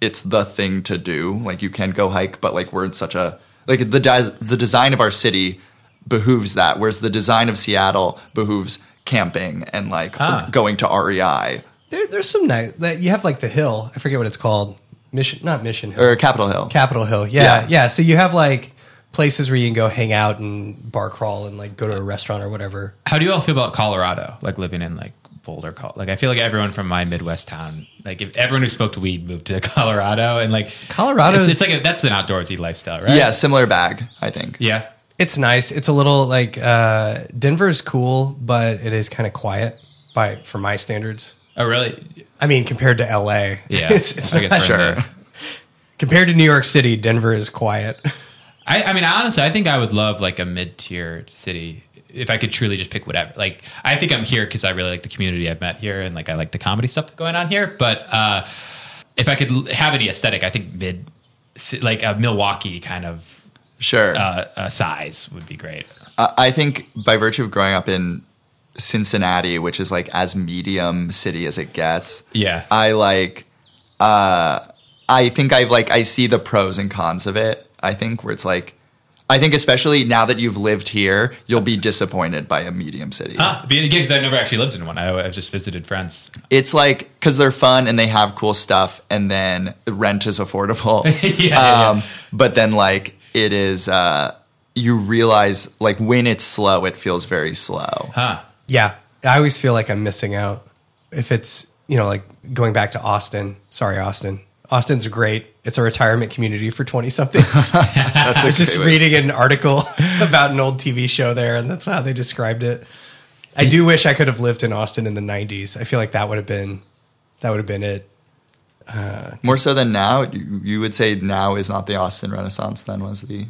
S3: it's the thing to do. Like you can go hike, but like we're in such a like the des- the design of our city behooves that. Whereas the design of Seattle behooves camping and like
S2: Ah.
S3: going to E REI
S1: There, there's some nice that you have like the hill. I forget what it's called. Mission, not Mission Hill,
S3: or Capitol Hill.
S1: Capitol Hill. Yeah,
S3: Yeah.
S1: yeah, So you have like places where you can go hang out and bar crawl and like go to a restaurant or whatever.
S2: How do you all feel about Colorado? Like living in like Boulder, Col- like I feel like everyone from my Midwest town, like if everyone who smoked weed moved to Colorado, and like
S1: Colorado's-
S2: it's, it's like a, that's an outdoorsy lifestyle, right?
S3: Yeah, similar bag, I think.
S2: yeah.
S1: It's nice. It's a little like uh, Denver's cool, but it is kind of quiet by for my standards.
S2: Oh, really?
S1: I mean, compared to LA,
S2: Yeah,
S1: it's, it's
S2: I guess
S1: not-
S2: we're in
S3: sure.
S2: the-
S1: compared to New York City, Denver is quiet.
S2: I, I mean, honestly, I think I would love like a mid-tier city if I could truly just pick whatever. Like, I think I'm here because I really like the community I've met here, and like I like the comedy stuff that's going on here. But uh, if I could l- have any aesthetic, I think mid, like a Milwaukee kind of
S3: Sure.
S2: uh, uh, size would be great.
S3: I I think by virtue of growing up in Cincinnati, which is like as medium city as it gets,
S2: Yeah,
S3: I like. Uh, I think I've like I see the pros and cons of it. I think where it's like, I think especially now that you've lived here, you'll be disappointed by a medium city.
S2: huh, being again because I've never actually lived in one. I, I've just visited friends.
S3: It's like because they're fun and they have cool stuff, and then rent is affordable.
S2: yeah,
S3: um, But then like it is, uh, you realize like when it's slow, it feels very slow.
S2: huh?
S1: Yeah. I always feel like I'm missing out. If it's, you know, like going back to Austin. Sorry, Austin. Austin's great. It's a retirement community for 20 somethings. I was just reading an article about an old TV show there, and that's how they described it. I do wish I could have lived in Austin in the 90s. I feel like that would have been that would have been it.
S3: More so than now, you, you would say now is not the Austin Renaissance. Then was the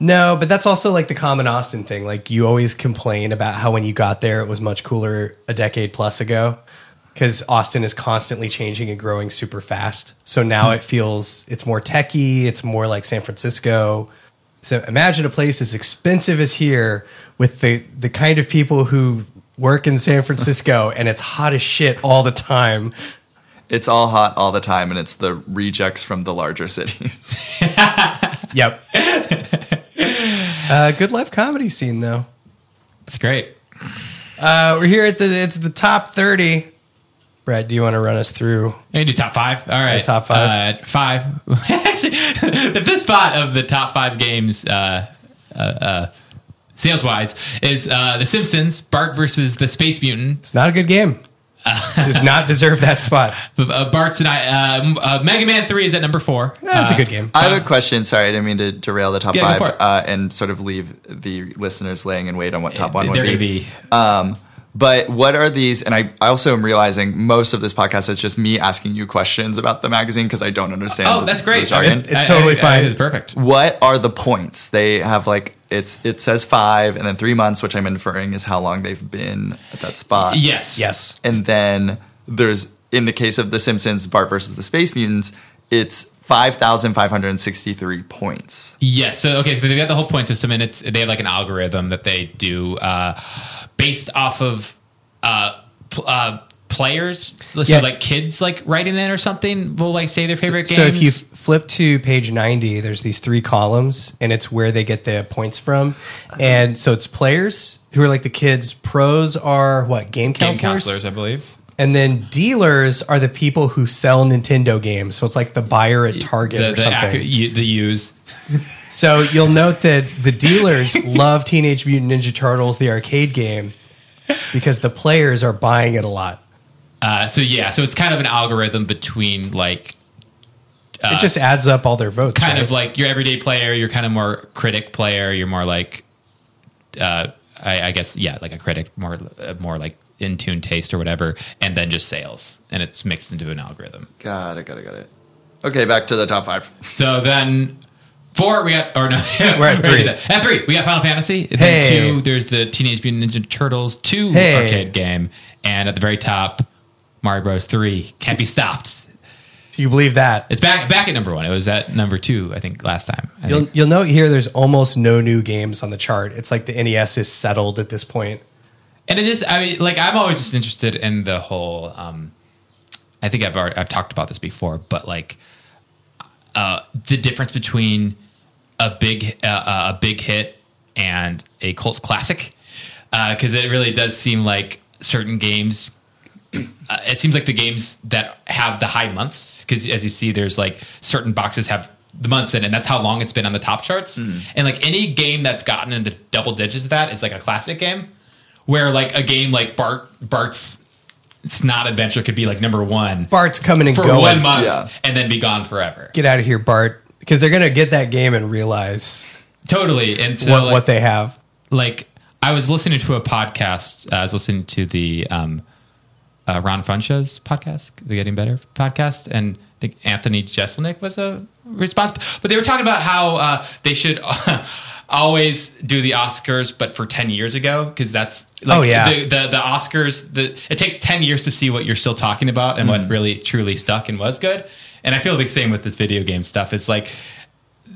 S1: No, but that's also like the common Austin thing. Like you always complain about how when you got there, it was much cooler a decade plus ago because Austin is constantly changing and growing super fast. So now it feels it's more techy, it's more like San Francisco. So imagine a place as expensive as here with the, the kind of people who work in San Francisco and it's hot as shit all the time.
S3: It's all hot all the time, and it's the rejects from the larger cities.
S1: Yep. uh, good live comedy scene though.
S2: It's great.
S1: Uh, we're here at the it's the top thirty. Brad, do you want to run us through?
S2: We can do top five. All right,
S1: top five.
S2: Uh, five. Actually, the fifth spot of the top five games, uh, uh, uh, sales wise, is uh, The Simpsons: Bart versus the Space Mutant.
S1: It's not a good game. Does not deserve that spot.
S2: Uh, Bart's and I. Uh, m- uh, Mega Man Three is at number four. Uh,
S1: That's a good game.
S3: I have a question. Sorry, I didn't mean to derail the top
S2: Yeah, go
S3: five
S2: for it.
S3: uh, and sort of leave the listeners laying in wait on what top one would
S2: They're
S3: be.
S2: gonna be
S3: Um, but what are these? And I, I also am realizing most of this podcast is just me asking you questions about the magazine because I don't understand.
S2: Oh,
S3: the-
S2: that's
S3: the
S2: great.
S3: jargon.
S1: It's- it's totally fine.
S2: It's perfect.
S3: what are the points? They have like it's it says five and then three months, which I'm inferring is how long they've been at that spot.
S2: Yes.
S1: Yes.
S3: And then there's in the case of The Simpsons, Bart versus the Space Mutants, it's five thousand five hundred and sixty three points.
S2: Yes. So okay, so they've got the whole point system, and it's they have like an algorithm that they do uh, based off of uh, pl- uh, players, so
S1: Yeah.
S2: like kids like writing in or something will like say their favorite
S1: So
S2: games.
S1: if you f- flip to page 90, there's these three columns and it's where they get the points from.
S2: Uh-huh.
S1: And so it's players who are like the kids. Pros are what? Game
S2: game
S1: counselors?
S2: counselors, I believe.
S1: And then dealers are the people who sell Nintendo games. So it's like the buyer at Target
S2: The,
S1: or
S2: the,
S1: something.
S2: accu- you- the use.
S1: So you'll note that the dealers love Teenage Mutant Ninja Turtles, the arcade game, because the players are buying it a lot.
S2: Uh, so yeah, so it's kind of an algorithm between like
S1: it just adds up all their votes.
S2: Uh, kind
S1: right?
S2: of like your everyday player, you're kind of more critic player, you're more like, uh, I, I guess yeah, like a critic, more uh, more like in tune taste or whatever, and then just sales, and it's mixed into an algorithm.
S3: Got it, got it, got it. Okay, back to the top five.
S2: So then four, we got or no,
S1: We're at three.
S2: At three, we got Final Fantasy. Then
S1: Hey.
S2: two, there's the Teenage Mutant Ninja Turtles two
S1: Hey.
S2: arcade game, and at the very top, Mario Bros. three can't be stopped.
S1: If you believe that.
S2: It's back back at number one. It was at number two, I think, last time. I
S1: You'll,
S2: think.
S1: you'll note here there's almost no new games on the chart. It's like the NES is settled at this point.
S2: And it is, I mean, like I'm always just interested in the whole. Um, I think I've already, I've talked about this before, but like uh, the difference between a big uh, uh, a big hit and a cult classic, because it really does seem like certain games. Uh, it seems like the games that have the high months, because as you see, there's like certain boxes have the months in, it, and that's how long it's been on the top charts. And like any game that's gotten into double digits, of that is like a classic game. Where like a game like Bart Bart's Snot Adventure could be like number one
S1: Bart's coming and
S2: for
S1: going.
S2: one month
S3: Yeah.
S2: and then be gone forever.
S1: Get out of here, Bart, because they're going to get that game and realize
S2: Totally. And so,
S1: what,
S2: like,
S1: what they have.
S2: like, I was listening to a podcast. uh, I was listening to the um, uh, Ron Funches podcast, the Getting Better podcast, and I think Anthony Jeselnik was a response. But they were talking about how uh, they should always do the Oscars, but for ten years ago, because that's like,
S1: Oh, yeah.
S2: the, the the Oscars. The it takes ten years to see what you're still talking about and
S1: Mm.
S2: what really truly stuck and was good. And I feel the same with this video game stuff. It's like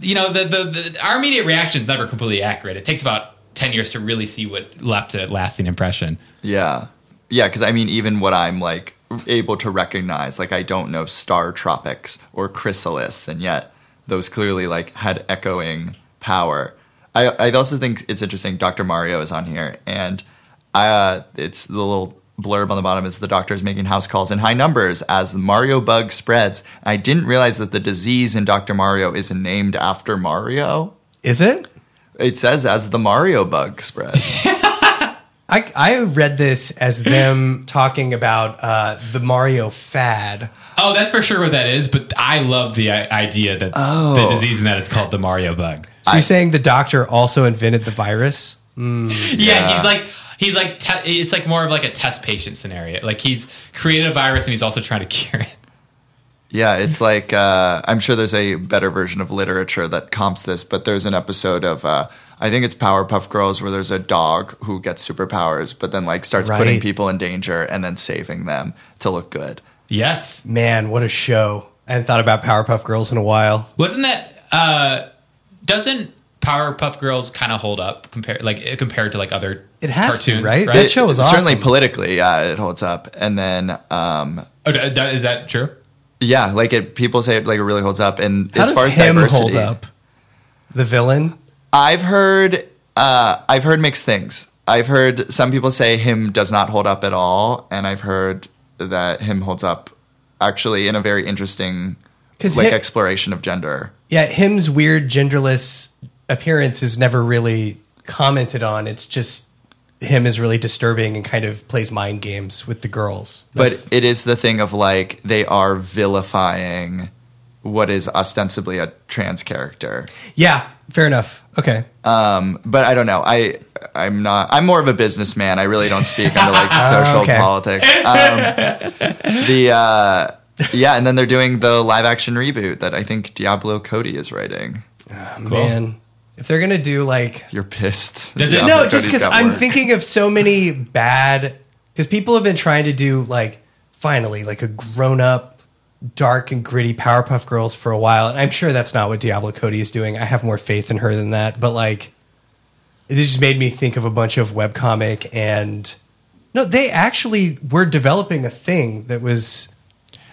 S2: you know the, the, the our immediate reaction is never completely accurate. It takes about ten years to really see what left a lasting impression.
S3: Yeah. Yeah, because I mean, even what I'm like able to recognize, like I don't know Star Tropics or Chrysalis, and yet those clearly like had echoing power. I, I also think it's interesting. Dr. Mario is on here, and uh, it's the little blurb on the bottom is the doctor is making house calls in high numbers as the Mario bug spreads. I didn't realize that the disease in Dr. Mario is named after Mario.
S1: Is it?
S3: It says as the Mario bug spreads.
S1: I, I read this as them talking about uh, the Mario fad.
S2: Oh, that's for sure what that is. But I love the i- idea that
S1: Oh.
S2: the disease in that is called the Mario bug.
S1: So you're saying the doctor also invented the virus?
S2: Yeah, he's like he's like te- it's like more of like a test patient scenario. Like he's created a virus and he's also trying to cure it.
S3: Yeah, it's like uh, I'm sure there's a better version of literature that comps this, but there's an episode of uh, I think it's Powerpuff Girls where there's a dog who gets superpowers, but then like starts
S1: Right.
S3: putting people in danger and then saving them to look good.
S2: Yes,
S1: Man, what a show. I hadn't thought about Powerpuff Girls in a while.
S2: wasn't that? uh Doesn't Powerpuff Girls kind of hold up compared like eh, compared to like other
S1: It has to,
S2: cartoons,
S1: right? That show was
S3: certainly
S1: awesome.
S3: politically, yeah, it holds up. And then, um,
S2: Oh, d- d- is that true?
S3: yeah, like it, people say it like it really holds up. And
S1: How
S3: as
S1: does
S3: far as
S1: him
S3: diversity,
S1: hold up? The villain.
S3: I've heard uh, I've heard mixed things. I've heard some people say him does not hold up at all, and I've heard that him holds up actually in a very interesting
S1: 'Cause
S3: like
S1: him-
S3: exploration of gender.
S1: Yeah, him's weird genderless appearance is never really commented on. It's just him is really disturbing and kind of plays mind games with the girls. That's-
S3: but it is the thing of like they are vilifying what is ostensibly a trans character.
S1: yeah, fair enough. Okay.
S3: But I don't know. I I'm not. I'm more of a businessman. I really don't speak into like social
S1: okay.
S3: politics. Um, the uh, yeah, and then they're doing the live action reboot that I think Diablo Cody is writing.
S1: Man, if they're going to do like
S3: You're pissed.
S2: Does it-
S3: Diablo
S1: No, just
S3: Cody's
S1: because
S3: got
S1: I'm
S3: work.
S1: thinking of so many bad. Because people have been trying to do like finally like a grown up, dark and gritty Powerpuff Girls for a while, and I'm sure that's not what Diablo Cody is doing. I have more faith in her than that, but like, it just made me think of a bunch of webcomic and no, they actually were developing a thing that was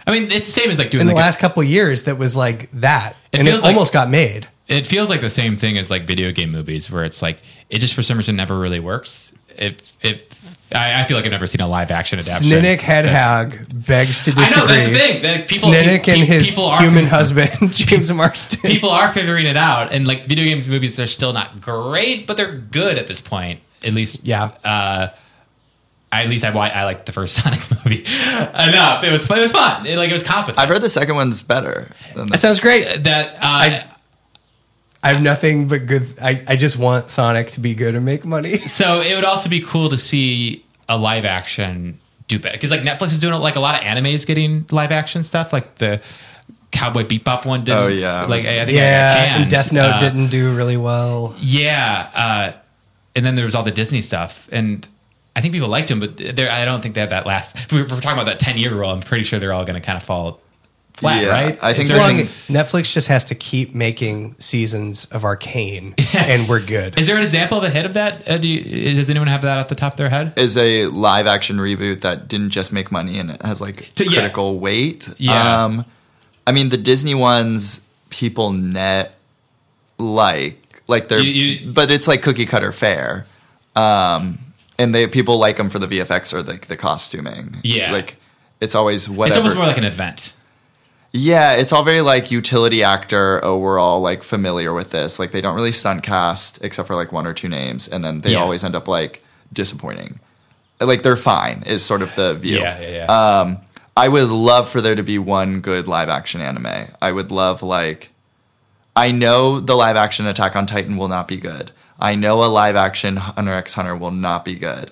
S2: I mean, it's the same as like doing
S1: in the
S2: like a-
S1: last couple years that was like that,
S2: It
S1: and it
S2: feels like-
S1: almost got made.
S2: it feels like the same thing as like video game movies where it's like it just for some reason never really works. It it I, I feel like I've never seen a live action adaptation.
S1: Sninik
S2: That's-
S1: Hedhog begs to
S2: I
S1: disagree.
S2: know that's the thing. That people
S1: Sniddick
S2: pe-
S1: and
S2: pe-
S1: his
S2: people are
S1: human husband, James Marston.
S2: people are figuring it out and like video games movies are still not great but they're good at this point at least
S1: Yeah.
S2: uh at least I, wa- I liked the first Sonic movie enough. It was fun. It was fun. It, like it was competent.
S3: I've heard the second one's better. Than
S1: That
S3: the,
S1: sounds great.
S2: that uh,
S1: I- I have nothing but good. I, I just want Sonic to be good and make money.
S2: so it would also be cool to see a live action do better because like Netflix is doing like a lot of animes getting live action stuff like the Cowboy Bebop one did.
S3: Oh, yeah.
S2: like I I think I
S1: Yeah,
S2: got
S1: and Death Note
S2: Uh,
S1: didn't do really well.
S2: Yeah, uh, and then there was all the Disney stuff, and I think people liked him, but there I don't think they had that last. If we are talking about that ten year rule, I'm pretty sure they're all going to kind of fall flat,
S3: Yeah,
S2: right?
S3: I think
S2: is
S1: As
S2: there,
S1: long
S2: an,
S1: Netflix just has to keep making seasons of Arcane, and we're good.
S2: is there an example of a hit of that? Uh, do you, does anyone have that off the top of their head?
S3: is a live action reboot that didn't just make money and it has like
S2: To- yeah.
S3: critical weight.
S2: Yeah.
S3: Um, I mean the Disney ones people net like like they're
S2: You- you-
S3: but it's like cookie cutter fare. Um, and they people like them for the VFX or like the costuming.
S2: Yeah.
S3: Like it's always whatever.
S2: It's almost more like an event.
S3: Yeah, it's all very like utility actor. Oh, we're all like familiar with this. Like they don't really stunt cast except for like one or two names, and then they
S2: Yeah.
S3: always end up like disappointing. Like they're fine is sort of the view.
S2: Yeah, yeah, yeah.
S3: Um, I would love for there to be one good live action anime. I would love like I know the live action Attack on Titan will not be good. I know a live action Hunter X Hunter will not be good.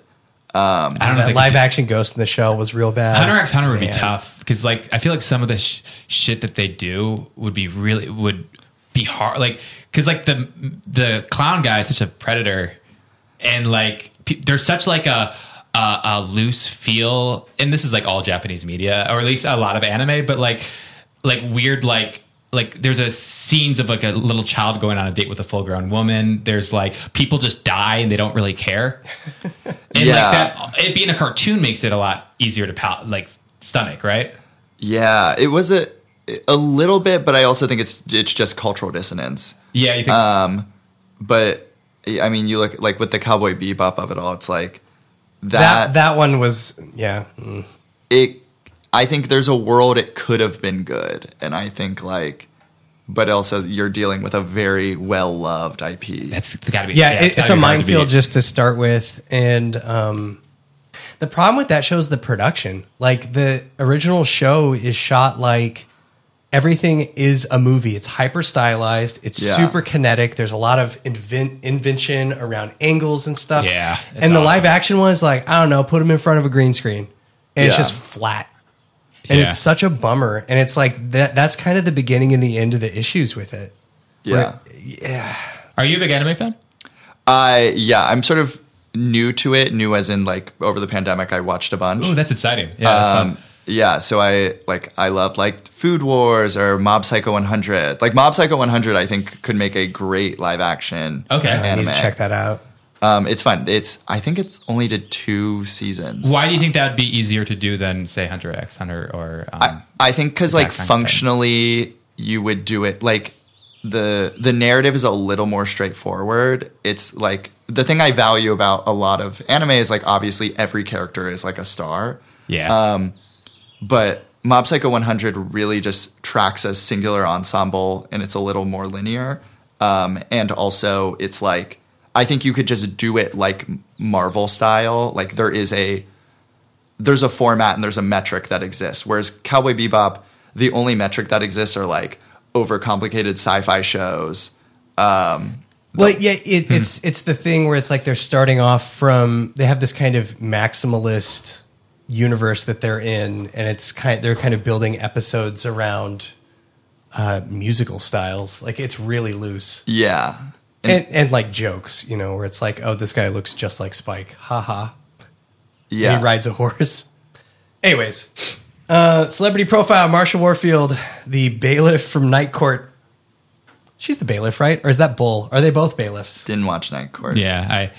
S2: I don't
S1: That
S2: think
S1: live action Ghost in the Shell was real bad.
S2: Hunter X Hunter would be
S1: Man.
S2: tough because like I feel like some of the sh- shit that they do would be really would be hard like because like the the clown guy is such a predator and like pe- there's such like a, a a loose feel and this is like all Japanese media or at least a lot of anime but like like weird like like there's a scenes of like a little child going on a date with a full grown woman there's like people just die and they don't really care and
S3: Yeah.
S2: like that, it being a cartoon makes it a lot easier to pal- like stomach, right?
S3: Yeah, it was a a little bit, but I also think it's it's just cultural dissonance.
S2: Yeah, you think
S3: Um, but I mean, you look like with the cowboy bebop of it all. It's like
S1: That
S3: that.
S1: that one was yeah. Mm.
S3: it. I think there's a world it could have been good, and I think like, but also you're dealing with a very well loved IP.
S2: that's got to be
S1: yeah, it,
S2: gotta
S1: it's a
S2: be hard to be-
S1: minefield just to start with and um, the problem with that show is the production like the original show is shot like everything is a movie it's hyper stylized it's
S3: Yeah.
S1: super kinetic there's a lot of invent- invention around angles and stuff
S2: Yeah, it's
S1: and the
S2: awesome.
S1: live action one is like i don't know put them in front of a green screen and it's
S3: Yeah.
S1: just flat and
S2: Yeah.
S1: it's such a bummer and it's like that that's kind of the beginning and the end of the issues with it
S3: yeah,
S2: Are you a big anime fan?
S3: I yeah, I'm sort of new to it. New as in like over the pandemic, I watched a bunch.
S2: Oh, that's exciting. Yeah, that's
S3: Um,
S2: fun.
S3: yeah, so I like I loved like Food Wars or Mob Psycho 100. Like Mob Psycho 100, I think could make a great live action.
S2: Okay.
S1: I need
S3: anime.
S1: to check that out.
S3: Um, it's fun. It's I think it's only did two seasons.
S2: Why do you think that would be easier to do than say Hunter X Hunter or um,
S3: I, I think because like
S2: That kind of thing.
S3: functionally you would do it like the the narrative is a little more straightforward. It's like the thing I value about a lot of anime is like obviously every character is like a star,
S2: yeah?
S1: um,
S3: but Mob Psycho 100 really just tracks a singular ensemble and it's a little more linear. Um, and also, it's like I think you could just do it like Marvel style. Like there is a there's a format and there's a metric that exists. Whereas Cowboy Bebop, the only metric that exists are like overcomplicated sci-fi shows.
S1: Well, yeah, it, it's it's the thing where it's like they're starting off from they have this kind of maximalist universe that they're in, and it's kind they're kind of building episodes around uh, musical styles. Like it's really loose
S3: Yeah.
S1: and, and like jokes, you know, where it's like, oh, this guy looks just like Spike, haha.
S3: Yeah.
S1: He rides a horse. Anyways, uh, celebrity profile: Marsha Warfield, the bailiff from Night Court. She's the bailiff, right? Or is that Bull? Are they both bailiffs?
S3: Didn't watch Night Court.
S2: yeah, I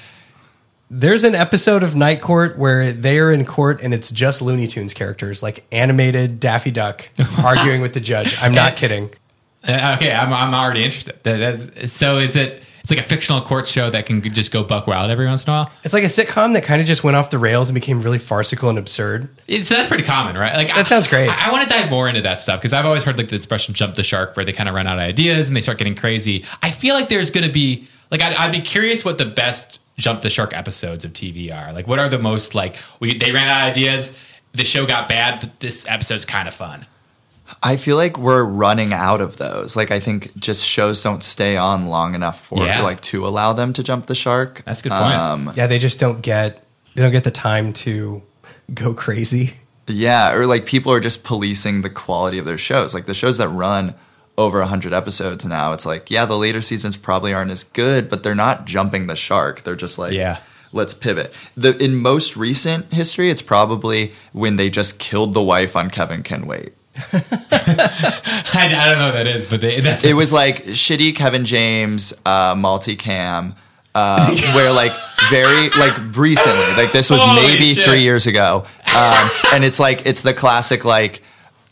S1: There's an episode of Night Court where they are in court and it's just Looney Tunes characters, like animated Daffy Duck arguing with the judge. I'm not kidding.
S2: Uh, Okay, I'm, I'm already interested. That, that's, so is it? It's like a fictional court show that can just go buck wild every once in a while.
S1: It's like a sitcom that kind of just went off the rails and became really farcical and absurd.
S2: It's, that's pretty common, right? Like
S1: That sounds great.
S2: I, I want to dive more into that stuff because I've always heard like the expression "jump the shark," where they kind of run out of ideas and they start getting crazy. I feel like there's going to be like I'd, I'd be curious what the best "jump the shark" episodes of TV are. Like, what are the most like we they ran out of ideas? The show got bad, but this episode's kind of fun.
S3: I feel like we're running out of those. Like I think just shows don't stay on long enough for
S2: Yeah.
S3: like to allow them to jump the shark.
S2: That's a good point.
S3: Um,
S1: Yeah, they just don't get they don't get the time to go crazy.
S3: yeah, or like people are just policing the quality of their shows. Like the shows that run over 100 episodes now, it's like, yeah, the later seasons probably aren't as good, but they're not jumping the shark. They're just like,
S2: Yeah.
S3: let's pivot. The in most recent history, it's probably when they just killed the wife on Kevin Can Wait.
S2: I, I don't know what that is, but they that,
S3: it was like shitty Kevin James uh, multicam, uh, where like very like recently, like this was
S2: Holy
S3: maybe
S2: shit.
S3: three years ago, um, and it's like it's the classic like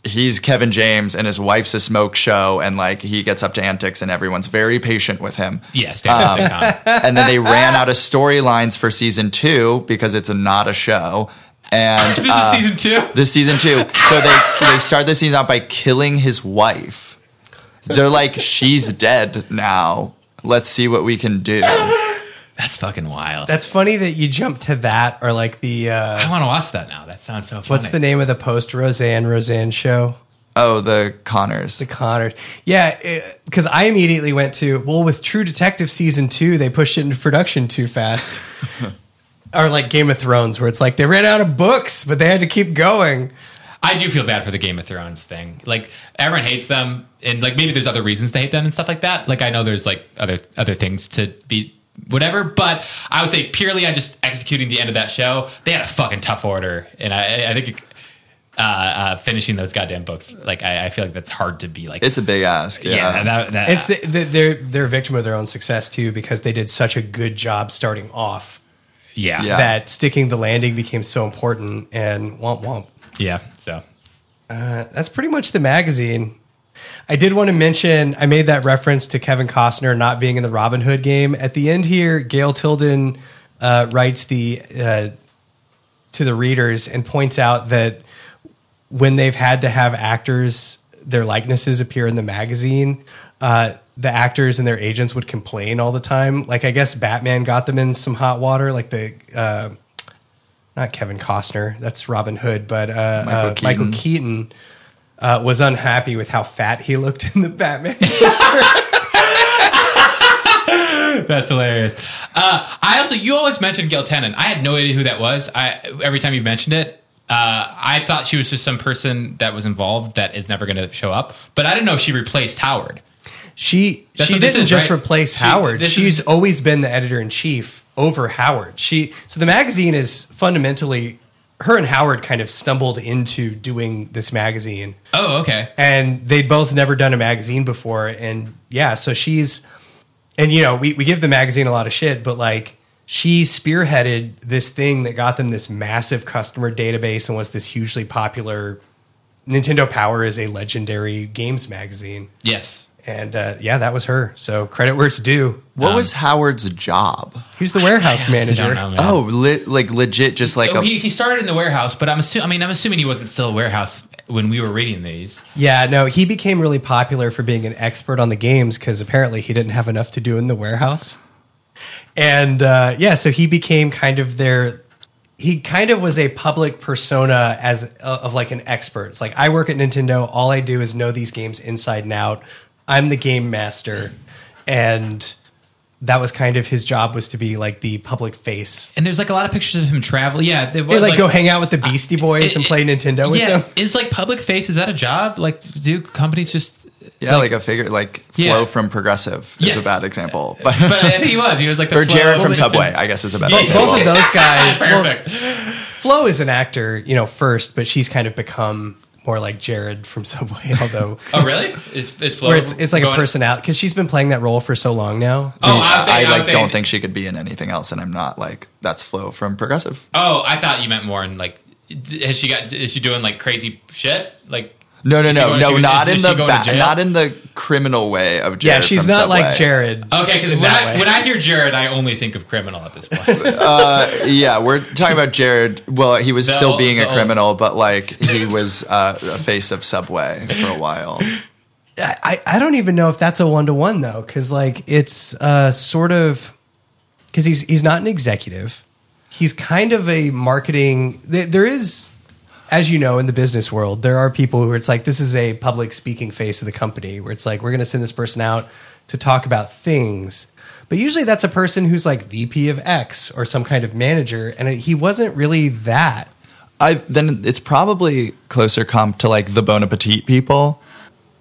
S3: he's Kevin James and his wife's a smoke show, and like he gets up to antics, and everyone's very patient with him.
S2: yeah, stand-up sitcom.
S3: And then they ran out of storylines for season two because it's not a show. And
S2: This
S3: uh,
S2: is season two.
S3: this season two. So they they start the season out by killing his wife. They're like, she's dead now. Let's see what we can do.
S2: That's fucking wild.
S1: That's funny that you jump to that or like the uh,
S2: I want to watch that now. That sounds so funny.
S1: what's the name of the post Roseanne Roseanne show?
S3: Oh, the Connors.
S1: The Connors. Yeah, because I immediately went to, well, with True Detective season two, they pushed it into production too fast. or like Game of Thrones, where it's like they ran out of books, but they had to keep going.
S2: I do feel bad for the Game of Thrones thing. Like everyone hates them, and like maybe there's other reasons to hate them and stuff like that. Like I know there's like other other things to be whatever, but I would say purely on just executing the end of that show, they had a fucking tough order, and I, I think uh, uh, finishing those goddamn books, like I, I feel like that's hard to be like.
S3: It's a big ask. Yeah.
S2: yeah, that, that,
S1: It's the, the, they're they're a victim of their own success too, because they did such a good job starting off
S2: yeah,
S3: Yeah.
S2: yeah,
S1: that sticking the landing became so important. And womp womp.
S2: So
S1: That's pretty much the magazine. I did want to mention I made that reference to Kevin Costner not being in the Robin Hood game. At the end here, Gail Tilden uh, writes the uh, to the readers and points out that when they've had to have actors their likenesses appear in the magazine, uh, the actors and their agents would complain all the time. Like I guess Batman got them in some hot water. Like the uh, not Kevin Costner, that's Robin Hood, but uh,
S3: Michael
S1: uh, Michael
S3: Keaton.
S1: Keaton uh, was unhappy with how fat he looked in the Batman poster.
S2: That's hilarious. Uh, I also, you always mentioned Gail Tennant. I had no idea who that was. I every time you mentioned it, uh, I thought she was just some person that was involved that is never going to show up. But I didn't know she replaced Howard.
S1: She
S2: That's
S1: she
S2: what this
S1: didn't
S2: is,
S1: just
S2: right?
S1: replace
S2: She-
S1: Howard.
S2: this
S1: She's
S2: is-
S1: always been the editor in chief over Howard. She so the magazine is fundamentally her and Howard kind of stumbled into doing this magazine
S2: Oh, okay.
S1: and they'd both never done a magazine before and yeah so she's and you know we, we give the magazine a lot of shit but like she spearheaded this thing that got them this massive customer database and was this hugely popular nintendo power is a legendary games magazine
S2: Yes.
S1: and uh, yeah that was her so credit where it's due
S3: What
S2: um,
S3: was Howard's job?
S1: who's the warehouse
S2: I
S1: manager
S2: don't know, man.
S3: Oh, le- like legit, just like
S2: So
S3: a
S2: he, he started in the warehouse, but I'm assuming. I mean, I'm assuming he wasn't still a warehouse when we were reading these.
S1: yeah no he became really popular for being an expert on the games because apparently he didn't have enough to do in the warehouse and uh, yeah, so he became kind of their. He kind of was a public persona as uh, of like an expert. It's like I work at Nintendo. All I do is know these games inside and out. I'm the game master, and that was kind of his job was to be like the public face.
S2: And there's like a lot of pictures of him traveling. Yeah, they
S1: They like, go hang out with the Beastie Boys and play Nintendo with
S2: yeah,
S1: them.
S2: Is like public face? Is that a job? Like, do companies just?
S3: yeah, like, a figure like
S2: Yeah.
S3: Flo from Progressive is
S2: Yes.
S3: a bad example, but,
S2: But I think he was. He was like the
S3: or
S2: flow-
S3: Jared from Subway, I guess is a bad
S2: Yeah,
S1: Both,
S3: example.
S1: both of those guys. well,
S2: Perfect.
S1: Flo is an actor, you know, first, but she's kind of become more like Jared from Subway, although.
S2: oh, really? Is, is Flo
S1: where it's it's like a
S2: going-
S1: personality because she's been playing that role for so long now.
S2: Oh, I, was
S3: I
S2: saying, I,
S3: like
S2: was saying-
S3: don't think she could be in anything else, and I'm not like that's Flo from Progressive.
S2: Oh, I thought you meant more in like. d- Has she got? Is she doing like crazy shit? Like.
S3: No, no,
S2: is she
S3: no,
S2: going-
S3: no,
S2: she- is-
S3: not
S2: is
S3: in
S2: she
S3: the
S2: going to
S3: ba-
S2: jail?
S3: not in the criminal way of Jared.
S1: yeah, she's
S3: from
S1: not
S3: Subway.
S1: like Jared.
S2: Okay, because
S1: in
S2: when
S1: that
S2: I
S1: way.
S2: when I hear Jared, I only think of criminal at this point.
S3: Yeah, we're talking about Jared. Well, he was
S2: The
S3: still
S2: old-
S3: being
S2: the
S3: a
S2: old-
S3: criminal, but like he was uh, a face of Subway for a while.
S1: I, I don't even know if that's a one to one though, because like it's uh, sort of because he's he's not an executive. He's kind of a marketing. th- There is, as you know, in the business world, there are people who it's like this is a public speaking face of the company, where it's like we're going to send this person out to talk about things. But usually that's a person who's like VP of X or some kind of manager, and he wasn't really that.
S3: I then it's probably closer comp to like the Bon Appetit people.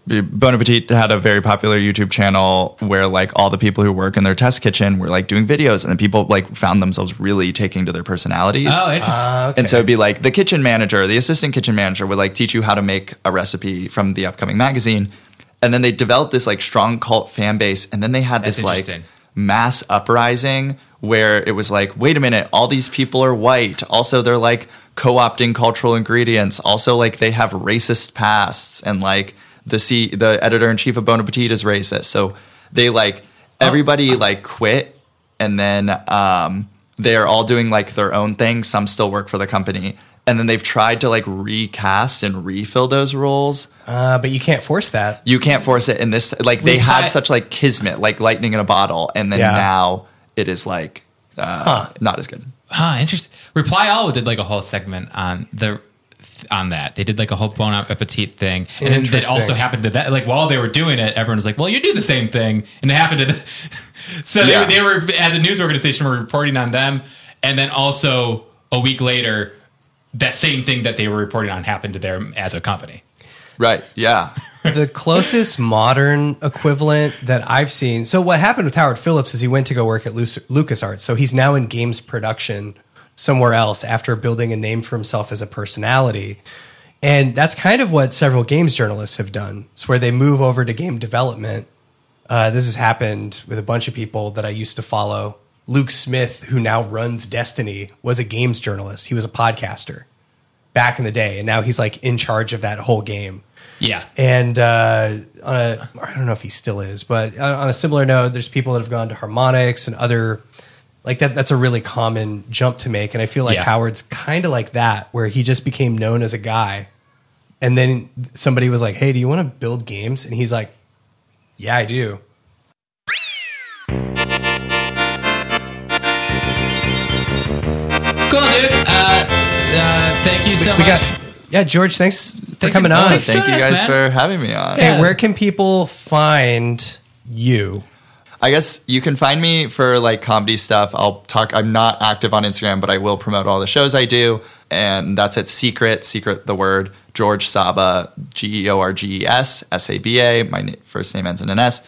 S3: The Bon Appetit had a very popular YouTube channel where like all the people who work in their test kitchen were like doing videos, and the people like found themselves really taking to their personalities.
S2: oh, interesting.
S1: Uh,
S3: And so it'd be like the kitchen manager, the assistant kitchen manager would like teach you how to make a recipe from the upcoming magazine. And then they developed this like strong cult fan base. And then they had
S2: That's
S3: this like
S2: interesting.
S3: mass uprising where it was like, wait a minute, all these people are white. Also, they're like co opting cultural ingredients. Also, like they have racist pasts. And like the, C- the editor in chief of Bon Appetit is racist. So they like, everybody like quit and then um, they're all doing like their own thing. Some still work for the company, and then they've tried to like recast and refill those roles.
S1: Uh, but you can't force that.
S3: You can't force it in this. Like they
S2: We
S3: had
S2: had-
S3: such like kismet, like lightning in a bottle, and then
S1: Yeah.
S3: now it is like uh, not as good.
S2: Huh, interesting. Ah, Reply All did like a whole segment on the on that. They did like a whole Bon Appetit thing, and then that
S1: Interesting.
S2: also happened to that. Like while they were doing it, everyone was like, "Well, you do the same thing," and it happened to. The, so
S3: Yeah.
S2: they, were- they were as a news organization were reporting on them, and then also a week later, that same thing that they were reporting on happened to them as a company.
S3: Right? Yeah.
S1: the closest modern equivalent that I've seen. So what happened with Howard Phillips is he went to go work at Lu- LucasArts. So he's now in games production somewhere else after building a name for himself as a personality. And that's kind of what several games journalists have done. It's where they move over to game development. Uh, this has happened with a bunch of people that I used to follow. Luke Smith, who now runs Destiny, was a games journalist. He was a podcaster back in the day, and now he's like in charge of that whole game.
S2: Yeah,
S1: And uh, on a, I don't know if he still is, but on on a similar note, there's people that have gone to harmonics and other like that. That's a really common jump to make, and I feel like
S2: Yeah.
S1: Howard's kind of like that, where he just became known as a guy, and then somebody was like, "Hey, do you want to build games?" And he's like, "Yeah, I do."
S2: cool, dude. Uh, uh, thank you so
S1: We
S2: much.
S1: got yeah, George. Thanks for
S2: Thank you
S1: coming
S2: for
S1: on.
S2: coming.
S3: Thank you
S2: Sure,
S3: guys
S2: man.
S3: for having me on.
S1: Hey, where can people find you?
S3: I guess you can find me for like comedy stuff. I'll talk. I'm not active on Instagram, but I will promote all the shows I do, and that's at Secret. Secret, the word George Saba, G E O R G E S S A B A. My na- first name ends in an S.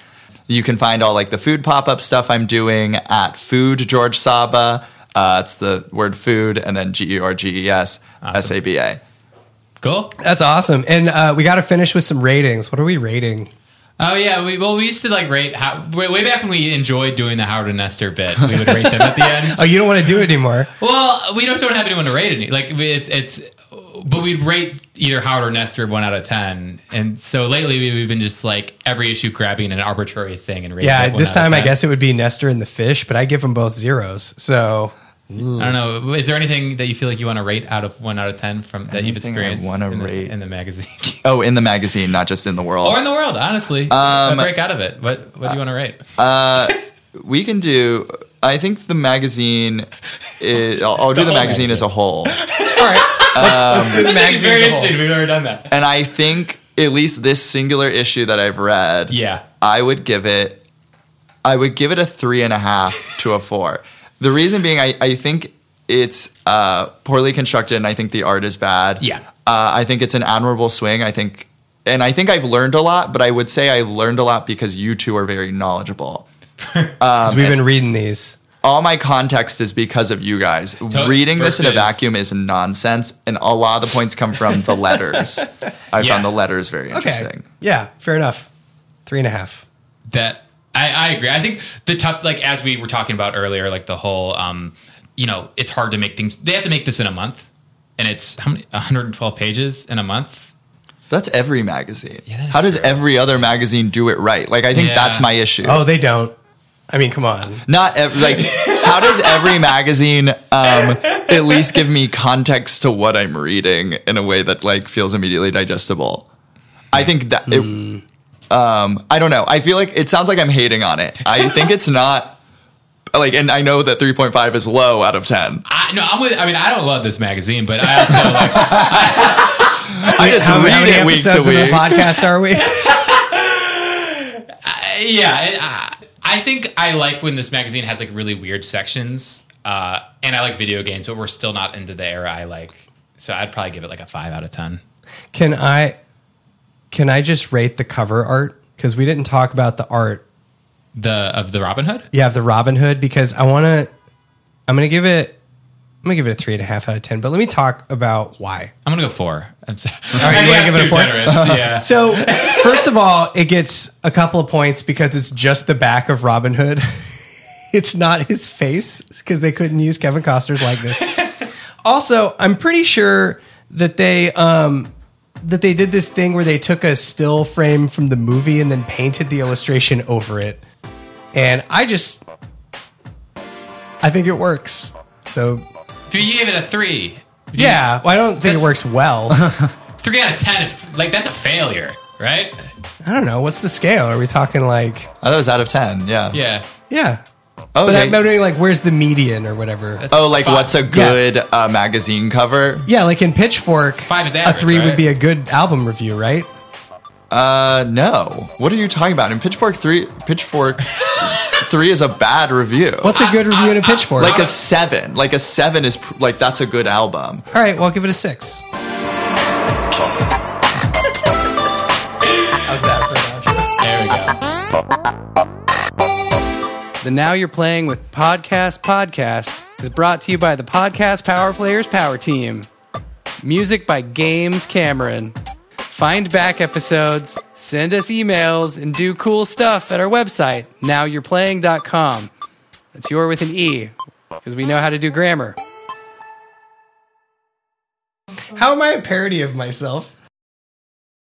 S3: You can find all like the food pop up stuff I'm doing at Food George Saba. Uh, it's the word food and then G U R G E S S A B A.
S2: Cool.
S1: That's awesome. And uh, we got to finish with some ratings. What are we rating?
S2: Oh yeah, we well we used to like rate how, way, way back when we enjoyed doing the Howard and Nestor bit. We would rate them at the end.
S1: Oh, you don't want to do it anymore.
S2: Well, we don't don't have anyone to rate any. Like we- it's it's, but we'd rate either Howard or Nestor one out of ten. And so lately we- we've been just like every issue grabbing an arbitrary thing and rating.
S1: Yeah,
S2: it one
S1: this
S2: out of
S1: time I
S2: 10.
S1: guess it would be Nestor and the fish, but I give them both zeros. So
S2: I don't know. Is there anything that you feel like you want to rate out of one out of ten from that you've
S3: Anything I
S2: experienced
S3: wanna
S2: in, the-
S3: rate.
S2: in the magazine
S3: Oh, in the magazine, not just in the world.
S2: or in the world? Honestly, But break out of it. What what do you want to rate?
S3: we can do. I think the magazine. Is, I'll, I'll do the
S2: whole
S3: magazine as a
S1: all
S3: whole,
S1: right, let's, let's do the
S2: It's
S1: magazine.
S2: very
S1: as a whole.
S2: interesting. We've never done that.
S3: and I think at least this singular issue that I've read.
S2: Yeah.
S3: I would give it I would give it a three and a half to a four. The reason being I, I think it's uh, poorly constructed and I think the art is bad.
S2: Yeah.
S3: Uh, I think it's an admirable swing. I think and I think I've learned a lot, but I would say I learned a lot because you two are very knowledgeable.
S1: 'Cause we've been reading these.
S3: All my context is because of you guys. Reading this in a
S2: versus-
S3: vacuum is nonsense, and a lot of the points come from the letters. I
S2: Yeah.
S3: found the letters very
S1: Okay,
S3: interesting.
S1: yeah, fair enough. Three and a half.
S2: that I, I agree. I think the tough, like as we were talking about earlier, like the whole, um, you know, it's hard to make things. They have to make this in a month, and it's how many 112 pages in a month.
S3: That's every magazine.
S2: that is
S3: How does
S2: true.
S3: every other magazine do it right? Like I think
S2: Yeah.
S3: that's my issue.
S1: Oh, they don't. I mean, come on.
S3: Not ev- like how does every magazine um, at least give me context to what I'm reading in a way that like feels immediately digestible? I think that it,
S1: Hmm.
S3: um, I don't know. I feel like it sounds like I'm hating on it. I think it's not like, and I know that 3.5 is low out of 10.
S2: I no, I'm with. I mean, I don't love this magazine, but I also like,
S3: I just
S1: How, how
S3: read
S1: many
S3: it week to
S1: episodes of the
S3: week.
S1: podcast are we?
S2: yeah. I, I think I like when this magazine has like really weird sections, uh, and I like video games, but we're still not into the era I like. So I'd probably give it like a five out of ten.
S1: Can I? Can I just rate the cover art? Because we didn't talk about the art
S2: The of the Robin Hood.
S1: Yeah, of the Robin Hood because I want to. I'm gonna give it. I'm gonna give it a three and a half out of ten. But let me talk about why.
S2: I'm gonna go four. I'm sorry.
S1: right,
S2: I
S1: you wanna
S2: think
S1: give it a
S2: that's
S1: four?
S2: too generous, yeah.
S1: So first of all, it gets a couple of points because it's just the back of Robin Hood. It's not his face because they couldn't use Kevin Costner's likeness. also, I'm pretty sure that they um, that they did this thing where they took a still frame from the movie and then painted the illustration over it. And I just I think it works. So
S2: But you gave it a three.
S1: yeah, well, I don't think it works well. I
S2: Three out of ten is like that's a failure, right?
S1: don't know. What's the scale? Are we talking like
S3: Oh, that was out of 10. Yeah.
S2: Yeah.
S1: yeah?
S3: Oh,
S1: But I'm wondering like where's the median or whatever.
S2: That's
S3: oh, like
S2: five.
S3: what's a good uh, magazine cover?
S1: yeah, like in Pitchfork,
S2: Five is
S1: a
S2: average,
S1: three would
S2: right?
S1: be a good album review, right?
S3: Uh, no. What are you talking about? In Pitchfork three, Pitchfork three is a bad review.
S1: What's a good review in a Pitchfork?
S3: like a seven? Like a seven is pr- like that's a good album.
S1: All right, well, I'll give it a six. How's that for an outro?
S2: There we go.
S1: The Now You're Playing with Podcast podcast is brought to you by the Podcast Power Players Power Team. Music by Games Cameron. Find back episodes, send us emails, and do cool stuff at our website, nowyou'replaying.com. That's your with an E, because we know how to do grammar. How am I a parody of myself?